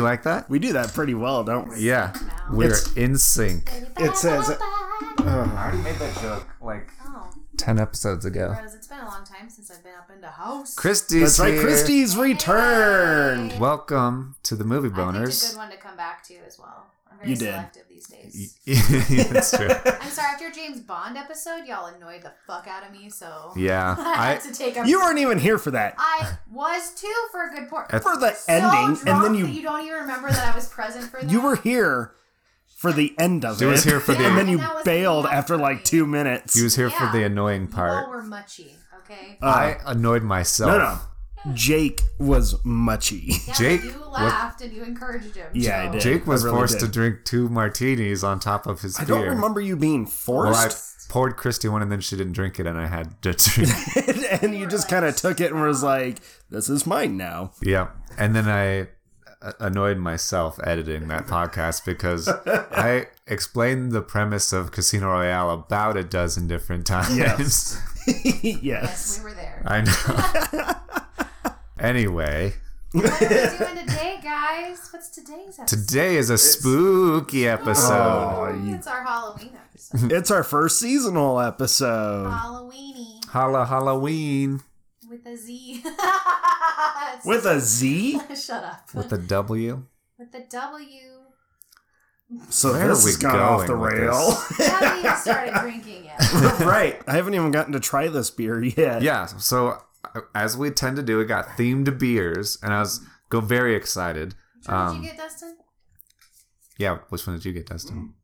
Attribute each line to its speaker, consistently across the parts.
Speaker 1: like that?
Speaker 2: We do that pretty well, don't we?
Speaker 1: Yeah, we're
Speaker 2: It's-
Speaker 1: in sync.
Speaker 2: It says.
Speaker 3: I
Speaker 2: Ugh.
Speaker 3: already made that joke. Like,
Speaker 4: Oh,
Speaker 1: Ten episodes ago.
Speaker 4: whereas it's been a long time since I've been up in the house.
Speaker 1: Christy's
Speaker 2: That's right,
Speaker 1: here.
Speaker 2: Christie's returned.
Speaker 1: Welcome to the movie
Speaker 4: I think it's a
Speaker 1: boners.
Speaker 4: good one to come back to as well. I'm very
Speaker 2: You did.
Speaker 4: selective these days.
Speaker 1: Yeah, That's true.
Speaker 4: I'm sorry, after James Bond episode, y'all annoyed the fuck out of me, so
Speaker 1: Yeah,
Speaker 4: I
Speaker 1: I
Speaker 4: had to take a
Speaker 2: You weren't even here for that.
Speaker 4: I was too for a good part.
Speaker 1: That's-
Speaker 2: For the
Speaker 4: So
Speaker 2: ending, and
Speaker 4: drunk
Speaker 2: then
Speaker 4: that
Speaker 2: you
Speaker 4: you don't even remember that I was present for that.
Speaker 2: you were here for the end of
Speaker 1: He
Speaker 2: it.
Speaker 1: was here for the-
Speaker 2: and then you
Speaker 4: Yeah, that was-
Speaker 2: bailed after like two minutes.
Speaker 1: he was here for
Speaker 4: Yeah.
Speaker 1: the annoying
Speaker 4: You all
Speaker 1: part.
Speaker 4: were muchy, okay?
Speaker 2: Uh,
Speaker 1: I annoyed myself.
Speaker 2: no, no. Jake was muchy.
Speaker 4: Yeah,
Speaker 1: Jake
Speaker 4: you
Speaker 1: was-
Speaker 4: laughed and you encouraged him.
Speaker 2: Yeah, I
Speaker 4: so-
Speaker 2: did.
Speaker 1: Jake was
Speaker 2: I really
Speaker 1: forced
Speaker 2: did.
Speaker 1: to drink two martinis on top of his
Speaker 2: I
Speaker 1: beer.
Speaker 2: don't remember you being
Speaker 1: Well, I
Speaker 2: forced,
Speaker 1: poured Christy one, and then she didn't drink it, and I had to drink.
Speaker 2: and you just kind of took it and was like, "This is mine now."
Speaker 1: yeah, and then I uh, annoyed myself editing that podcast because I explained the premise of Casino Royale about a dozen different times.
Speaker 2: Yes.
Speaker 4: Yes,
Speaker 2: yes.
Speaker 4: we were there.
Speaker 1: I know. anyway,
Speaker 4: What are we doing today, guys? What's today's episode?
Speaker 1: today is a spooky episode.
Speaker 2: Oh, you-
Speaker 4: It's our Halloween episode.
Speaker 2: it's our first seasonal episode
Speaker 4: Halloweeny
Speaker 1: Holla Halloween
Speaker 4: with a Z.
Speaker 2: with a Z.
Speaker 4: Shut up.
Speaker 1: with a W.
Speaker 4: With the W.
Speaker 2: So
Speaker 1: Where are
Speaker 2: this
Speaker 1: we
Speaker 2: has gone off
Speaker 1: going
Speaker 2: the
Speaker 1: with
Speaker 2: rail.
Speaker 4: I haven't even started drinking yet.
Speaker 2: right. I haven't even gotten to try this beer yet.
Speaker 1: Yeah. So uh, as we tend to do, we got themed beers, and I was go very excited.
Speaker 4: Which one did
Speaker 1: Um,
Speaker 4: you get, Dustin?
Speaker 1: Yeah, which one did you get, Dustin?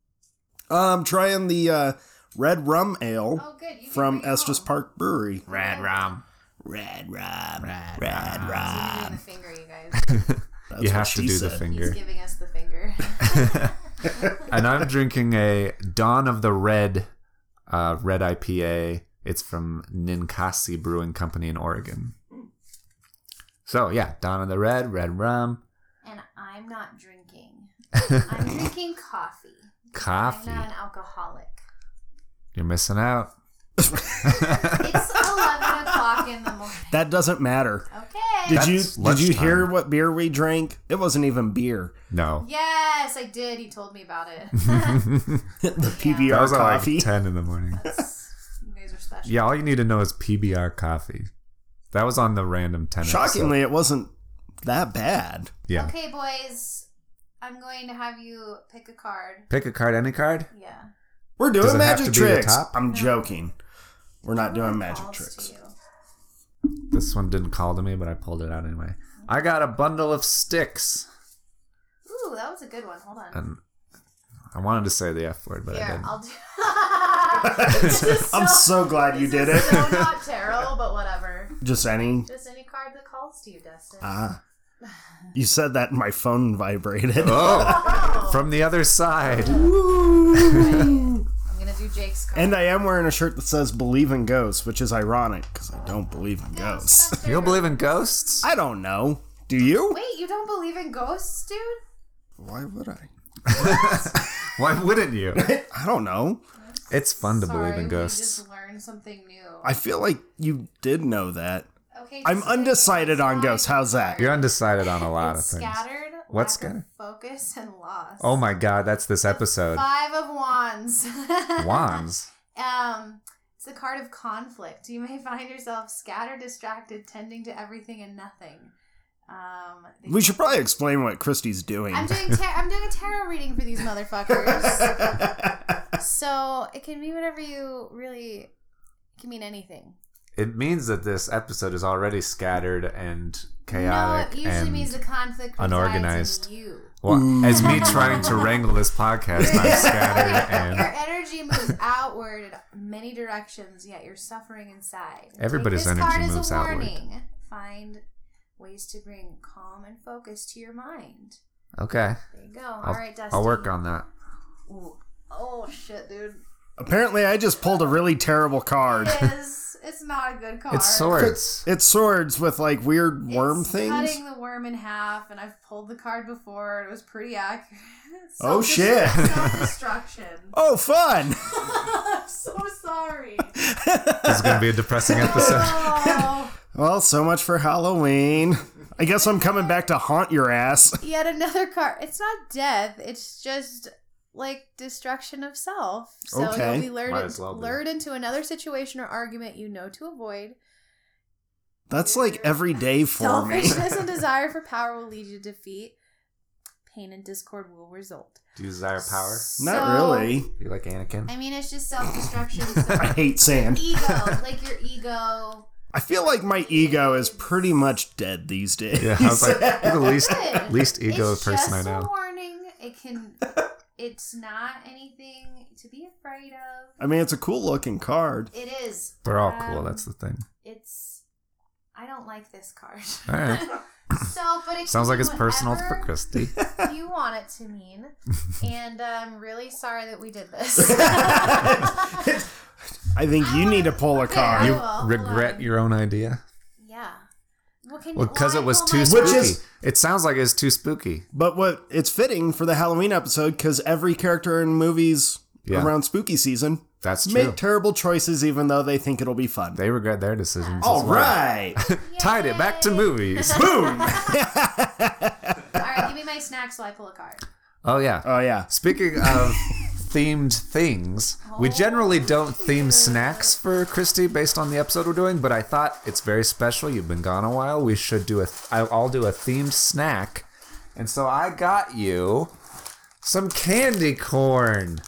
Speaker 2: I'm trying the uh, red rum ale
Speaker 4: Oh, good. You can
Speaker 2: from
Speaker 4: bring it
Speaker 2: Estes
Speaker 4: home.
Speaker 2: Park Brewery.
Speaker 1: Rad Rom.
Speaker 2: Red rum. Red,
Speaker 4: He's
Speaker 2: rum.
Speaker 4: giving the finger, you guys.
Speaker 2: That's
Speaker 1: You
Speaker 2: what
Speaker 1: have to
Speaker 2: she
Speaker 1: do the
Speaker 2: said.
Speaker 4: He's
Speaker 1: finger.
Speaker 4: giving us the finger.
Speaker 1: And I'm drinking a Dawn of the Red, uh, Red IPA. It's from Ninkasi Brewing Company in Oregon. So yeah, Dawn of the Red, Red Rum,
Speaker 4: and I'm not drinking. I'm drinking coffee.
Speaker 1: coffee.
Speaker 4: I'm not an alcoholic.
Speaker 1: You're missing out.
Speaker 4: It's 11 o'clock in the morning.
Speaker 2: That doesn't matter.
Speaker 4: Okay.
Speaker 2: Did
Speaker 1: That's
Speaker 2: you did you
Speaker 1: lunchtime.
Speaker 2: hear what beer we drank? It wasn't even beer.
Speaker 1: No.
Speaker 4: Yes, I did. He told me about it.
Speaker 2: the PBR
Speaker 1: That was at like
Speaker 2: coffee.
Speaker 1: 10 in the morning.
Speaker 4: you guys are special.
Speaker 1: Yeah, all you need to know is PBR coffee. That was on the random 10 episode.
Speaker 2: Shockingly, it wasn't that bad.
Speaker 1: Yeah.
Speaker 4: Okay, boys. I'm going to have you pick a card.
Speaker 1: Pick a card, any card?
Speaker 4: Yeah.
Speaker 2: We're doing
Speaker 1: Does it have
Speaker 2: magic
Speaker 1: to be the
Speaker 2: tricks.
Speaker 1: top?
Speaker 2: I'm joking. We're not doing
Speaker 4: Everyone
Speaker 2: magic
Speaker 4: calls to
Speaker 2: tricks.
Speaker 4: you.
Speaker 1: This one didn't call to me, but I pulled it out anyway. I got a bundle of sticks.
Speaker 4: Ooh, that was a good one. Hold on.
Speaker 1: And I wanted to say the F word, but I
Speaker 4: Here,
Speaker 1: didn't.
Speaker 4: I'll do. This is
Speaker 2: I'm so glad you
Speaker 4: this
Speaker 2: did
Speaker 4: is
Speaker 2: it.
Speaker 4: So not tarot, but whatever.
Speaker 2: Just any.
Speaker 4: Just any card that calls to you, Dustin.
Speaker 2: Ah. You said that and my phone vibrated.
Speaker 1: Oh,
Speaker 4: Oh,
Speaker 1: from the other side. Oh.
Speaker 4: I'm gonna do Jake's card.
Speaker 2: And I am wearing a shirt that says believe in ghosts, which is ironic because I don't believe in ghosts.
Speaker 1: You don't believe in ghosts?
Speaker 2: I don't know. Do you?
Speaker 4: Wait, you don't believe in ghosts, dude?
Speaker 2: Why would I?
Speaker 1: Why wouldn't you?
Speaker 2: I don't know.
Speaker 1: It's fun to
Speaker 4: Sorry,
Speaker 1: believe in
Speaker 4: we
Speaker 1: ghosts.
Speaker 4: just learned something new.
Speaker 2: I feel like you did know that.
Speaker 4: Okay,
Speaker 2: I'm
Speaker 4: just pick
Speaker 2: undecided
Speaker 4: a
Speaker 2: on
Speaker 4: side
Speaker 2: ghosts. How's that?
Speaker 4: card.
Speaker 1: You're undecided on a lot of
Speaker 4: It's
Speaker 1: things.
Speaker 4: Scattered.
Speaker 1: What's
Speaker 4: lack of
Speaker 1: scattered?
Speaker 4: Focus and loss.
Speaker 1: Oh my god, that's this episode.
Speaker 4: Five of Wands.
Speaker 1: Wands.
Speaker 4: Um, it's the card of conflict. You may find yourself scattered, distracted, tending to everything and nothing. Um, they-
Speaker 2: We should probably explain what Christie's doing.
Speaker 4: I'm doing tar- I'm doing a tarot reading for these motherfuckers. so it can mean whatever you really. It can mean anything.
Speaker 1: It means that this episode is already scattered and chaotic.
Speaker 4: no, it usually
Speaker 1: and-
Speaker 4: means the conflict resides
Speaker 1: unorganized.
Speaker 4: in you.
Speaker 1: Well, as me trying to wrangle this podcast, I'm scattered
Speaker 4: Your
Speaker 1: and
Speaker 4: energy moves outward in many directions, yet you're suffering inside.
Speaker 1: Everybody's
Speaker 4: Take this
Speaker 1: energy
Speaker 4: card as
Speaker 1: moves
Speaker 4: a
Speaker 1: outward.
Speaker 4: warning. Find ways to bring calm and focus to your mind.
Speaker 1: okay.
Speaker 4: There you go.
Speaker 1: I'll,
Speaker 4: All right, Dusty.
Speaker 1: I'll work on that.
Speaker 4: Ooh. Oh shit, dude!
Speaker 2: Apparently, I just pulled a really terrible card.
Speaker 4: It is. It's not a good card.
Speaker 1: It's swords.
Speaker 2: It's swords with like weird
Speaker 4: It's
Speaker 2: worm things.
Speaker 4: Cutting the worm in half, and I've pulled the card before. and It was pretty accurate.
Speaker 2: Oh, shit.
Speaker 4: Self destruction.
Speaker 2: Oh, fun!
Speaker 4: I'm so sorry.
Speaker 1: This is going to be a depressing episode.
Speaker 4: Oh.
Speaker 2: Well, so much for Halloween. I guess I'm coming back to haunt your ass.
Speaker 4: Yet another car. It's not death. It's just like destruction of self. So
Speaker 2: Okay.
Speaker 4: you'll be lured,
Speaker 1: Might as well be.
Speaker 4: lured into another situation or argument you know to avoid.
Speaker 2: That's like every day for me.
Speaker 4: Selfishness and desire for power will lead you to defeat. Pain and discord will result.
Speaker 1: Do you desire power?
Speaker 2: Not
Speaker 4: So-
Speaker 2: really.
Speaker 1: You like Anakin?
Speaker 4: I mean, it's just self destruction. So
Speaker 2: I hate sand.
Speaker 4: ego, like your ego.
Speaker 2: I feel like my ego is pretty much dead these days.
Speaker 1: Yeah, I was like, you're the least
Speaker 4: Good.
Speaker 1: least ego
Speaker 4: it's
Speaker 1: person I
Speaker 4: just a
Speaker 1: know.
Speaker 4: warning. It can. It's not anything to be afraid of.
Speaker 2: I mean, it's a cool looking card.
Speaker 4: It is.
Speaker 1: They're all cool.
Speaker 4: Um,
Speaker 1: That's the thing.
Speaker 4: It's. I don't like this card.
Speaker 1: All right.
Speaker 4: so, but it
Speaker 1: Sounds
Speaker 4: can
Speaker 1: like
Speaker 4: be
Speaker 1: it's personal for
Speaker 4: whatever
Speaker 1: Christy.
Speaker 4: You want it to mean, and I'm really sorry that we did this.
Speaker 2: I think you need to pull a
Speaker 4: Okay,
Speaker 2: card.
Speaker 4: I
Speaker 1: You
Speaker 4: will. Hold
Speaker 1: regret
Speaker 4: on.
Speaker 1: your own idea?
Speaker 4: Yeah. Well, can
Speaker 1: Well, because
Speaker 4: why
Speaker 1: it was
Speaker 4: will
Speaker 1: too
Speaker 4: my-
Speaker 1: spooky.
Speaker 2: Which is-
Speaker 1: it sounds like it's too spooky.
Speaker 2: But what it's fitting for the Halloween episode because every character in movies
Speaker 1: Yeah.
Speaker 2: around spooky season
Speaker 1: That's true.
Speaker 2: make terrible choices even though they think it'll be fun.
Speaker 1: they regret their decisions.
Speaker 2: All
Speaker 1: as well.
Speaker 2: right.
Speaker 1: Tied it back to
Speaker 4: Yay.
Speaker 1: movies.
Speaker 2: Boom.
Speaker 4: All right, give me my snack so I pull a card.
Speaker 1: oh yeah.
Speaker 2: oh yeah.
Speaker 1: Speaking of themed things, we generally don't theme snacks for Christy based on the episode we're doing, but I thought it's very special. You've been gone a while. We should do a. I'll I'll do a themed snack, and so I got you some candy corn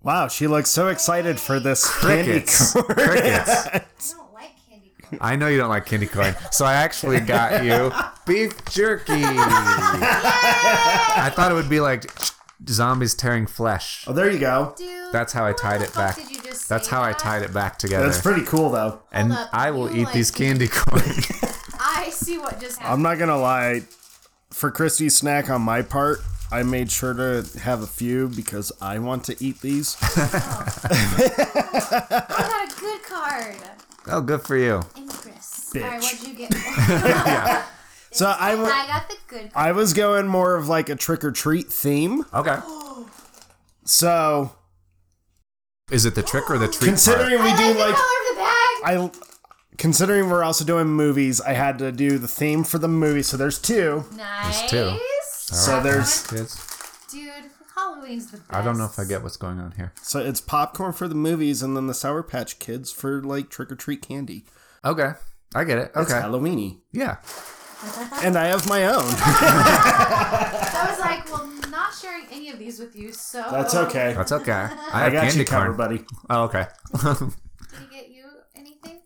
Speaker 2: Wow, she looks so excited for this
Speaker 1: crickets.
Speaker 2: candy corn.
Speaker 1: Crickets.
Speaker 4: I don't like candy corn.
Speaker 1: I know you don't like candy corn, so I actually got you beef jerky. I thought it would be like zombies tearing flesh.
Speaker 2: Oh, there you go.
Speaker 4: Dude,
Speaker 1: That's how I
Speaker 4: why
Speaker 1: tied
Speaker 4: the
Speaker 1: it
Speaker 4: fuck
Speaker 1: back.
Speaker 4: Did you just
Speaker 1: That's
Speaker 4: say
Speaker 1: how I
Speaker 4: that?
Speaker 1: tied it back together.
Speaker 2: That's pretty cool though.
Speaker 1: and
Speaker 4: Hold up,
Speaker 1: I will
Speaker 4: you
Speaker 1: eat these
Speaker 4: like
Speaker 1: candy corn.
Speaker 4: I see what just happened.
Speaker 2: I'm not gonna lie. For Christy's snack on my part, I made sure to have a few because I want to eat these.
Speaker 4: I got a good card.
Speaker 1: oh, good for you.
Speaker 4: Ingress.
Speaker 2: Bitch.
Speaker 4: All right, what'd you get? I
Speaker 2: So I wa-
Speaker 4: got the good card.
Speaker 2: I was going more of like a trick or treat theme.
Speaker 1: Okay.
Speaker 2: So
Speaker 1: Is it the trick or the treat?
Speaker 2: considering we
Speaker 4: I
Speaker 1: Oh
Speaker 2: do
Speaker 4: like the
Speaker 2: like
Speaker 4: color of the bag.
Speaker 2: I considering we're also doing movies, I had to do the theme for the movie. So there's two.
Speaker 4: Nice.
Speaker 1: two.
Speaker 2: So there's
Speaker 1: part? Kids,
Speaker 4: Dude, Halloween's the best.
Speaker 1: I don't know if I get what's going on here.
Speaker 2: so it's popcorn for the movies and then the Sour Patch Kids for like trick or treat candy.
Speaker 1: Okay. I get it.
Speaker 2: It's
Speaker 1: Okay.
Speaker 2: Halloweeny.
Speaker 1: Yeah.
Speaker 2: And I have my own.
Speaker 4: I was like, well, I'm not sharing any of these with you, so.
Speaker 2: That's okay.
Speaker 1: That's okay. I have
Speaker 2: I got
Speaker 1: candy
Speaker 2: you covered,
Speaker 1: corn.
Speaker 2: buddy.
Speaker 1: oh, okay.
Speaker 4: Did he get you anything?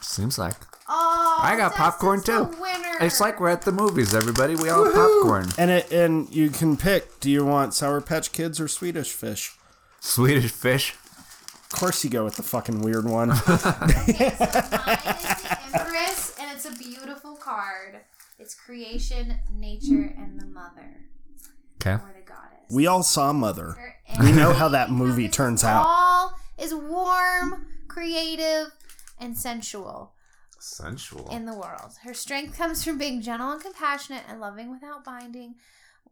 Speaker 1: Seems like.
Speaker 4: Oh,
Speaker 1: I
Speaker 4: Dustin's
Speaker 1: got popcorn,
Speaker 4: the
Speaker 1: too.
Speaker 4: Winner.
Speaker 1: It's like we're at the movies, everybody. We all have popcorn.
Speaker 2: And it and you can pick. Do you want Sour Patch Kids or Swedish Fish?
Speaker 1: Swedish fish.
Speaker 2: Of course, you go with the fucking weird one.
Speaker 4: Okay, so mine is the Empress, and it's a beautiful card. It's creation, nature, and the mother,
Speaker 1: Okay.
Speaker 4: or the goddess.
Speaker 2: we all saw Mother.
Speaker 4: Her
Speaker 2: We know how that
Speaker 4: everything
Speaker 2: movie
Speaker 4: happens
Speaker 2: turns out.
Speaker 4: All is warm, creative, and sensual
Speaker 1: Sensual.
Speaker 4: in the world. Her strength comes from being gentle and compassionate and loving without binding.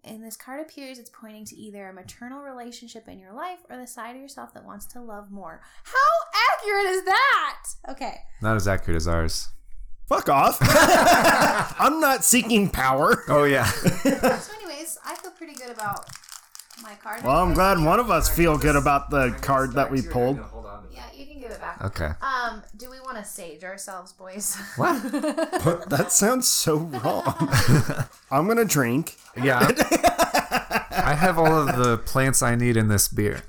Speaker 4: And this card appears, it's pointing to either a maternal relationship in your life or the side of yourself that wants to love more. How accurate is that? Okay.
Speaker 1: Not as accurate as ours.
Speaker 2: Fuck off. I'm not seeking power.
Speaker 1: Oh yeah.
Speaker 4: So, anyways, I feel pretty good about my card.
Speaker 2: Well, I'm glad one of us feel good about the card that we pulled.
Speaker 4: Yeah, you can give it back.
Speaker 1: okay.
Speaker 4: Um, do we want to sage ourselves, boys?
Speaker 1: What?
Speaker 2: But that sounds so wrong. I'm gonna drink.
Speaker 1: Yeah. I have all of the plants I need in this beer,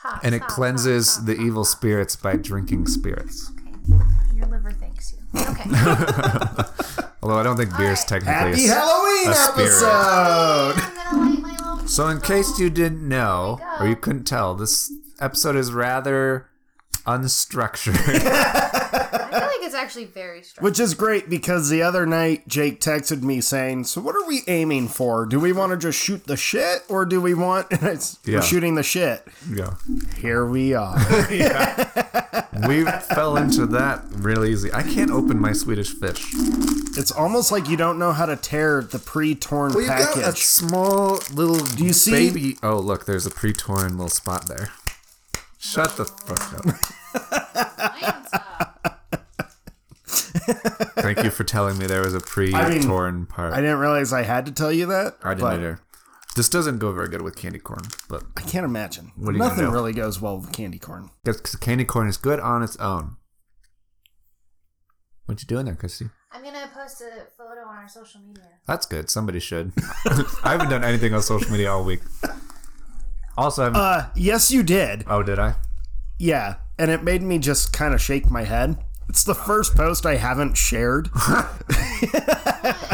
Speaker 4: Hot,
Speaker 1: and it
Speaker 4: hot,
Speaker 1: cleanses
Speaker 4: hot,
Speaker 1: the evil spirits by drinking spirits.
Speaker 4: hot. Your liver thanks you. Okay.
Speaker 1: Although I don't think beer is
Speaker 4: All right.
Speaker 1: technically. a s-
Speaker 2: Halloween
Speaker 1: a spirit.
Speaker 4: I'm gonna light my little
Speaker 1: so, in case you didn't know
Speaker 4: There we go.
Speaker 1: or you couldn't tell, this episode is rather unstructured.
Speaker 4: I feel like it's actually very strong.
Speaker 2: Which is great because the other night Jake texted me saying, "So what are we aiming for? Do we want to just shoot the shit, or do we want and it's,
Speaker 1: Yeah.
Speaker 2: we're shooting the shit?"
Speaker 1: yeah.
Speaker 2: Here we are.
Speaker 1: We fell into that really easy. I can't open my Swedish fish.
Speaker 2: it's almost like you don't know how to tear the pre-torn
Speaker 1: Well, you
Speaker 2: package.
Speaker 1: got a small little Do
Speaker 2: you see-
Speaker 1: baby. Oh, look, there's a pre-torn little spot there. Shut the fuck up.
Speaker 4: I am tough.
Speaker 1: Thank you for telling me there was a
Speaker 2: I mean,
Speaker 1: pre-torn part.
Speaker 2: I didn't realize I had to tell you that.
Speaker 1: I didn't
Speaker 2: but
Speaker 1: either. This doesn't go very good with candy corn, but
Speaker 2: I can't imagine.
Speaker 1: What are you
Speaker 2: Nothing
Speaker 1: gonna do?
Speaker 2: really goes well with candy corn.
Speaker 1: because candy corn is good on its own. What you doing there, Christy?
Speaker 4: I'm gonna post a photo on our social media.
Speaker 1: That's good. Somebody should. I haven't done anything on social media all week. Also, I haven't-
Speaker 2: Uh, yes, you did.
Speaker 1: oh, did I?
Speaker 2: Yeah, and it made me just kind of shake my head. It's the first post I haven't shared.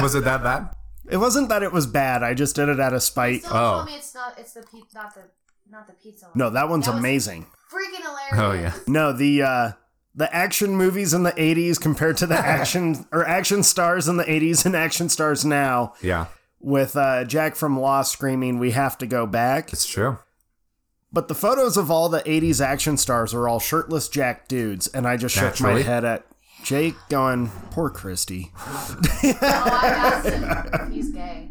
Speaker 1: Was it that bad?
Speaker 2: It wasn't that it was bad. I just did it out of spite.
Speaker 4: Still
Speaker 1: Oh.
Speaker 4: tell me it's not it's the pe- not the not the pizza one.
Speaker 2: No, that one's
Speaker 4: That was-
Speaker 2: amazing.
Speaker 4: Freaking hilarious.
Speaker 1: Oh yeah.
Speaker 2: No, the uh the action movies in the 80s compared to the action or action stars in the 80s and action stars now
Speaker 1: Yeah,
Speaker 2: with uh Jack from Lost screaming we have to go back.
Speaker 1: it's true.
Speaker 2: But the photos of all the 80s action stars are all shirtless Jack dudes and I just shook my
Speaker 1: Naturally.
Speaker 2: head at Jake going poor Christy.
Speaker 4: Oh, I asked him if he's gay.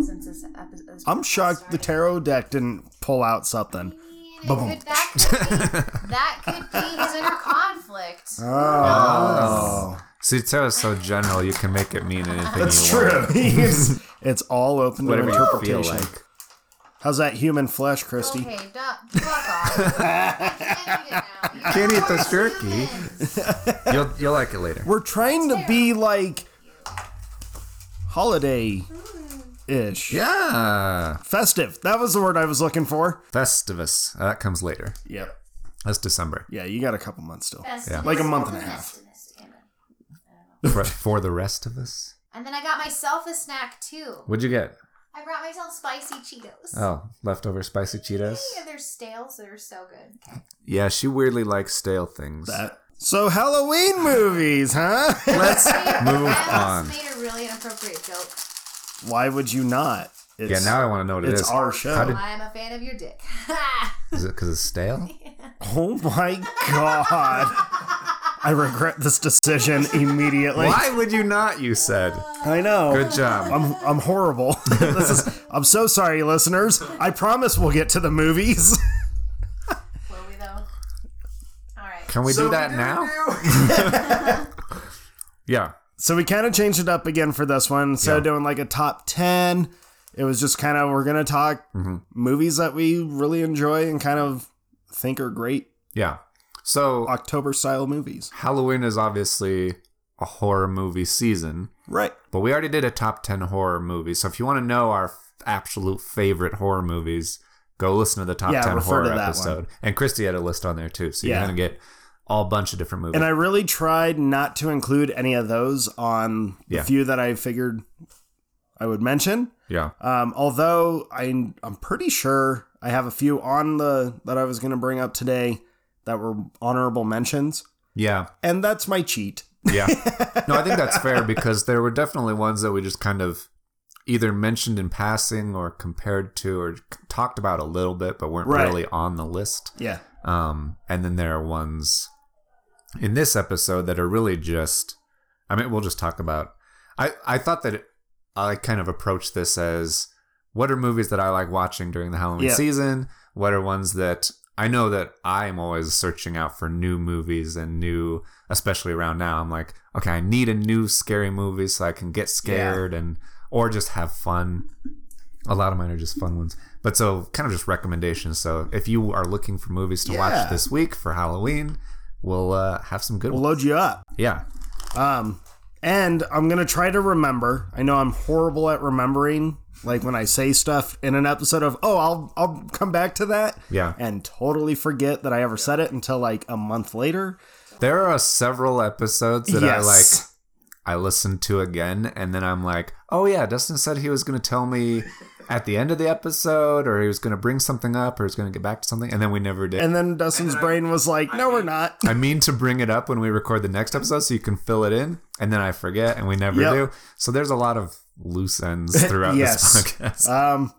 Speaker 4: Since this episode, this
Speaker 2: I'm shocked
Speaker 4: started.
Speaker 2: the tarot deck didn't pull out
Speaker 4: I
Speaker 2: something.
Speaker 4: mean, it could- that, could be, that could be his inner conflict.
Speaker 2: Ah, Oh.
Speaker 1: See, tarot's so general, you can make it mean anything you want.
Speaker 2: it's, it's all open to
Speaker 1: Whatever you feel
Speaker 2: interpretation.
Speaker 1: like.
Speaker 2: How's that human flesh, Christy?
Speaker 4: Okay, duh, fuck off. I can't eat it now.
Speaker 1: Can't eat this
Speaker 4: We're
Speaker 1: jerky.
Speaker 4: humans.
Speaker 1: You'll you'll like it later.
Speaker 2: We're trying to be like holiday ish.
Speaker 1: Yeah,
Speaker 2: Festive. That was the word I was looking for.
Speaker 1: Festivus. Uh, that comes later.
Speaker 2: Yep.
Speaker 1: That's December
Speaker 2: Yeah, you got a couple months still.
Speaker 4: Festivus
Speaker 2: Like a month and a
Speaker 4: and
Speaker 2: half.
Speaker 4: Festivus, amen.
Speaker 1: for, for the rest of us.
Speaker 4: And then I got myself a snack too.
Speaker 1: What'd you get?
Speaker 4: I brought myself spicy Cheetos.
Speaker 1: Oh, leftover spicy Cheetos.
Speaker 4: Yeah, they're stale, so they're so good.
Speaker 1: Yeah, she weirdly likes stale things.
Speaker 2: That. So Halloween movies, huh?
Speaker 1: Let's move
Speaker 4: I
Speaker 1: on.
Speaker 4: almost made a really inappropriate joke.
Speaker 2: Why would you not?
Speaker 1: Yeah,
Speaker 2: It's,
Speaker 1: now I want to know what it
Speaker 2: it's
Speaker 1: is.
Speaker 2: our show.
Speaker 1: How did-
Speaker 4: I am a fan of your dick.
Speaker 1: Is it because it's stale?
Speaker 2: oh my god. I regret this decision immediately.
Speaker 1: Why would you not? You said.
Speaker 2: I know.
Speaker 1: Good job.
Speaker 2: I'm I'm horrible. this is I'm so sorry, listeners. I promise we'll get to the movies.
Speaker 4: Will we though? All right.
Speaker 1: Can we do that now? Yeah.
Speaker 2: So we kind of changed it up again for this one. So
Speaker 1: Yeah.
Speaker 2: doing like a top 10, it was just kind of we're going to talk movies that we really enjoy and kind of think are great
Speaker 1: Yeah. So
Speaker 2: October style movies.
Speaker 1: Halloween is obviously a horror movie season,
Speaker 2: Right.
Speaker 1: but we already did a top 10 horror movies. So if you want to know our f- absolute favorite horror movies, go listen to the top
Speaker 2: Yeah,
Speaker 1: 10
Speaker 2: refer
Speaker 1: horror
Speaker 2: to that one.
Speaker 1: episode. And Christy had a list on there too. So
Speaker 2: Yeah.
Speaker 1: you're going to get all bunch of different movies.
Speaker 2: And I really tried not to include any of those on
Speaker 1: Yeah.
Speaker 2: the few that I figured I would mention.
Speaker 1: yeah.
Speaker 2: Um, although I, I'm pretty sure I have a few on the that I was going to bring up today that were honorable mentions,
Speaker 1: Yeah.
Speaker 2: and that's my cheat.
Speaker 1: Yeah. No, I think that's fair because there were definitely ones that we just kind of either mentioned in passing or compared to or c- talked about a little bit, but weren't
Speaker 2: Right.
Speaker 1: really on the list.
Speaker 2: Yeah,
Speaker 1: Um, and then there are ones in this episode that are really just. I mean, we'll just talk about. I I thought that I kind of approached this as what are movies that I like watching during the Halloween
Speaker 2: Yeah.
Speaker 1: season? What are ones that I know that I am always searching out for new movies and new, especially around now. I'm like, okay, I need a new scary movie so I can get scared and or just have fun. A lot of mine are just fun ones. But so kind of just recommendations. So if you are looking for movies to
Speaker 2: Yeah.
Speaker 1: watch this week for Halloween, we'll uh, have some good
Speaker 2: we'll
Speaker 1: ones.
Speaker 2: load you up.
Speaker 1: Yeah.
Speaker 2: Um, and I'm gonna try to remember. I know I'm horrible at remembering, like when I say stuff in an episode of, oh, I'll I'll come back to that,
Speaker 1: Yeah.
Speaker 2: and totally forget that I ever said it until like a month later.
Speaker 1: There are several episodes that I like
Speaker 2: Yes.
Speaker 1: I listened to again and then I'm like, "Oh yeah, Dustin said he was going to tell me at the end of the episode or he was going to bring something up or he was going to get back to something." And then we never did.
Speaker 2: And then Dustin's brain was like, no, we're not.
Speaker 1: I mean to bring it up when we record the next episode so you can fill it in and then I forget and we never
Speaker 2: Yep.
Speaker 1: do. So there's a lot of loose ends throughout
Speaker 2: Yes.
Speaker 1: this podcast.
Speaker 2: Um,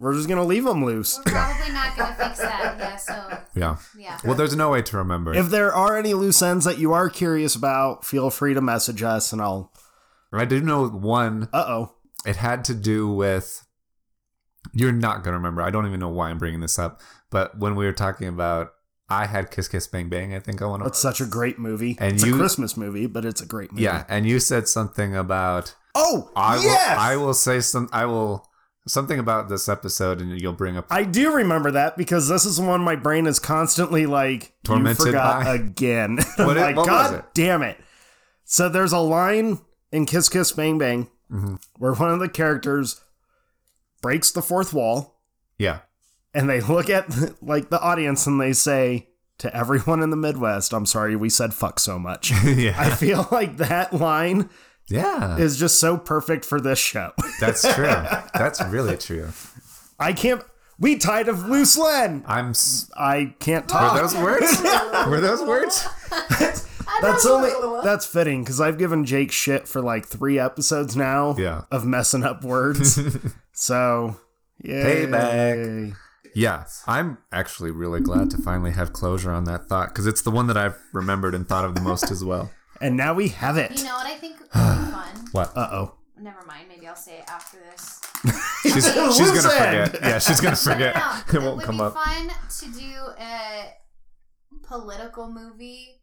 Speaker 2: we're just gonna leave them loose.
Speaker 4: We're probably not gonna fix that. Yeah. So
Speaker 1: yeah.
Speaker 4: yeah.
Speaker 1: Well, there's no way to remember.
Speaker 2: If there are any loose ends that you are curious about, feel free to message us, and I'll.
Speaker 1: I do know one
Speaker 2: Uh oh.
Speaker 1: it had to do with you're not going to remember i don't even know why i'm bringing this up but when we were talking about I had Kiss Kiss Bang Bang. I think I want to.
Speaker 2: That's such a great movie.
Speaker 1: And
Speaker 2: it's
Speaker 1: you-
Speaker 2: a Christmas movie, but it's a great movie.
Speaker 1: Yeah, and you said something about
Speaker 2: Oh,
Speaker 1: I
Speaker 2: yes!
Speaker 1: will. I will say some. I will something about this episode, and you'll bring up.
Speaker 2: I do remember that because this is one my brain is constantly like
Speaker 1: Tormented
Speaker 2: you forgot
Speaker 1: by?
Speaker 2: again.
Speaker 1: What
Speaker 2: I'm
Speaker 1: it-
Speaker 2: like,
Speaker 1: what was
Speaker 2: God
Speaker 1: it?"
Speaker 2: damn it. So there's a line in Kiss Kiss Bang Bang
Speaker 1: Mhm.
Speaker 2: where one of the characters breaks the fourth wall
Speaker 1: Yeah,
Speaker 2: and they look at like the audience and they say to everyone in the Midwest, I'm sorry we said fuck so much. I
Speaker 1: yeah,
Speaker 2: feel like that line
Speaker 1: yeah.
Speaker 2: is just so perfect for this show.
Speaker 1: That's true. That's really true.
Speaker 2: I can't we tied of loose Len.
Speaker 1: I'm. s-
Speaker 2: I can't
Speaker 1: Were
Speaker 2: talk.
Speaker 1: those words? Were those words?
Speaker 2: That's only that's fitting because I've given Jake shit for like three episodes now
Speaker 1: Yeah.
Speaker 2: of messing up words. so yeah,
Speaker 1: Payback. Yeah, I'm actually really glad to finally have closure on that thought because it's the one that I've remembered and thought of the most as well.
Speaker 2: And now we have
Speaker 4: You
Speaker 2: it.
Speaker 4: know what I think would be fun?
Speaker 1: What?
Speaker 2: Uh oh.
Speaker 4: Never mind. Maybe I'll say it after this.
Speaker 1: she's she's
Speaker 2: Loose
Speaker 1: gonna
Speaker 2: end.
Speaker 1: forget. Yeah, she's gonna forget.
Speaker 4: No,
Speaker 1: It won't
Speaker 4: would
Speaker 1: come
Speaker 4: be
Speaker 1: up.
Speaker 4: fun to do a political movie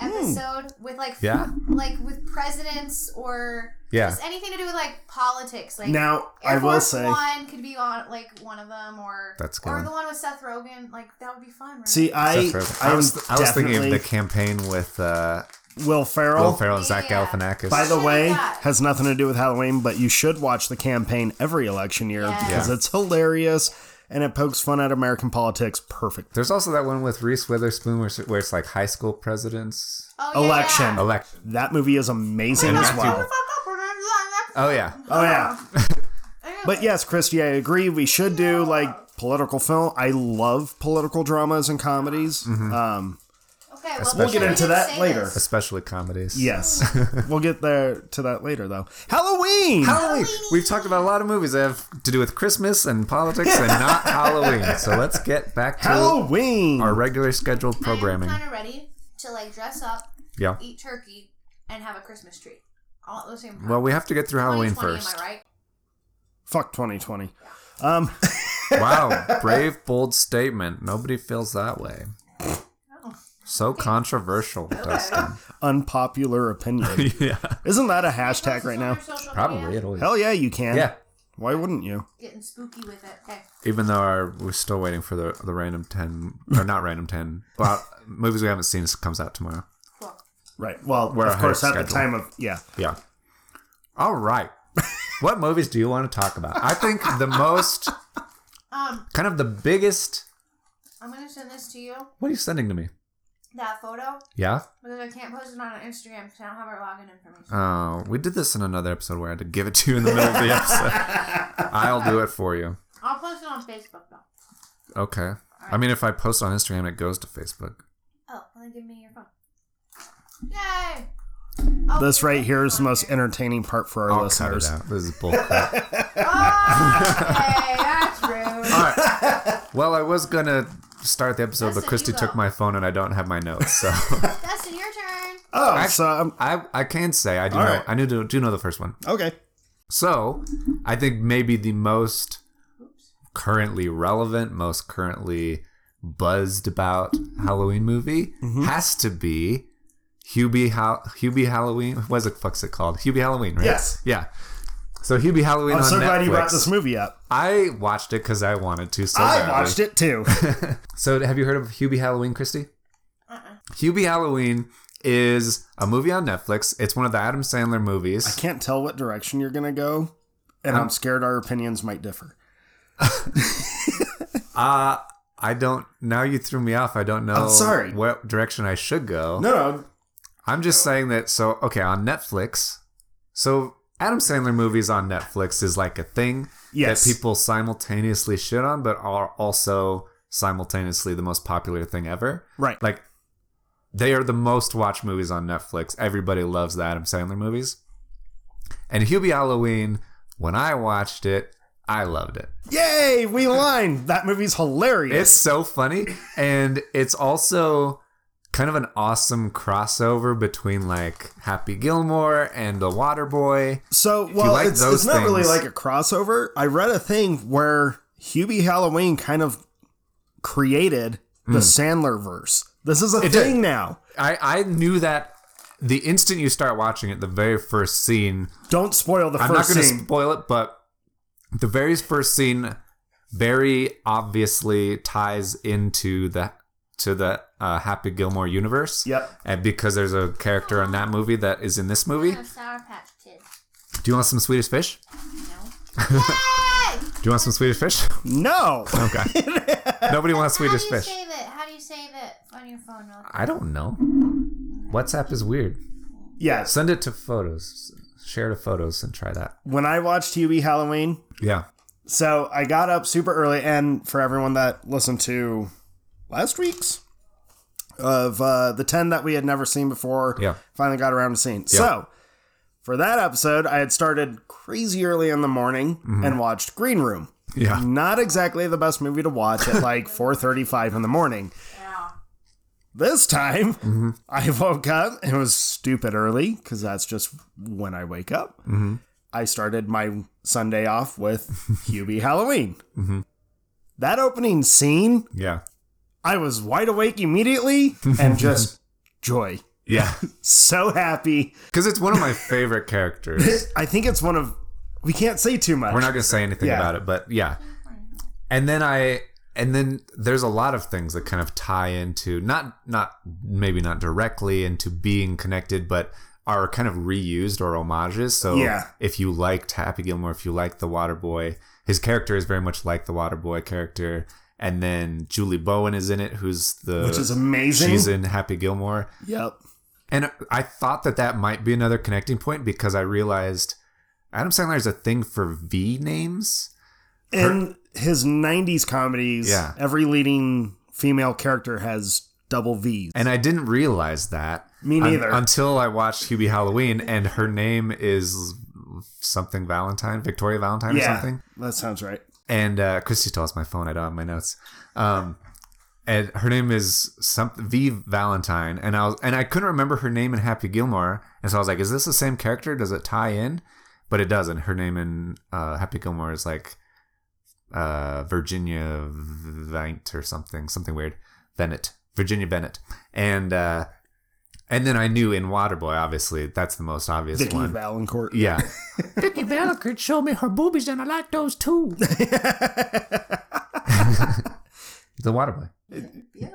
Speaker 4: episode with like
Speaker 1: Hmm. Yeah.
Speaker 4: like with presidents or
Speaker 1: Yeah.
Speaker 4: just anything to do with like politics. Like
Speaker 2: Now
Speaker 4: Air
Speaker 2: I will
Speaker 4: Force
Speaker 2: say.
Speaker 4: one could be on like one of them or
Speaker 1: That's good.
Speaker 4: or the one with Seth Rogen. Like that would be fun. Right?
Speaker 2: See, I,
Speaker 1: Seth Rogen.
Speaker 2: I,
Speaker 1: I was I was thinking of the
Speaker 2: definitely-
Speaker 1: campaign with uh,
Speaker 2: Will Ferrell.
Speaker 1: Will Ferrell and Zach
Speaker 4: Yeah.
Speaker 1: Galifianakis.
Speaker 2: By the
Speaker 4: Shit,
Speaker 2: way,
Speaker 4: yeah.
Speaker 2: has nothing to do with Halloween, but you should watch the campaign every election year
Speaker 4: Yeah.
Speaker 2: because
Speaker 1: Yeah.
Speaker 2: it's hilarious and it pokes fun at American politics. Perfect.
Speaker 1: There's also that one with Reese Witherspoon where, where it's like high school presidents
Speaker 4: oh, yeah,
Speaker 2: election.
Speaker 4: Yeah.
Speaker 1: election.
Speaker 2: That movie is amazing
Speaker 1: And
Speaker 2: as
Speaker 1: Matthew-
Speaker 2: well.
Speaker 1: Oh yeah,
Speaker 2: Oh yeah. But yes, Christy, I agree. We should do like political film. I love political dramas and comedies.
Speaker 1: Mm-hmm.
Speaker 2: Um,
Speaker 4: Okay, well,
Speaker 1: We'll get
Speaker 4: we
Speaker 2: into
Speaker 4: didn't
Speaker 2: that
Speaker 4: say
Speaker 2: later.
Speaker 4: this.
Speaker 1: especially comedies.
Speaker 2: yes, we'll get there to that later, though. Halloween.
Speaker 1: Halloween. We've talked about a lot of movies that have to do with Christmas and politics and not Halloween. So let's get back to
Speaker 2: Halloween.
Speaker 1: our regular scheduled programming.
Speaker 4: I'm kind of ready to like dress up,
Speaker 1: Yeah.
Speaker 4: eat turkey, and have a Christmas tree. All at the same time.
Speaker 1: Well, we have to get through Halloween
Speaker 4: 2020,
Speaker 1: first.
Speaker 4: Am I right?
Speaker 2: Fuck 2020. Um,
Speaker 1: Wow, brave, bold statement. Nobody feels that way.
Speaker 4: Oh.
Speaker 1: So controversial, Dustin.
Speaker 2: unpopular opinion.
Speaker 1: yeah,
Speaker 2: Isn't that a hashtag right now?
Speaker 1: probably it always.
Speaker 2: Hell yeah, you can.
Speaker 1: Yeah,
Speaker 2: Why wouldn't you?
Speaker 4: Getting spooky with it. Okay.
Speaker 1: even though our, we're still waiting for the the random ten or not random ten, well, movies we haven't seen comes out tomorrow.
Speaker 4: Cool.
Speaker 2: Right. Well,
Speaker 1: We're
Speaker 2: of
Speaker 1: ahead
Speaker 2: course,
Speaker 1: of
Speaker 2: at the
Speaker 1: schedule.
Speaker 2: time of yeah.
Speaker 1: Yeah. All right. what movies do you want to talk about? I think the most,
Speaker 4: Um,
Speaker 1: kind of the biggest.
Speaker 4: I'm gonna send this to you.
Speaker 1: What are you sending to me?
Speaker 4: That photo
Speaker 1: Yeah.
Speaker 4: because I can't post it on Instagram because I don't have our login information.
Speaker 1: Oh, we did this in another episode where I had to give it to you in the middle of the episode. I'll do it for you.
Speaker 4: I'll post it on Facebook though.
Speaker 1: Okay. I mean, if I post on Instagram, it goes to Facebook.
Speaker 4: Oh, well then give me your phone. Yay! Oh,
Speaker 2: This right here is the
Speaker 4: on
Speaker 2: most entertaining part for our
Speaker 1: I'll cut it
Speaker 2: listeners.
Speaker 1: out. This is bullcrap.
Speaker 4: Oh, okay, that's rude.
Speaker 2: Uh,
Speaker 1: All right. Well, I was gonna start the episode, but
Speaker 4: Justin,
Speaker 1: Christy
Speaker 4: you
Speaker 1: took
Speaker 4: go.
Speaker 1: my phone and I don't have my notes. So
Speaker 4: Dustin, your turn.
Speaker 2: Oh,
Speaker 1: Act-
Speaker 2: so um,
Speaker 1: I I can say I do
Speaker 2: All
Speaker 1: know
Speaker 2: right.
Speaker 1: I knew do, do know the first one.
Speaker 2: okay.
Speaker 1: So I think maybe the most currently relevant, most currently buzzed about Halloween movie
Speaker 2: Mm-hmm.
Speaker 1: has to be Hubie Hal- Hubie Halloween. What the fuck's it called? Hubie Halloween, right?
Speaker 2: Yes.
Speaker 1: Yeah. So Hubie Halloween.
Speaker 2: I'm
Speaker 1: on
Speaker 2: so
Speaker 1: Netflix.
Speaker 2: glad you brought this movie up.
Speaker 1: I watched it because I wanted to. So
Speaker 2: I
Speaker 1: badly.
Speaker 2: watched it too.
Speaker 1: So, have you heard of Hubie Halloween, Christy? Hubie Halloween is a movie on Netflix. It's one of the Adam Sandler
Speaker 2: I
Speaker 1: movies.
Speaker 2: can't tell what direction you're gonna go, and
Speaker 1: Um,
Speaker 2: I'm scared our opinions might differ.
Speaker 1: Uh, I don't. Now you threw me off. I don't know.
Speaker 2: I'm sorry.
Speaker 1: What direction I should go?
Speaker 2: No, no,
Speaker 1: I'm just saying that. So, okay, on Netflix. So, Adam Sandler movies on Netflix is like a thing
Speaker 2: Yes.
Speaker 1: that people simultaneously shit on, but are also simultaneously the most popular thing ever.
Speaker 2: right.
Speaker 1: Like, they are the most watched movies on Netflix. Everybody loves the Adam Sandler movies. And Hubie Halloween, when I watched it, I loved it.
Speaker 2: Yay, we line. That movie's hilarious.
Speaker 1: It's so funny. And it's also kind of an awesome crossover between like Happy Gilmore and The Waterboy.
Speaker 2: so well,
Speaker 1: like
Speaker 2: it's,
Speaker 1: those
Speaker 2: it's not really
Speaker 1: things-
Speaker 2: like a crossover. I read a thing where Hubie Halloween kind of created the Sandler verse. This is a
Speaker 1: Hmm. It did.
Speaker 2: thing now.
Speaker 1: I, I knew that the instant you start watching it, the very first scene.
Speaker 2: Don't spoil the
Speaker 1: i I'm not
Speaker 2: first
Speaker 1: going to
Speaker 2: scene.
Speaker 1: spoil it, but the very first scene very obviously ties into the to the uh, Happy Gilmore universe.
Speaker 2: Yep.
Speaker 1: And because there's a character in that movie that is in this movie.
Speaker 5: have Sour Patch Kids.
Speaker 1: Do you want some Swedish fish?
Speaker 5: Hey!
Speaker 1: Do you want some Swedish fish?
Speaker 2: no.
Speaker 1: Okay. Nobody wants
Speaker 5: How do you
Speaker 1: Swedish fish.
Speaker 5: save it? How do you save it on your phone? Real quick?
Speaker 1: I don't know. WhatsApp is weird.
Speaker 2: yes.
Speaker 1: Send it to photos. Share to photos and try that.
Speaker 2: When I watched Huey Halloween,
Speaker 1: Yeah.
Speaker 2: So I got up super early, and for everyone that listened to last week's of uh, the ten that we had never seen before,
Speaker 1: Yeah.
Speaker 2: finally got around to seeing. So for that episode, I had started crazy early in the morning and watched Green Room.
Speaker 1: Yeah.
Speaker 2: Not exactly the best movie to watch at like four thirty-five in the morning. This time,
Speaker 1: Mm-hmm.
Speaker 2: I woke up. It was stupid early because that's just when I wake up.
Speaker 1: Mm-hmm.
Speaker 2: I started my Sunday off with Hubie Halloween.
Speaker 1: Mm-hmm.
Speaker 2: That opening scene,
Speaker 1: Yeah.
Speaker 2: I was wide awake immediately and just joy.
Speaker 1: Yeah.
Speaker 2: So happy.
Speaker 1: Because it's one of my favorite characters.
Speaker 2: I think it's one of, we can't say too much.
Speaker 1: We're not going to say anything
Speaker 2: Yeah.
Speaker 1: about it, but yeah. And then I, and then there's a lot of things that kind of tie into not, not maybe not directly into being connected, but are kind of reused or homages. So
Speaker 2: Yeah.
Speaker 1: if you liked Happy Gilmore, if you liked The Waterboy, his character is very much like the Waterboy character. And then Julie Bowen is in it, who's the
Speaker 2: which is amazing.
Speaker 1: she's in Happy Gilmore.
Speaker 2: yep.
Speaker 1: And I thought that that might be another connecting point because I realized Adam Sandler is a thing for V names.
Speaker 2: In his 90s comedies,
Speaker 1: Yeah.
Speaker 2: every leading female character has double V's.
Speaker 1: And I didn't realize that.
Speaker 2: Me
Speaker 1: un-
Speaker 2: neither.
Speaker 1: until I watched Hubie Halloween and her name is something Valentine, Victoria Valentine or
Speaker 2: yeah,
Speaker 1: something.
Speaker 2: that sounds right.
Speaker 1: And uh, Christy tossed my phone. I don't have my notes. Um, and her name is something V Valentine. And I was, and I couldn't remember her name in Happy Gilmore. And so I was like, is this the same character? Does it tie in? But it doesn't. Her name in uh, Happy Gilmore is like uh, Virginia Vint or something, something weird. Bennett, Virginia Bennett, and uh, and then I knew in Waterboy, obviously that's the most obvious
Speaker 2: Vicky
Speaker 1: one.
Speaker 2: Valancourt.
Speaker 1: Yeah. Vicky Valcourt showed me her boobies and I like those too. the water boy.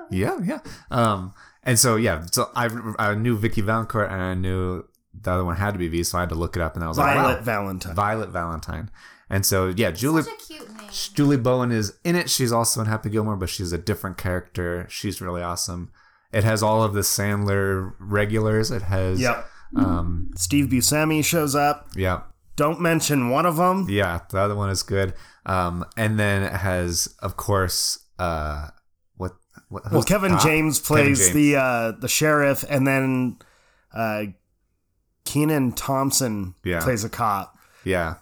Speaker 1: Yeah, yeah. Um, and so yeah, so I I knew Vicky Valcourt and I knew the other one had to be V, so I had to look it up and I was
Speaker 2: Violet
Speaker 1: like, wow,
Speaker 2: Valentine.
Speaker 1: Violet Valentine. And so yeah, Julie
Speaker 5: Such a cute name.
Speaker 1: Julie Bowen is in it. She's also in Happy Gilmore, but she's a different character. She's really awesome. It has all of the Sandler regulars. It has
Speaker 2: Yep.
Speaker 1: um
Speaker 2: Steve Buscemi shows up.
Speaker 1: yeah.
Speaker 2: Don't mention one of them.
Speaker 1: Yeah, the other one is good. Um, and then it has, of course, uh, what? what
Speaker 2: Well,
Speaker 1: who's
Speaker 2: Kevin
Speaker 1: the cop?
Speaker 2: James plays
Speaker 1: James.
Speaker 2: the uh, the sheriff, and then uh, Keenan Thompson
Speaker 1: Yeah.
Speaker 2: plays a cop.
Speaker 1: Yeah,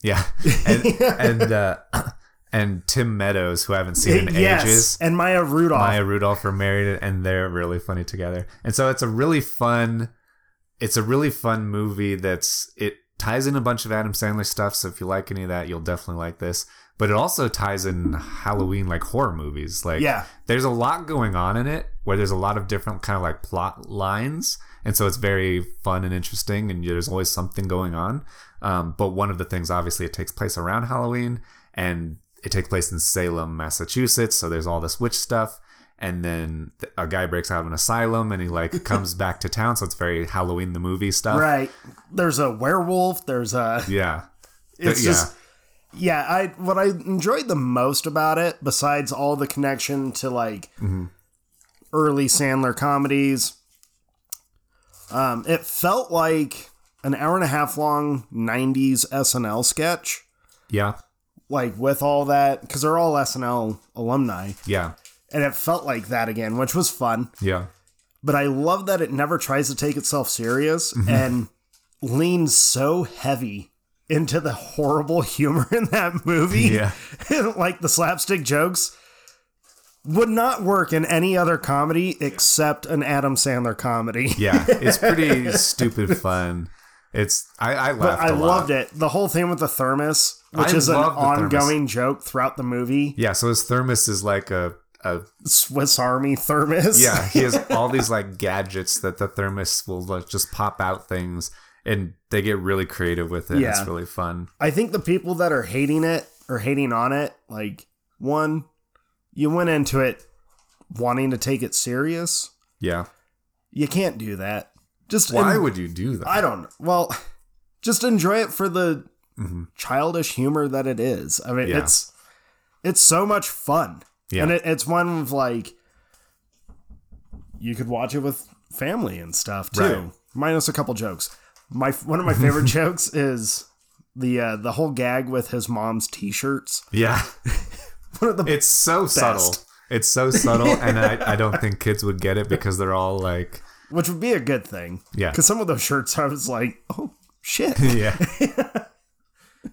Speaker 1: yeah, and and uh, and Tim Meadows, who I haven't seen in
Speaker 2: yes,
Speaker 1: ages.
Speaker 2: and Maya Rudolph.
Speaker 1: Maya Rudolph are married, and they're really funny together. And so it's a really fun, it's a really fun movie. That's it ties in a bunch of Adam Sandler stuff. So if you like any of that, you'll definitely like this. But it also ties in Halloween like horror movies. Like
Speaker 2: Yeah.
Speaker 1: there's a lot going on in it where there's a lot of different kind of like plot lines. And so it's very fun and interesting, and there's always something going on. Um, but one of the things, obviously, it takes place around Halloween, and it takes place in Salem, Massachusetts. So there's all this witch stuff, and then th- a guy breaks out of an asylum, and he like comes back to town. So it's very Halloween the movie stuff.
Speaker 2: right. There's a werewolf. There's a.
Speaker 1: Yeah.
Speaker 2: It's
Speaker 1: yeah.
Speaker 2: just. Yeah, I what I enjoyed the most about it, besides all the connection to like early Sandler comedies, um, it felt like an hour and a half long '90s SNL sketch.
Speaker 1: Yeah.
Speaker 2: like with all that because they're all SNL alumni,
Speaker 1: Yeah.
Speaker 2: and it felt like that again, which was fun.
Speaker 1: Yeah.
Speaker 2: But I love that it never tries to take itself serious
Speaker 1: Mm-hmm.
Speaker 2: and leans so heavy into the horrible humor in that movie.
Speaker 1: Yeah.
Speaker 2: like the slapstick jokes would not work in any other comedy except an Adam Sandler comedy.
Speaker 1: Yeah. It's pretty stupid fun. It's I I
Speaker 2: But
Speaker 1: laughed.
Speaker 2: I
Speaker 1: a lot.
Speaker 2: loved it. The whole thing with the thermos, which
Speaker 1: I
Speaker 2: is an
Speaker 1: love the thermos.
Speaker 2: ongoing joke throughout the movie.
Speaker 1: Yeah, so his thermos is like a, a
Speaker 2: Swiss Army thermos.
Speaker 1: yeah, he has all these like gadgets that the thermos will like just pop out things, and they get really creative with it.
Speaker 2: Yeah.
Speaker 1: It's really fun.
Speaker 2: I think the people that are hating it or hating on it, like one, you went into it wanting to take it serious.
Speaker 1: Yeah.
Speaker 2: You can't do that. Just
Speaker 1: Why
Speaker 2: en-
Speaker 1: would you do that?
Speaker 2: I don't know. Well, just enjoy it for the
Speaker 1: Mhm.
Speaker 2: childish humor that it is. I mean,
Speaker 1: Yeah.
Speaker 2: it's it's so much fun,
Speaker 1: Yeah.
Speaker 2: and it, it's one of like you could watch it with family and stuff too,
Speaker 1: Right.
Speaker 2: minus a couple jokes. My one of my favorite jokes is the uh, the whole gag with his mom's t-shirts.
Speaker 1: Yeah.
Speaker 2: One of the
Speaker 1: It's so subtle. It's so subtle, and I, I don't think kids would get it because they're all like,
Speaker 2: which would be a good thing.
Speaker 1: Yeah.
Speaker 2: because some of those shirts I was like, oh shit.
Speaker 1: yeah,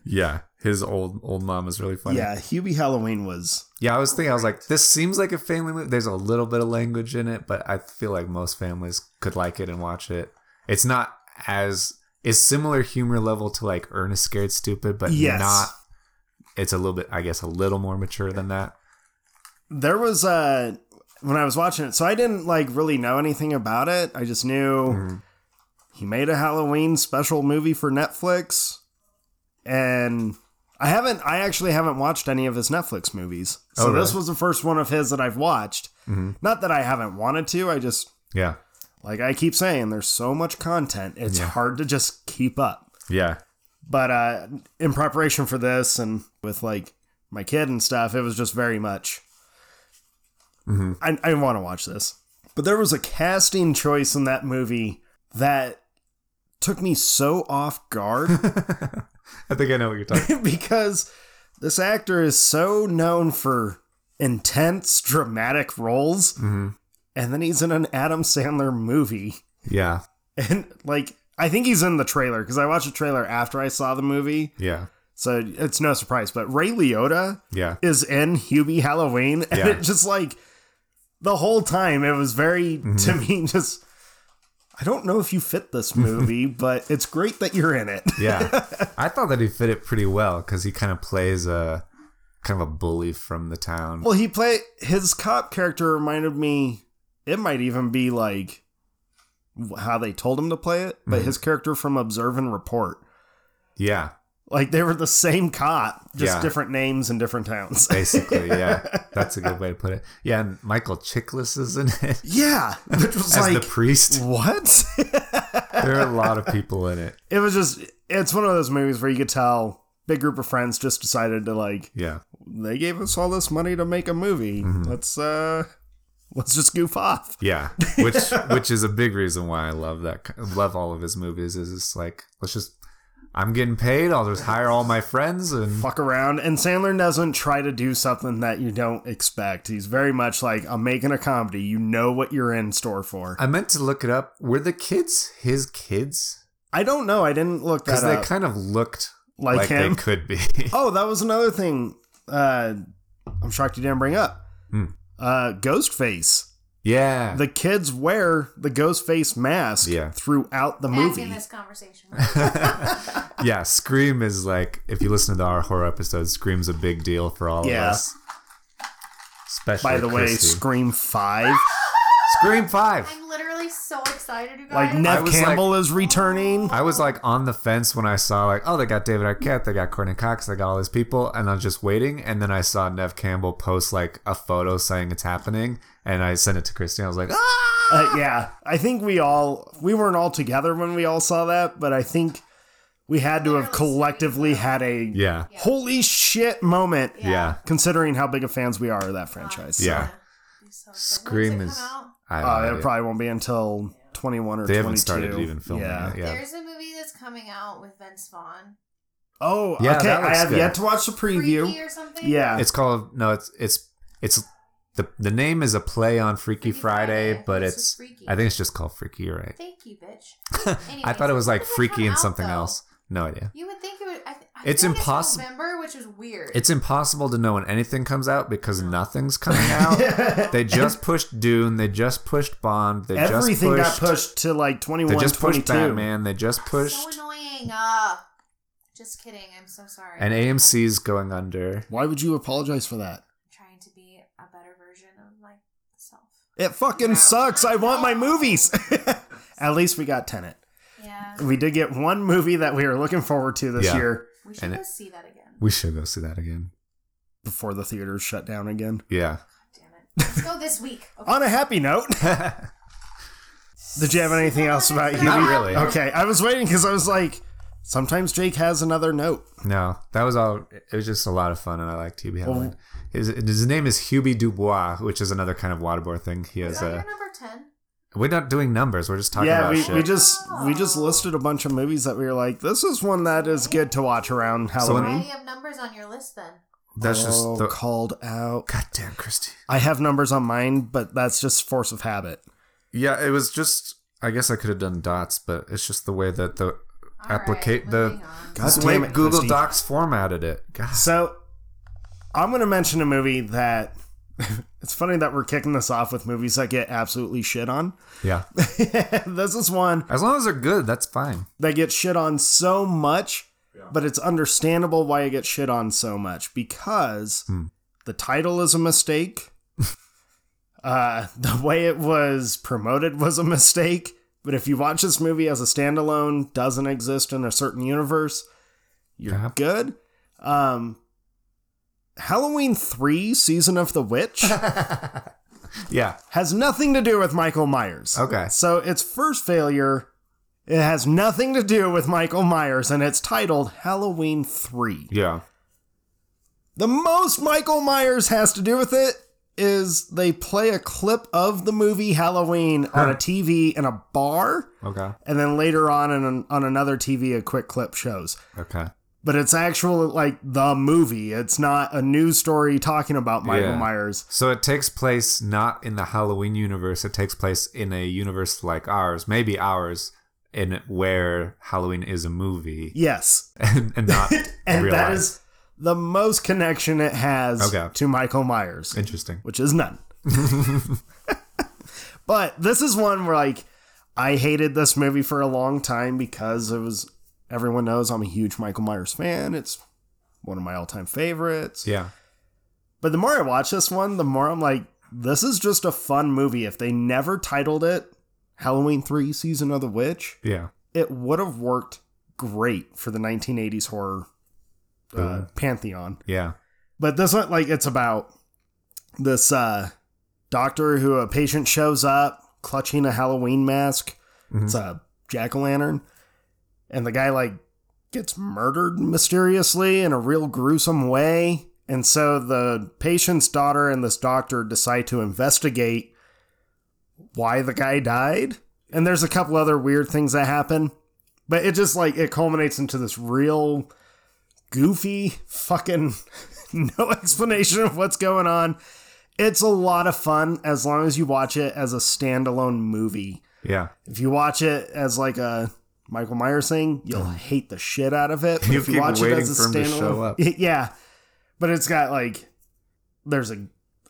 Speaker 1: yeah. His old old mom is really funny.
Speaker 2: yeah, Hubie Halloween was
Speaker 1: Yeah, I was thinking, I was like, this seems like a family movie. There's a little bit of language in it, but I feel like most families could like it and watch it. It's not as is similar humor level to like Ernest Scared Stupid, but
Speaker 2: Yes.
Speaker 1: not. It's a little bit, I guess, a little more mature than that.
Speaker 2: there was uh when I was watching it, so I didn't like really know anything about it. I just knew
Speaker 1: Mm-hmm.
Speaker 2: he made a Halloween special movie for Netflix, and I haven't. I actually haven't watched any of his Netflix movies, so
Speaker 1: Oh, really? Mm-hmm.
Speaker 2: this was the first one of his that I've watched. Not that I haven't wanted to. I just
Speaker 1: Yeah,
Speaker 2: like I keep saying, there's so much content, it's
Speaker 1: Yeah.
Speaker 2: hard to just keep up
Speaker 1: yeah,
Speaker 2: but uh in preparation for this and with like my kid and stuff it was just very much i, I want to watch this Mm-hmm. but there was a casting choice in that movie that took me so off guard
Speaker 1: I think I know what you're talking.
Speaker 2: because this actor is so known for intense dramatic roles and then he's in an adam sandler movie
Speaker 1: yeah,
Speaker 2: and like i think he's in the trailer because i watched the trailer after i saw the movie
Speaker 1: yeah,
Speaker 2: so it's no surprise. But Ray Liotta
Speaker 1: yeah,
Speaker 2: is in Hubie Halloween, and
Speaker 1: Yeah.
Speaker 2: it just like the whole time it was very
Speaker 1: Mm-hmm.
Speaker 2: to me just. I don't know if you fit this movie, but it's great that you're in it.
Speaker 1: yeah. I thought that he fit it pretty well because he kind of plays a kind of a bully from the town.
Speaker 2: Well, he play his cop character reminded me. It might even be like how they told him to play it,
Speaker 1: Mm-hmm.
Speaker 2: but his character from Observe and Report.
Speaker 1: Yeah,
Speaker 2: Like they were the same cop, just
Speaker 1: Yeah.
Speaker 2: different names in different towns.
Speaker 1: basically, yeah. That's a good way to put it. Yeah, and Michael Chiklis is in it.
Speaker 2: yeah, which was
Speaker 1: as
Speaker 2: like
Speaker 1: the priest.
Speaker 2: what?
Speaker 1: There are a lot of people in it.
Speaker 2: it was just it's one of those movies where you could tell big group of friends just decided to like
Speaker 1: Yeah,
Speaker 2: they gave us all this money to make a movie
Speaker 1: Mm-hmm.
Speaker 2: let's uh let's just goof off
Speaker 1: yeah. Which which is a big reason why I love that. Love all of his movies. Is it's like let's just. I'm getting paid. I'll just hire all my friends and
Speaker 2: fuck around and sandler doesn't try to do something that you don't expect he's very much like i'm making a comedy you know what you're in store for
Speaker 1: I meant to look it up. Were the kids his kids?
Speaker 2: i don't know i didn't look
Speaker 1: Because
Speaker 2: that
Speaker 1: they
Speaker 2: up
Speaker 1: kind of looked
Speaker 2: Like
Speaker 1: like,
Speaker 2: him?
Speaker 1: they could be.
Speaker 2: oh that was another thing uh i'm shocked you didn't bring up
Speaker 1: Hmm.
Speaker 2: uh ghostface
Speaker 1: yeah.
Speaker 2: the kids wear the ghostface mask
Speaker 1: Yeah.
Speaker 2: throughout the
Speaker 4: Movie.
Speaker 2: movie
Speaker 4: in this conversation.
Speaker 1: yeah. Scream is like if you listen to the our horror episode, Scream's a big deal for all
Speaker 2: Yeah.
Speaker 1: of us. Especially
Speaker 2: By the way,
Speaker 1: Christy.
Speaker 2: Scream Five,
Speaker 1: Scream Five.
Speaker 4: I'm literally so excited, you
Speaker 2: like
Speaker 4: guys.
Speaker 1: I
Speaker 2: Nev
Speaker 1: was like- Uh,
Speaker 2: Campbell is returning.
Speaker 1: I was like on the fence when I saw like, oh, they got David Arquette, they got Courtney Cox, they got all these people, and I was just waiting. And then I saw Nev Campbell post like a photo saying it's happening, and I sent it to Christine. I was like, ah,
Speaker 2: Uh, yeah, I think we all we weren't all together when we all saw that, but I think we had to have collectively had a
Speaker 1: yeah,
Speaker 2: holy shit moment,
Speaker 1: yeah,
Speaker 2: considering how big of fans we are of that franchise.
Speaker 1: yeah. Scream
Speaker 4: When's it
Speaker 1: is.
Speaker 4: come out?
Speaker 1: I have no
Speaker 2: uh, it
Speaker 1: idea.
Speaker 2: probably won't be until twenty one or
Speaker 1: they
Speaker 2: 22.
Speaker 1: haven't started even filming
Speaker 2: Yeah.
Speaker 1: it. Yeah,
Speaker 4: There's a movie that's coming out with Vince Vaughn.
Speaker 2: Oh,
Speaker 1: Yeah,
Speaker 2: okay.
Speaker 1: that
Speaker 2: I
Speaker 1: looks
Speaker 2: have
Speaker 1: good.
Speaker 2: yet to watch the
Speaker 4: Freaky
Speaker 2: preview.
Speaker 4: or something.
Speaker 2: Yeah,
Speaker 1: it's called no, it's it's it's the the name is a play on Freaky,
Speaker 4: Freaky
Speaker 1: Friday,
Speaker 4: Friday.
Speaker 1: but
Speaker 4: It's
Speaker 1: it's
Speaker 4: just freaky.
Speaker 1: I think it's just called Freaky, right?
Speaker 4: Thank you, bitch.
Speaker 1: I
Speaker 4: Anyways,
Speaker 1: thought it was like
Speaker 4: when does it
Speaker 1: Freaky
Speaker 4: come
Speaker 1: and
Speaker 4: out,
Speaker 1: something
Speaker 4: though?
Speaker 1: else. No idea.
Speaker 4: You would think it would. I, th- I
Speaker 1: It's
Speaker 4: feel like
Speaker 1: impossi-
Speaker 4: November, which is weird.
Speaker 1: It's impossible to know when anything comes out because nothing's coming out. They just pushed Dune. They just pushed Bond. They
Speaker 2: everything
Speaker 1: just pushed,
Speaker 2: got pushed to like 21,
Speaker 1: They just pushed
Speaker 2: 22.
Speaker 1: Batman. They just
Speaker 4: so
Speaker 1: pushed.
Speaker 4: annoying. Uh, just kidding. I'm so sorry.
Speaker 1: And AMC's going under.
Speaker 2: Why would you apologize for that?
Speaker 4: I'm trying to be a better version. version of myself.
Speaker 2: It fucking sucks. I want my movies. At least we got Tenet.
Speaker 4: Yeah,
Speaker 2: We did get one movie that we were looking forward to this
Speaker 1: Yeah.
Speaker 2: year
Speaker 4: we should
Speaker 1: And
Speaker 4: go
Speaker 1: it-
Speaker 4: see that again.
Speaker 1: We should go see that again.
Speaker 2: before the theaters shut down again.
Speaker 1: Yeah.
Speaker 4: Damn it, let's go this week. Okay.
Speaker 2: On a happy note, did you have anything else about you?
Speaker 1: Not really.
Speaker 2: Okay, I was waiting because I was like, sometimes Jake has another note.
Speaker 1: No, that was all. It was just a lot of fun, and I liked Hubie Howland. His, his name is Hubie Dubois, which is another kind of waterboard thing. He has
Speaker 4: Is that your
Speaker 1: a.
Speaker 4: number ten?
Speaker 1: We're not doing numbers. We're just talking
Speaker 2: yeah,
Speaker 1: about
Speaker 2: we,
Speaker 1: shit.
Speaker 2: we just we just listed a bunch of movies that we were like, this is one that is good to watch around
Speaker 1: when-
Speaker 4: Why do
Speaker 2: Halloween.
Speaker 4: you have numbers on your list then?
Speaker 1: That's just
Speaker 2: Oh,
Speaker 1: the.
Speaker 2: called out.
Speaker 1: Goddamn, Christy.
Speaker 2: I have numbers on mine, but that's just force of habit.
Speaker 1: Yeah, it was just. I guess I could have done dots, but it's just the way that the
Speaker 4: All right,
Speaker 1: applicate the
Speaker 4: moving on.
Speaker 2: God
Speaker 1: the way
Speaker 2: damn it,
Speaker 1: Google
Speaker 2: Christy.
Speaker 1: Docs formatted it. God.
Speaker 2: So I'm going to mention a movie that it's funny that we're kicking this off with movies that get absolutely shit on.
Speaker 1: Yeah.
Speaker 2: this is one
Speaker 1: As long as they're good, that's fine.
Speaker 2: that gets shit on so much, but it's understandable why it gets shit on so much because the title is a mistake. uh, the way it was promoted was a mistake. But if you watch this movie as a standalone, doesn't exist in a certain universe, you're
Speaker 1: Yeah.
Speaker 2: good. Um, Halloween 3 Season of the Witch
Speaker 1: Yeah.
Speaker 2: has nothing to do with Michael Myers.
Speaker 1: Okay.
Speaker 2: So its first failure, it has nothing to do with Michael Myers, and it's titled Halloween 3.
Speaker 1: Yeah.
Speaker 2: The most Michael Myers has to do with it is they play a clip of the movie Halloween on a TV in a bar,
Speaker 1: Okay.
Speaker 2: and then later on in an, on another TV, a quick clip shows.
Speaker 1: Okay.
Speaker 2: But it's actual like the movie. It's not a news story talking about Michael
Speaker 1: Yeah.
Speaker 2: Myers.
Speaker 1: So it takes place not in the Halloween universe. It takes place in a universe like ours, maybe ours, in where Halloween is a movie
Speaker 2: Yes,
Speaker 1: and, and not
Speaker 2: and
Speaker 1: real
Speaker 2: that
Speaker 1: life.
Speaker 2: is the most connection it has
Speaker 1: Okay.
Speaker 2: to Michael Myers,
Speaker 1: interesting.
Speaker 2: which is none. but this is one where like I hated this movie for a long time because it was everyone knows I'm a huge Michael Myers fan. It's one of my all-time favorites.
Speaker 1: Yeah.
Speaker 2: But the more I watch this one, the more I'm like, this is just a fun movie. If they never titled it Halloween 3 Season of the Witch,
Speaker 1: Yeah.
Speaker 2: it would have worked great for the 1980s horror uh,
Speaker 1: Boom.
Speaker 2: pantheon.
Speaker 1: Yeah.
Speaker 2: But this one, like, it's about this uh, doctor who a patient shows up clutching a Halloween mask. It's a jack o' lantern, and the guy like gets murdered mysteriously in a real gruesome way. And so the patient's daughter and this doctor decide to investigate why the guy died. And there's a couple other weird things that happen, but it just like it culminates into this real goofy fucking no explanation of what's going on. It's a lot of fun as long as you watch it as a standalone movie.
Speaker 1: Yeah.
Speaker 2: If you watch it as like a Michael Myers thing, you'll hate the shit out of it. But
Speaker 1: You
Speaker 2: if you
Speaker 1: keep
Speaker 2: watch it
Speaker 1: waiting
Speaker 2: as a
Speaker 1: for him to
Speaker 2: standalone,
Speaker 1: show up.
Speaker 2: yeah. But it's got like there's a.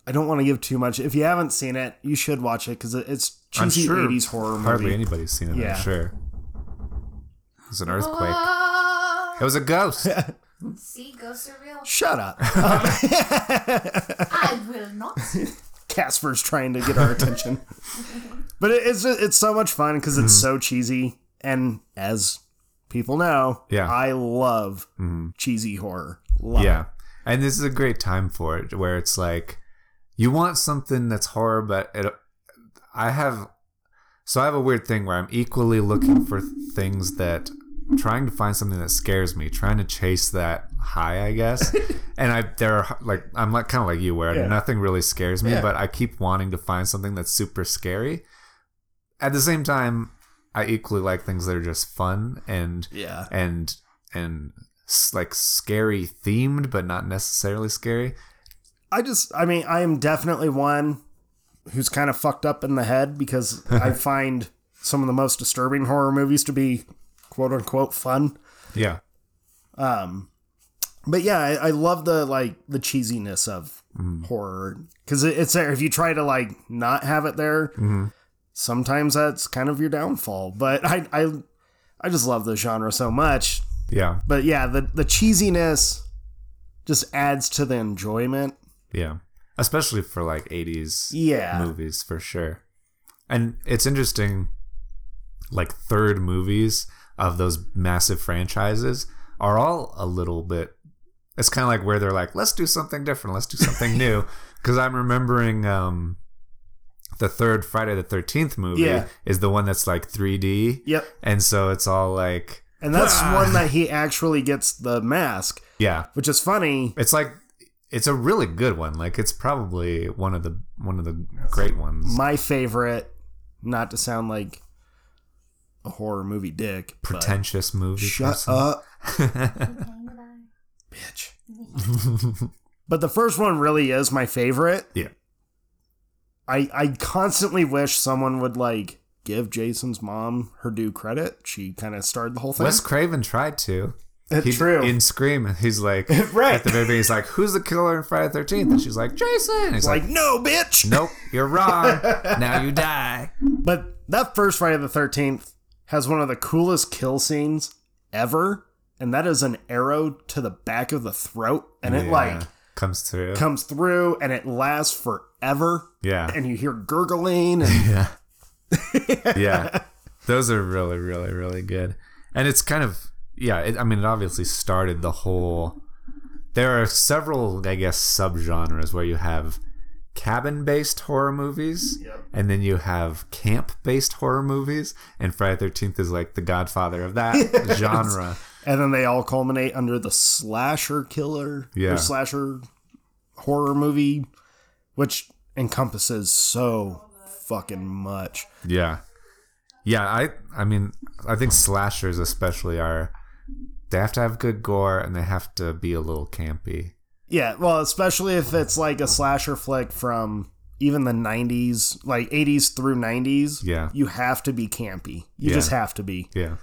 Speaker 2: I don't want to give too much. If you haven't seen it, you should watch it because it's
Speaker 1: I'm
Speaker 2: cheesy
Speaker 1: sure
Speaker 2: 80s horror
Speaker 1: Hardly
Speaker 2: movie.
Speaker 1: anybody's seen it,
Speaker 2: Yeah.
Speaker 1: I'm sure. It's an earthquake.
Speaker 4: Oh,
Speaker 1: It was a ghost.
Speaker 5: See, ghosts are real.
Speaker 2: Shut up. Um,
Speaker 5: I will not.
Speaker 2: Casper's trying to get our attention. but it, it's just, it's so much fun because it's
Speaker 1: Mm-hmm.
Speaker 2: so cheesy, and as people know,
Speaker 1: Yeah.
Speaker 2: I love cheesy horror. Love
Speaker 1: Mm, yeah. And this is a great time for it where it's like you want something that's horror, but it, I have. So I have a weird thing where I'm equally looking for things that. Trying to find something that scares me, trying to chase that high, I guess. and I, there are like, I'm like kind of like you, where
Speaker 2: Yeah.
Speaker 1: nothing really scares me,
Speaker 2: Yeah.
Speaker 1: but I keep wanting to find something that's super scary. At the same time, I equally like things that are just fun and
Speaker 2: it. Yeah,
Speaker 1: and and s- like scary themed but not necessarily scary
Speaker 2: I just I mean I am definitely one who's kind of fucked up in the head because I find some of the most disturbing horror movies to be quote unquote fun.
Speaker 1: yeah
Speaker 2: Um, but yeah, I, I love the like the cheesiness of horror because it, it's there. If you try to like not have it there, sometimes that's kind of your downfall. But I I I just love the genre so much.
Speaker 1: yeah
Speaker 2: But yeah, the the cheesiness just adds to the enjoyment.
Speaker 1: yeah especially for like 80s
Speaker 2: Yeah.
Speaker 1: movies for sure. And it's interesting, like third movies of those massive franchises are all a little bit. It's kind of like where they're like, let's do something different, let's do something new. Because I'm remembering um, the third Friday the Thirteenth movie
Speaker 2: Yeah.
Speaker 1: is the one that's like 3D,
Speaker 2: Yep.
Speaker 1: and so it's all like,
Speaker 2: And that's
Speaker 1: Ah.
Speaker 2: one that he actually gets the mask,
Speaker 1: yeah,
Speaker 2: which is funny.
Speaker 1: it's like it's a really good one. Like it's probably one of the one of the great ones.
Speaker 2: My favorite, not to sound like a horror movie dick. but-
Speaker 1: Pretentious movie.
Speaker 2: Shut
Speaker 1: person.
Speaker 2: up,
Speaker 4: Goodbye.
Speaker 2: bitch. But the first one really is my favorite.
Speaker 1: Yeah.
Speaker 2: I I constantly wish someone would like give Jason's mom her due credit. She kind of started the whole thing.
Speaker 1: Wes Craven tried to.
Speaker 2: That's
Speaker 1: He-
Speaker 2: true.
Speaker 1: In Scream, he's like
Speaker 2: Right.
Speaker 1: at the very beginning, he's like, "Who's the killer in Friday the 13th? And she's like, "Jason." And he's
Speaker 2: it's
Speaker 1: like,
Speaker 2: like, no, bitch.
Speaker 1: "Nope, you're wrong. now you die."
Speaker 2: But that first Friday the Thirteenth has one of the coolest kill scenes ever, and that is an arrow to the back of the throat, and it
Speaker 1: Yeah.
Speaker 2: like
Speaker 1: comes through.
Speaker 2: comes through, and it lasts forever,
Speaker 1: yeah,
Speaker 2: and you hear gurgling, and
Speaker 1: yeah, yeah. Those are really, really, really good. And it's kind of yeah. It, I mean, it obviously started the whole. There are several, I guess, subgenres where you have cabin-based horror movies, and then you have camp-based horror movies, and Friday Thirteenth is like the godfather of that genre.
Speaker 2: and then they all culminate under the slasher killer,
Speaker 1: Yeah.
Speaker 2: or slasher horror movie, which encompasses so fucking much.
Speaker 1: Yeah, yeah. I, I mean, I think slashers especially are. They have to have good gore, and they have to be a little campy.
Speaker 2: Yeah, well, especially if it's like a slasher flick from even the 90s, like 80s through 90s.
Speaker 1: Yeah.
Speaker 2: You have to be campy. You
Speaker 1: Yeah.
Speaker 2: just have to be.
Speaker 1: Yeah.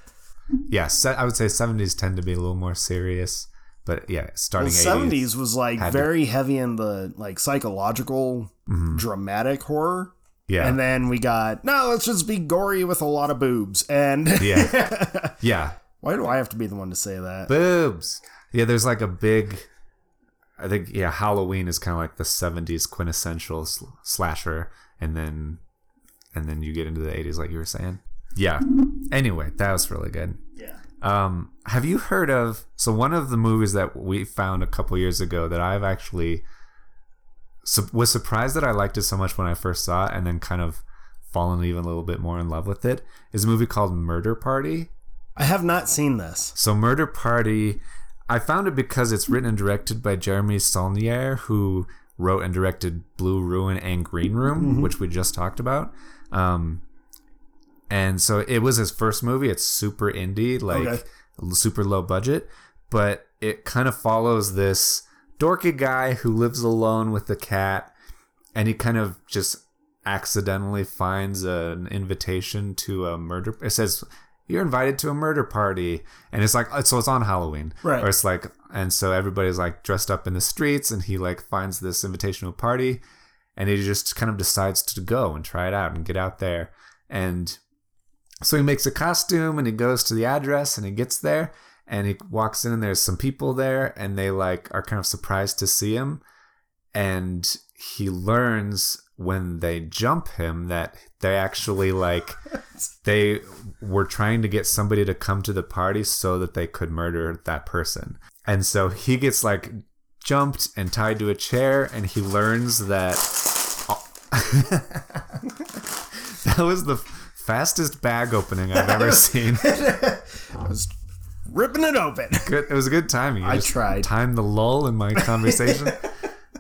Speaker 1: Yeah, se- I would say 70s tend to be a little more serious, but yeah,
Speaker 2: The
Speaker 1: starting
Speaker 2: 70s was like
Speaker 1: had to-
Speaker 2: very heavy in the like psychological
Speaker 1: Mhm.
Speaker 2: dramatic horror.
Speaker 1: Yeah.
Speaker 2: And then we got, no, let's just be gory with a lot of boobs. And
Speaker 1: Yeah. yeah.
Speaker 2: why do I have to be the one to say that?
Speaker 1: Boobs. Yeah, there's like a big I think yeah, Halloween is kind of like the 70s quintessential sl- slasher and then and then you get into the 80s like you were saying. Yeah. Anyway, that was really good.
Speaker 2: yeah.
Speaker 1: Um, have you heard of so one of the movies that we found a couple years ago that I've actually su- was surprised that I liked it so much when I first saw it, and then kind of fallen even a little bit more in love with it is a movie called Murder Party.
Speaker 2: I have not seen this.
Speaker 1: So Murder Party, I found it because it's written and directed by Jeremy Saulnier, who wrote and directed Blue Ruin and Green Room, which we just talked about. Um, and so it was his first movie. It's super indie, like
Speaker 2: Okay.
Speaker 1: l- super low budget, but it kind of follows this dorky guy who lives alone with a cat, and he kind of just accidentally finds an invitation to a murder. It says you're invited to a murder party, and it's like so it's on Halloween,
Speaker 2: Right.
Speaker 1: Or it's like, and so everybody's like dressed up in the streets, and he like finds this invitation to a party, and he just kind of decides to go and try it out and get out there, and so he makes a costume and he goes to the address and he gets there and he walks in and there's some people there and they like are kind of surprised to see him and he learns when they jump him that they actually like they were trying to get somebody to come to the party so that they could murder that person. And so he gets like jumped and tied to a chair and he learns that that was the fastest bag opening I've ever seen.
Speaker 2: Ripping it open.
Speaker 1: good. It was a good timing. You
Speaker 2: I
Speaker 1: just
Speaker 2: tried.
Speaker 1: Timed the lull in my conversation.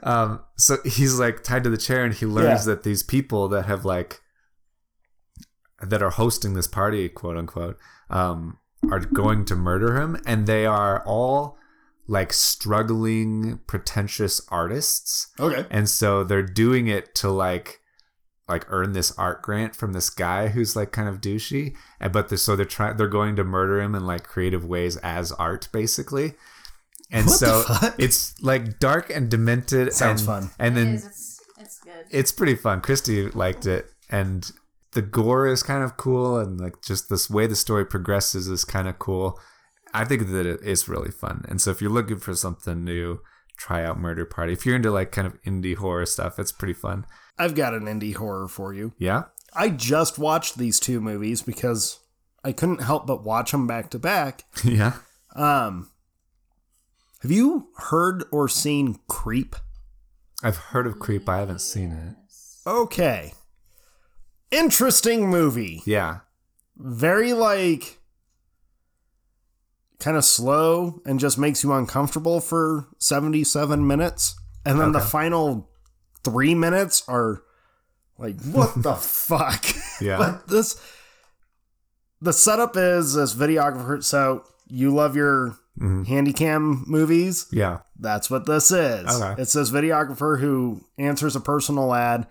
Speaker 1: um, so he's like tied to the chair, and he learns
Speaker 2: Yeah.
Speaker 1: that these people that have like that are hosting this party, quote unquote, um, are going to murder him, and they are all like struggling, pretentious artists
Speaker 2: Okay.
Speaker 1: and so they're doing it to like like earn this art grant from this guy who's like kind of douchey and but they're, so they're trying they're going to murder him in like creative ways as art basically and
Speaker 2: What the
Speaker 1: so
Speaker 2: fuck?
Speaker 1: it's like dark and demented
Speaker 2: Sounds
Speaker 1: and,
Speaker 2: fun.
Speaker 1: and then
Speaker 4: It is. It's, it's good.
Speaker 1: it's pretty fun. Christy liked it, and the gore is kind of cool, and like just this way the story progresses is kind of cool. I think that it is really fun, and so if you're looking for something new, try out Murder Party. If you're into like kind of indie horror stuff, it's pretty fun.
Speaker 2: I've got an indie horror for you.
Speaker 1: Yeah.
Speaker 2: I just watched these two movies because I couldn't help but watch them back to back.
Speaker 1: yeah.
Speaker 2: Um, have you heard or seen Creep?
Speaker 1: I've heard of Creep. I haven't seen it.
Speaker 2: Okay. Interesting movie.
Speaker 1: Yeah.
Speaker 2: Very like kind of slow and just makes you uncomfortable for 77 minutes. And then the
Speaker 1: Okay.
Speaker 2: final 3 minutes are like what the fuck?
Speaker 1: Yeah.
Speaker 2: But this the setup is this videographer so you love your
Speaker 1: Mhm.
Speaker 2: handycam movies?
Speaker 1: Yeah.
Speaker 2: That's what this is.
Speaker 1: Okay.
Speaker 2: It's this videographer who answers a personal ad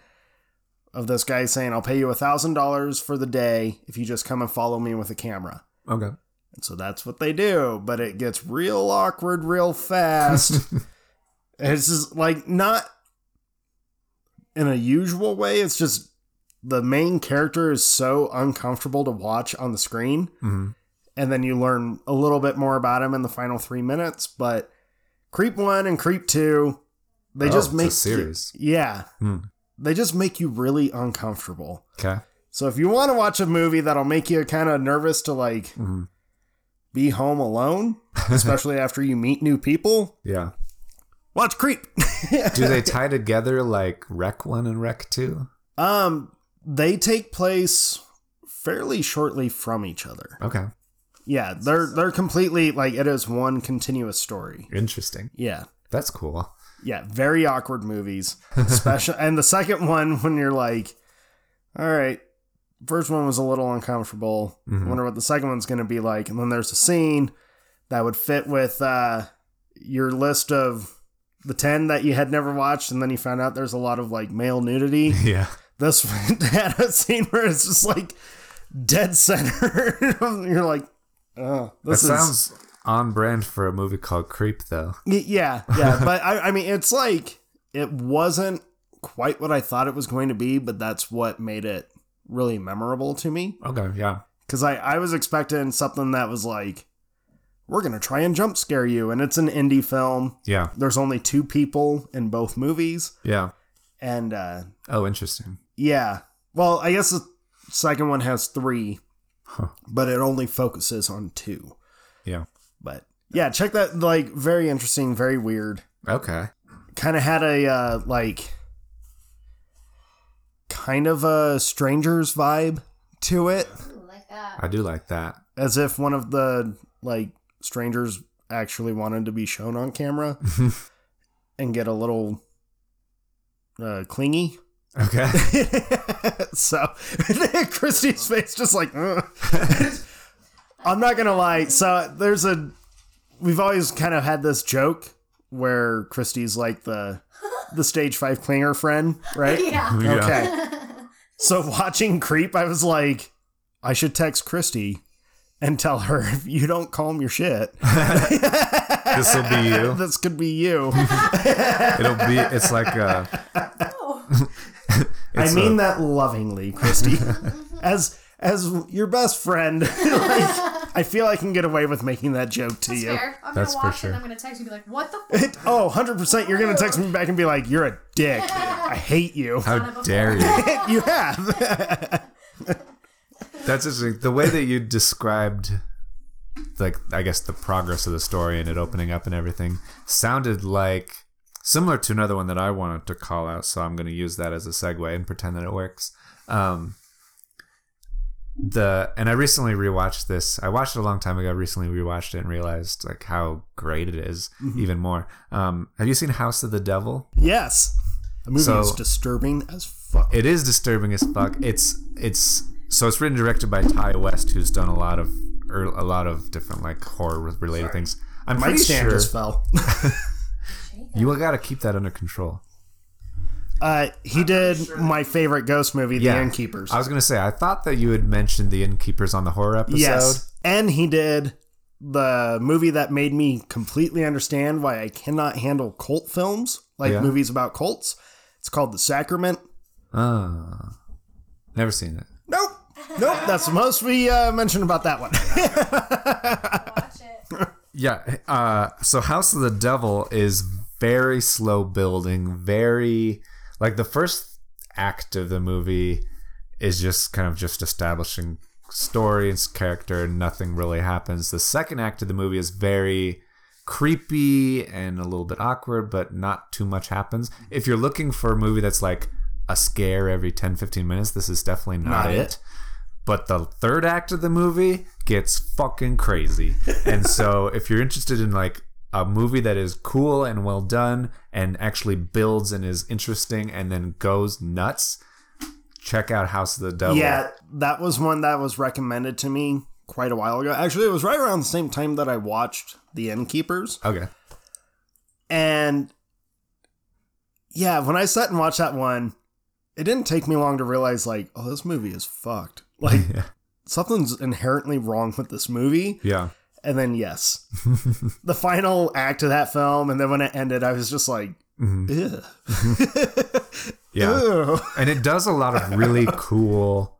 Speaker 2: of this guy saying, I'll pay you a thousand dollars for the day if you just come and follow me with a camera.
Speaker 1: Okay.
Speaker 2: And so that's what they do, but it gets real awkward real fast. it's just like not in a usual way. It's just the main character is so uncomfortable to watch on the screen
Speaker 1: hmm
Speaker 2: and then you learn a little bit more about him in the final three minutes. But Creep One and Creep Two, they
Speaker 1: Oh,
Speaker 2: just
Speaker 1: it's a
Speaker 2: make
Speaker 1: series.
Speaker 2: You, yeah,
Speaker 1: Hmm.
Speaker 2: they just make you really uncomfortable.
Speaker 1: Okay.
Speaker 2: So if you want to watch a movie that'll make you kind of nervous to like
Speaker 1: Mhm.
Speaker 2: be home alone, especially after you meet new people,
Speaker 1: Yeah.
Speaker 2: watch Creep.
Speaker 1: Do they tie together like Rec One and Rec Two?
Speaker 2: um, they take place fairly shortly from each other.
Speaker 1: Okay.
Speaker 2: Yeah, they're they're completely like it is one continuous story.
Speaker 1: Interesting.
Speaker 2: Yeah.
Speaker 1: That's cool.
Speaker 2: Yeah, very awkward movies. Special and the second one when you're like, all right, first one was a little uncomfortable.
Speaker 1: Mhm.
Speaker 2: Wonder what the second one's going to be like. And then there's a scene that would fit with uh, your list of the 10 that you had never watched and then you found out there's a lot of like male nudity.
Speaker 1: Yeah.
Speaker 2: this one had a scene where it's just like dead center. you're like, oh, this
Speaker 1: that
Speaker 2: is
Speaker 1: sounds on brand for a movie called Creep, though.
Speaker 2: Y- Yeah, yeah, but I, I mean, it's like it wasn't quite what I thought it was going to be, but that's what made it really memorable to me
Speaker 1: Okay. Yeah.
Speaker 2: because I, I was expecting something that was like, we're gonna try and jump scare you, and it's an indie film.
Speaker 1: Yeah.
Speaker 2: There's only two people in both movies,
Speaker 1: Yeah.
Speaker 2: and uh,
Speaker 1: Oh, interesting.
Speaker 2: yeah, well, I guess the second one has three,
Speaker 1: Huh.
Speaker 2: but it only focuses on two.
Speaker 1: Yeah.
Speaker 2: But yeah, check that. Like, very interesting, very weird.
Speaker 1: Okay.
Speaker 2: kind of had a uh, like kind of a strangers vibe to it
Speaker 4: Ooh, like that.
Speaker 1: I do like that.
Speaker 2: as if one of the like strangers actually wanted to be shown on camera and get a little uh, clingy
Speaker 1: Okay.
Speaker 2: so christy's face just like "Ugh." i'm not gonna lie so there's a we've always kind of had this joke where christy's like the the stage five clinger friend right
Speaker 4: Yeah.
Speaker 1: Yeah.
Speaker 2: Okay. so watching Creep, I was like, I should text Christy and tell her if you don't calm your shit,
Speaker 1: This will be you.
Speaker 2: this could be you.
Speaker 1: It'll be. It's like uh, a.
Speaker 4: Oh.
Speaker 2: I
Speaker 1: It's
Speaker 2: mean
Speaker 1: a-
Speaker 2: that lovingly, Christy. as as your best friend, like, I feel I can get away with making that joke to
Speaker 4: That's
Speaker 2: you.
Speaker 4: fair. I'm
Speaker 1: That's for
Speaker 4: gonna watch
Speaker 1: sure.
Speaker 4: it. I'm gonna text you and be like, "What the fuck?"
Speaker 2: Oh, 100% you're going to text me back and be like, "You're a dick. I hate you."
Speaker 1: How dare you?
Speaker 2: you have.
Speaker 1: That's interesting. The way that you described, like, I guess the progress of the story and it opening up and everything sounded like similar to another one that I wanted to call out. So I'm going to use that as a segue and pretend that it works. Um, the and I recently rewatched this. I watched it a long time ago. Recently rewatched it and realized like how great it is even more. Um, have you seen House of the Devil?
Speaker 2: yes. The movie
Speaker 1: So-
Speaker 2: is disturbing as fuck.
Speaker 1: it is disturbing as fuck. It's it's so it's written and directed by Ty West, who's done a lot of er, a lot of different like horror related things. I'm
Speaker 2: My
Speaker 1: pretty
Speaker 2: stand
Speaker 1: sure
Speaker 2: just fell.
Speaker 1: you got to keep that under control.
Speaker 2: Uh, he did my favorite ghost movie,
Speaker 1: Yeah.
Speaker 2: The Innkeepers.
Speaker 1: I was gonna say I thought that you had mentioned the innkeepers on the horror episode.
Speaker 2: yes, and he did the movie that made me completely understand why I cannot handle cult films, like
Speaker 1: Yeah.
Speaker 2: movies about cults. It's called The Sacrament.
Speaker 1: Ah. never seen it.
Speaker 2: Nope, nope. That's the most we uh, mentioned about that one.
Speaker 4: Watch it.
Speaker 1: Yeah. Uh, so House of the Devil is very slow building, very like the first act of the movie is just kind of just establishing story and character and nothing really happens. The second act of the movie is very creepy and a little bit awkward, but not too much happens. If you're looking for a movie that's like a scare every 10 15 minutes, this is definitely not,
Speaker 2: Not
Speaker 1: it.
Speaker 2: it.
Speaker 1: But the third act of the movie gets fucking crazy. and so if you're interested in like a movie that is cool and well done and actually builds and is interesting and then goes nuts, check out House of the Devil.
Speaker 2: Yeah, that was one that was recommended to me quite a while ago. Actually, it was right around the same time that I watched The Innkeepers.
Speaker 1: Okay.
Speaker 2: And yeah, when I sat and watched that one, it didn't take me long to realize, like, oh, this movie is fucked. Like,
Speaker 1: Yeah.
Speaker 2: something's inherently wrong with this movie.
Speaker 1: Yeah.
Speaker 2: And then, yes, the final act of that film. And then when it ended, I was just like,
Speaker 1: Mhm.
Speaker 2: Ugh.
Speaker 1: Yeah.
Speaker 2: Ew.
Speaker 1: and it does a lot of really cool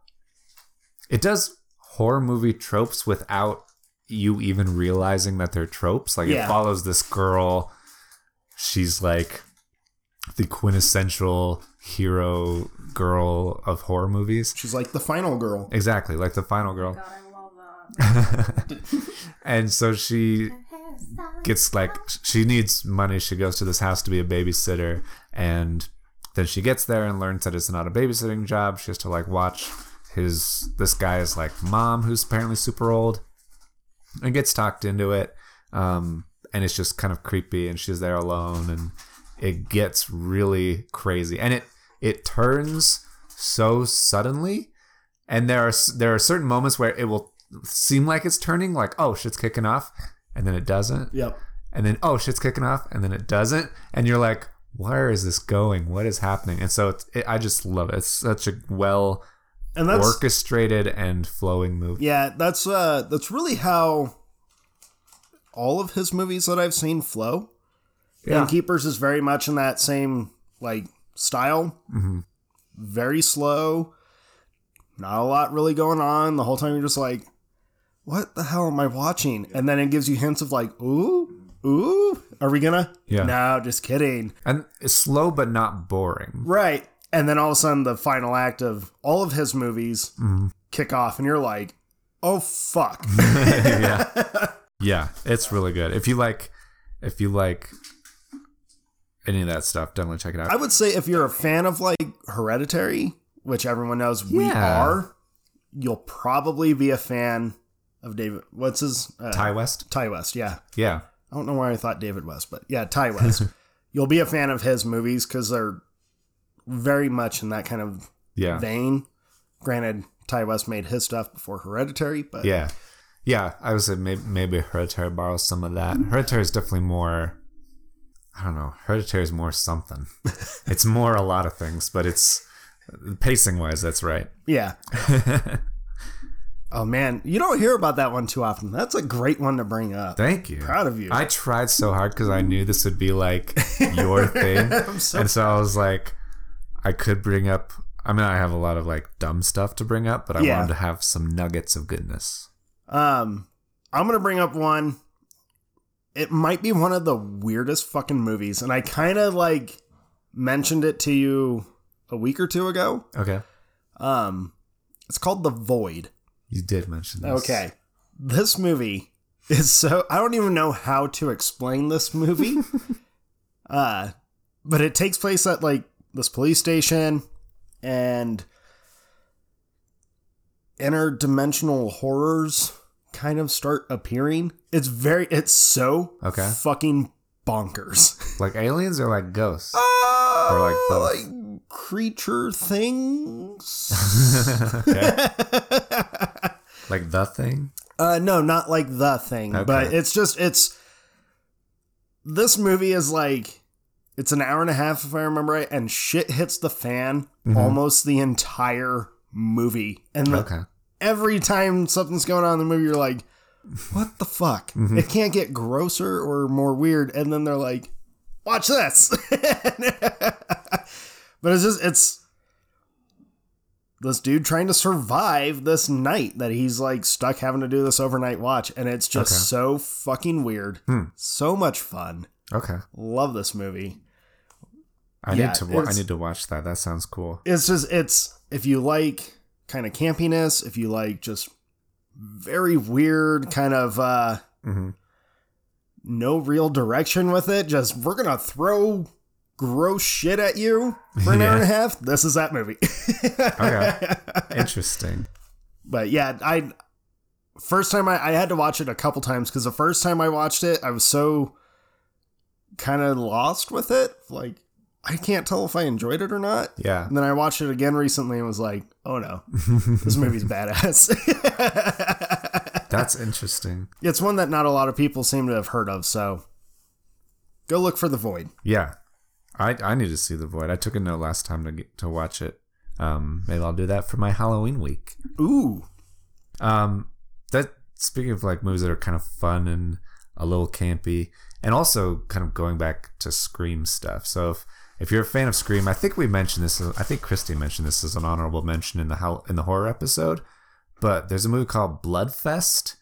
Speaker 1: it does horror movie tropes without you even realizing that they're tropes like
Speaker 2: Yeah.
Speaker 1: it follows this girl she's like the quintessential hero girl of horror movies
Speaker 2: She's like the final girl.
Speaker 1: exactly like the final girl
Speaker 5: God, I love that.
Speaker 1: and so she gets like she needs money she goes to this house to be a babysitter and then she gets there and learns that it's not a babysitting job she has to like watch his this guy's like mom who's apparently super old and gets talked into it um, and it's just kind of creepy and she's there alone and it gets really crazy and it it turns so suddenly and there are s- there are certain moments where it will seem like it's turning like oh shit's kicking off and then it doesn't
Speaker 2: Yep.
Speaker 1: and then oh shit's kicking off and then it doesn't and you're like where is this going what is happening and so it's, it, i just love it it's such a well
Speaker 2: And that's
Speaker 1: orchestrated and flowing movie
Speaker 2: yeah, that's uh that's really how all of his movies that I've seen flow.
Speaker 1: Yeah.
Speaker 2: Innkeepers is very much in that same like style.
Speaker 1: Mhm.
Speaker 2: Very slow. Not a lot really going on. The whole time you're just like, what the hell am I watching? And then it gives you hints of like, ooh, ooh, are we gonna?
Speaker 1: Yeah.
Speaker 2: No, just kidding.
Speaker 1: and it's slow but not boring
Speaker 2: Right. And then all of a sudden, the final act of all of his movies
Speaker 1: Mhm.
Speaker 2: kick off, and you're like, oh, fuck.
Speaker 1: yeah yeah it's really good if you like if you like any of that stuff definitely check it out
Speaker 2: I would say if you're a fan of like Hereditary, which everyone knows we
Speaker 1: Yeah.
Speaker 2: are, you'll probably be a fan of David. What's his? Uh,
Speaker 1: ty west
Speaker 2: Ty West, yeah.
Speaker 1: yeah
Speaker 2: I don't know why I thought David West, but yeah, Ty West. you'll be a fan of his movies because they're very much in that kind of
Speaker 1: yeah
Speaker 2: vein. Granted, Ty West made his stuff before Hereditary, but
Speaker 1: Yeah. Yeah, I would say maybe, maybe Hereditary borrows some of that. Hereditary is definitely more. I don't know. Hereditary is more something. it's more a lot of things, but it's pacing wise, that's right.
Speaker 2: Yeah. oh man, you don't hear about that one too often. That's a great one to bring up.
Speaker 1: Thank you.
Speaker 2: Proud of you.
Speaker 1: I tried so hard because I knew this would be like your thing.
Speaker 2: I'm so-
Speaker 1: and so I was like, I could bring up. I mean, I have a lot of like dumb stuff to bring up, but I
Speaker 2: Yeah.
Speaker 1: wanted to have some nuggets of goodness.
Speaker 2: um, I'm gonna bring up one. It might be one of the weirdest fucking movies, and I kind of like mentioned it to you a week or two ago.
Speaker 1: Okay.
Speaker 2: Um, it's called The Void.
Speaker 1: You did mention this.
Speaker 2: Okay. This movie is so I don't even know how to explain this movie. uh but it takes place at like this police station and interdimensional horrors kind of start appearing. It's very it's so
Speaker 1: Okay.
Speaker 2: fucking bonkers.
Speaker 1: Like aliens or like ghosts?
Speaker 2: or
Speaker 1: like both.
Speaker 2: like creature things.
Speaker 1: okay. Like the thing?
Speaker 2: Uh, no, not like the thing,
Speaker 1: Okay.
Speaker 2: but it's just it's. This movie is like, it's an hour and a half if I remember right, and shit hits the fan almost the entire movie, and the-
Speaker 1: Okay.
Speaker 2: every time something's going on in the movie, you're like, what the fuck? It can't get grosser or more weird, and then they're like, watch this. but it's just it's this dude trying to survive this night that he's like stuck having to do this overnight watch, and it's just
Speaker 1: Okay.
Speaker 2: so fucking weird,
Speaker 1: Hmm.
Speaker 2: so much fun.
Speaker 1: Okay.
Speaker 2: Love this movie.
Speaker 1: I
Speaker 2: Yeah,
Speaker 1: need to wa- I
Speaker 2: it's-
Speaker 1: need to watch that. That sounds cool.
Speaker 2: It's just it's if you like kind of campiness, if you like just very weird kind of uh
Speaker 1: hmm
Speaker 2: no real direction with it, just we're gonna throw gross shit at you for an
Speaker 1: Yeah.
Speaker 2: hour and a half. This is that movie.
Speaker 1: Interesting.
Speaker 2: but yeah, I first time I, I had to watch it a couple times because the first time I watched it, I was so kind of lost with it. Like I can't tell if I enjoyed it or not.
Speaker 1: Yeah.
Speaker 2: And then I watched it again recently and was like, oh no, this movie's badass.
Speaker 1: That's interesting.
Speaker 2: it's one that not a lot of people seem to have heard of, so go look for the void.
Speaker 1: Yeah. I I need to see the void. I took a note last time to get, to watch it. Um, maybe I'll do that for my Halloween week.
Speaker 2: Ooh.
Speaker 1: Um, that speaking of like movies that are kind of fun and a little campy, and also kind of going back to Scream stuff. So if if you're a fan of Scream, I think we mentioned this. I think Christy mentioned this as an honorable mention in the how in the horror episode. But there's a movie called Bloodfest,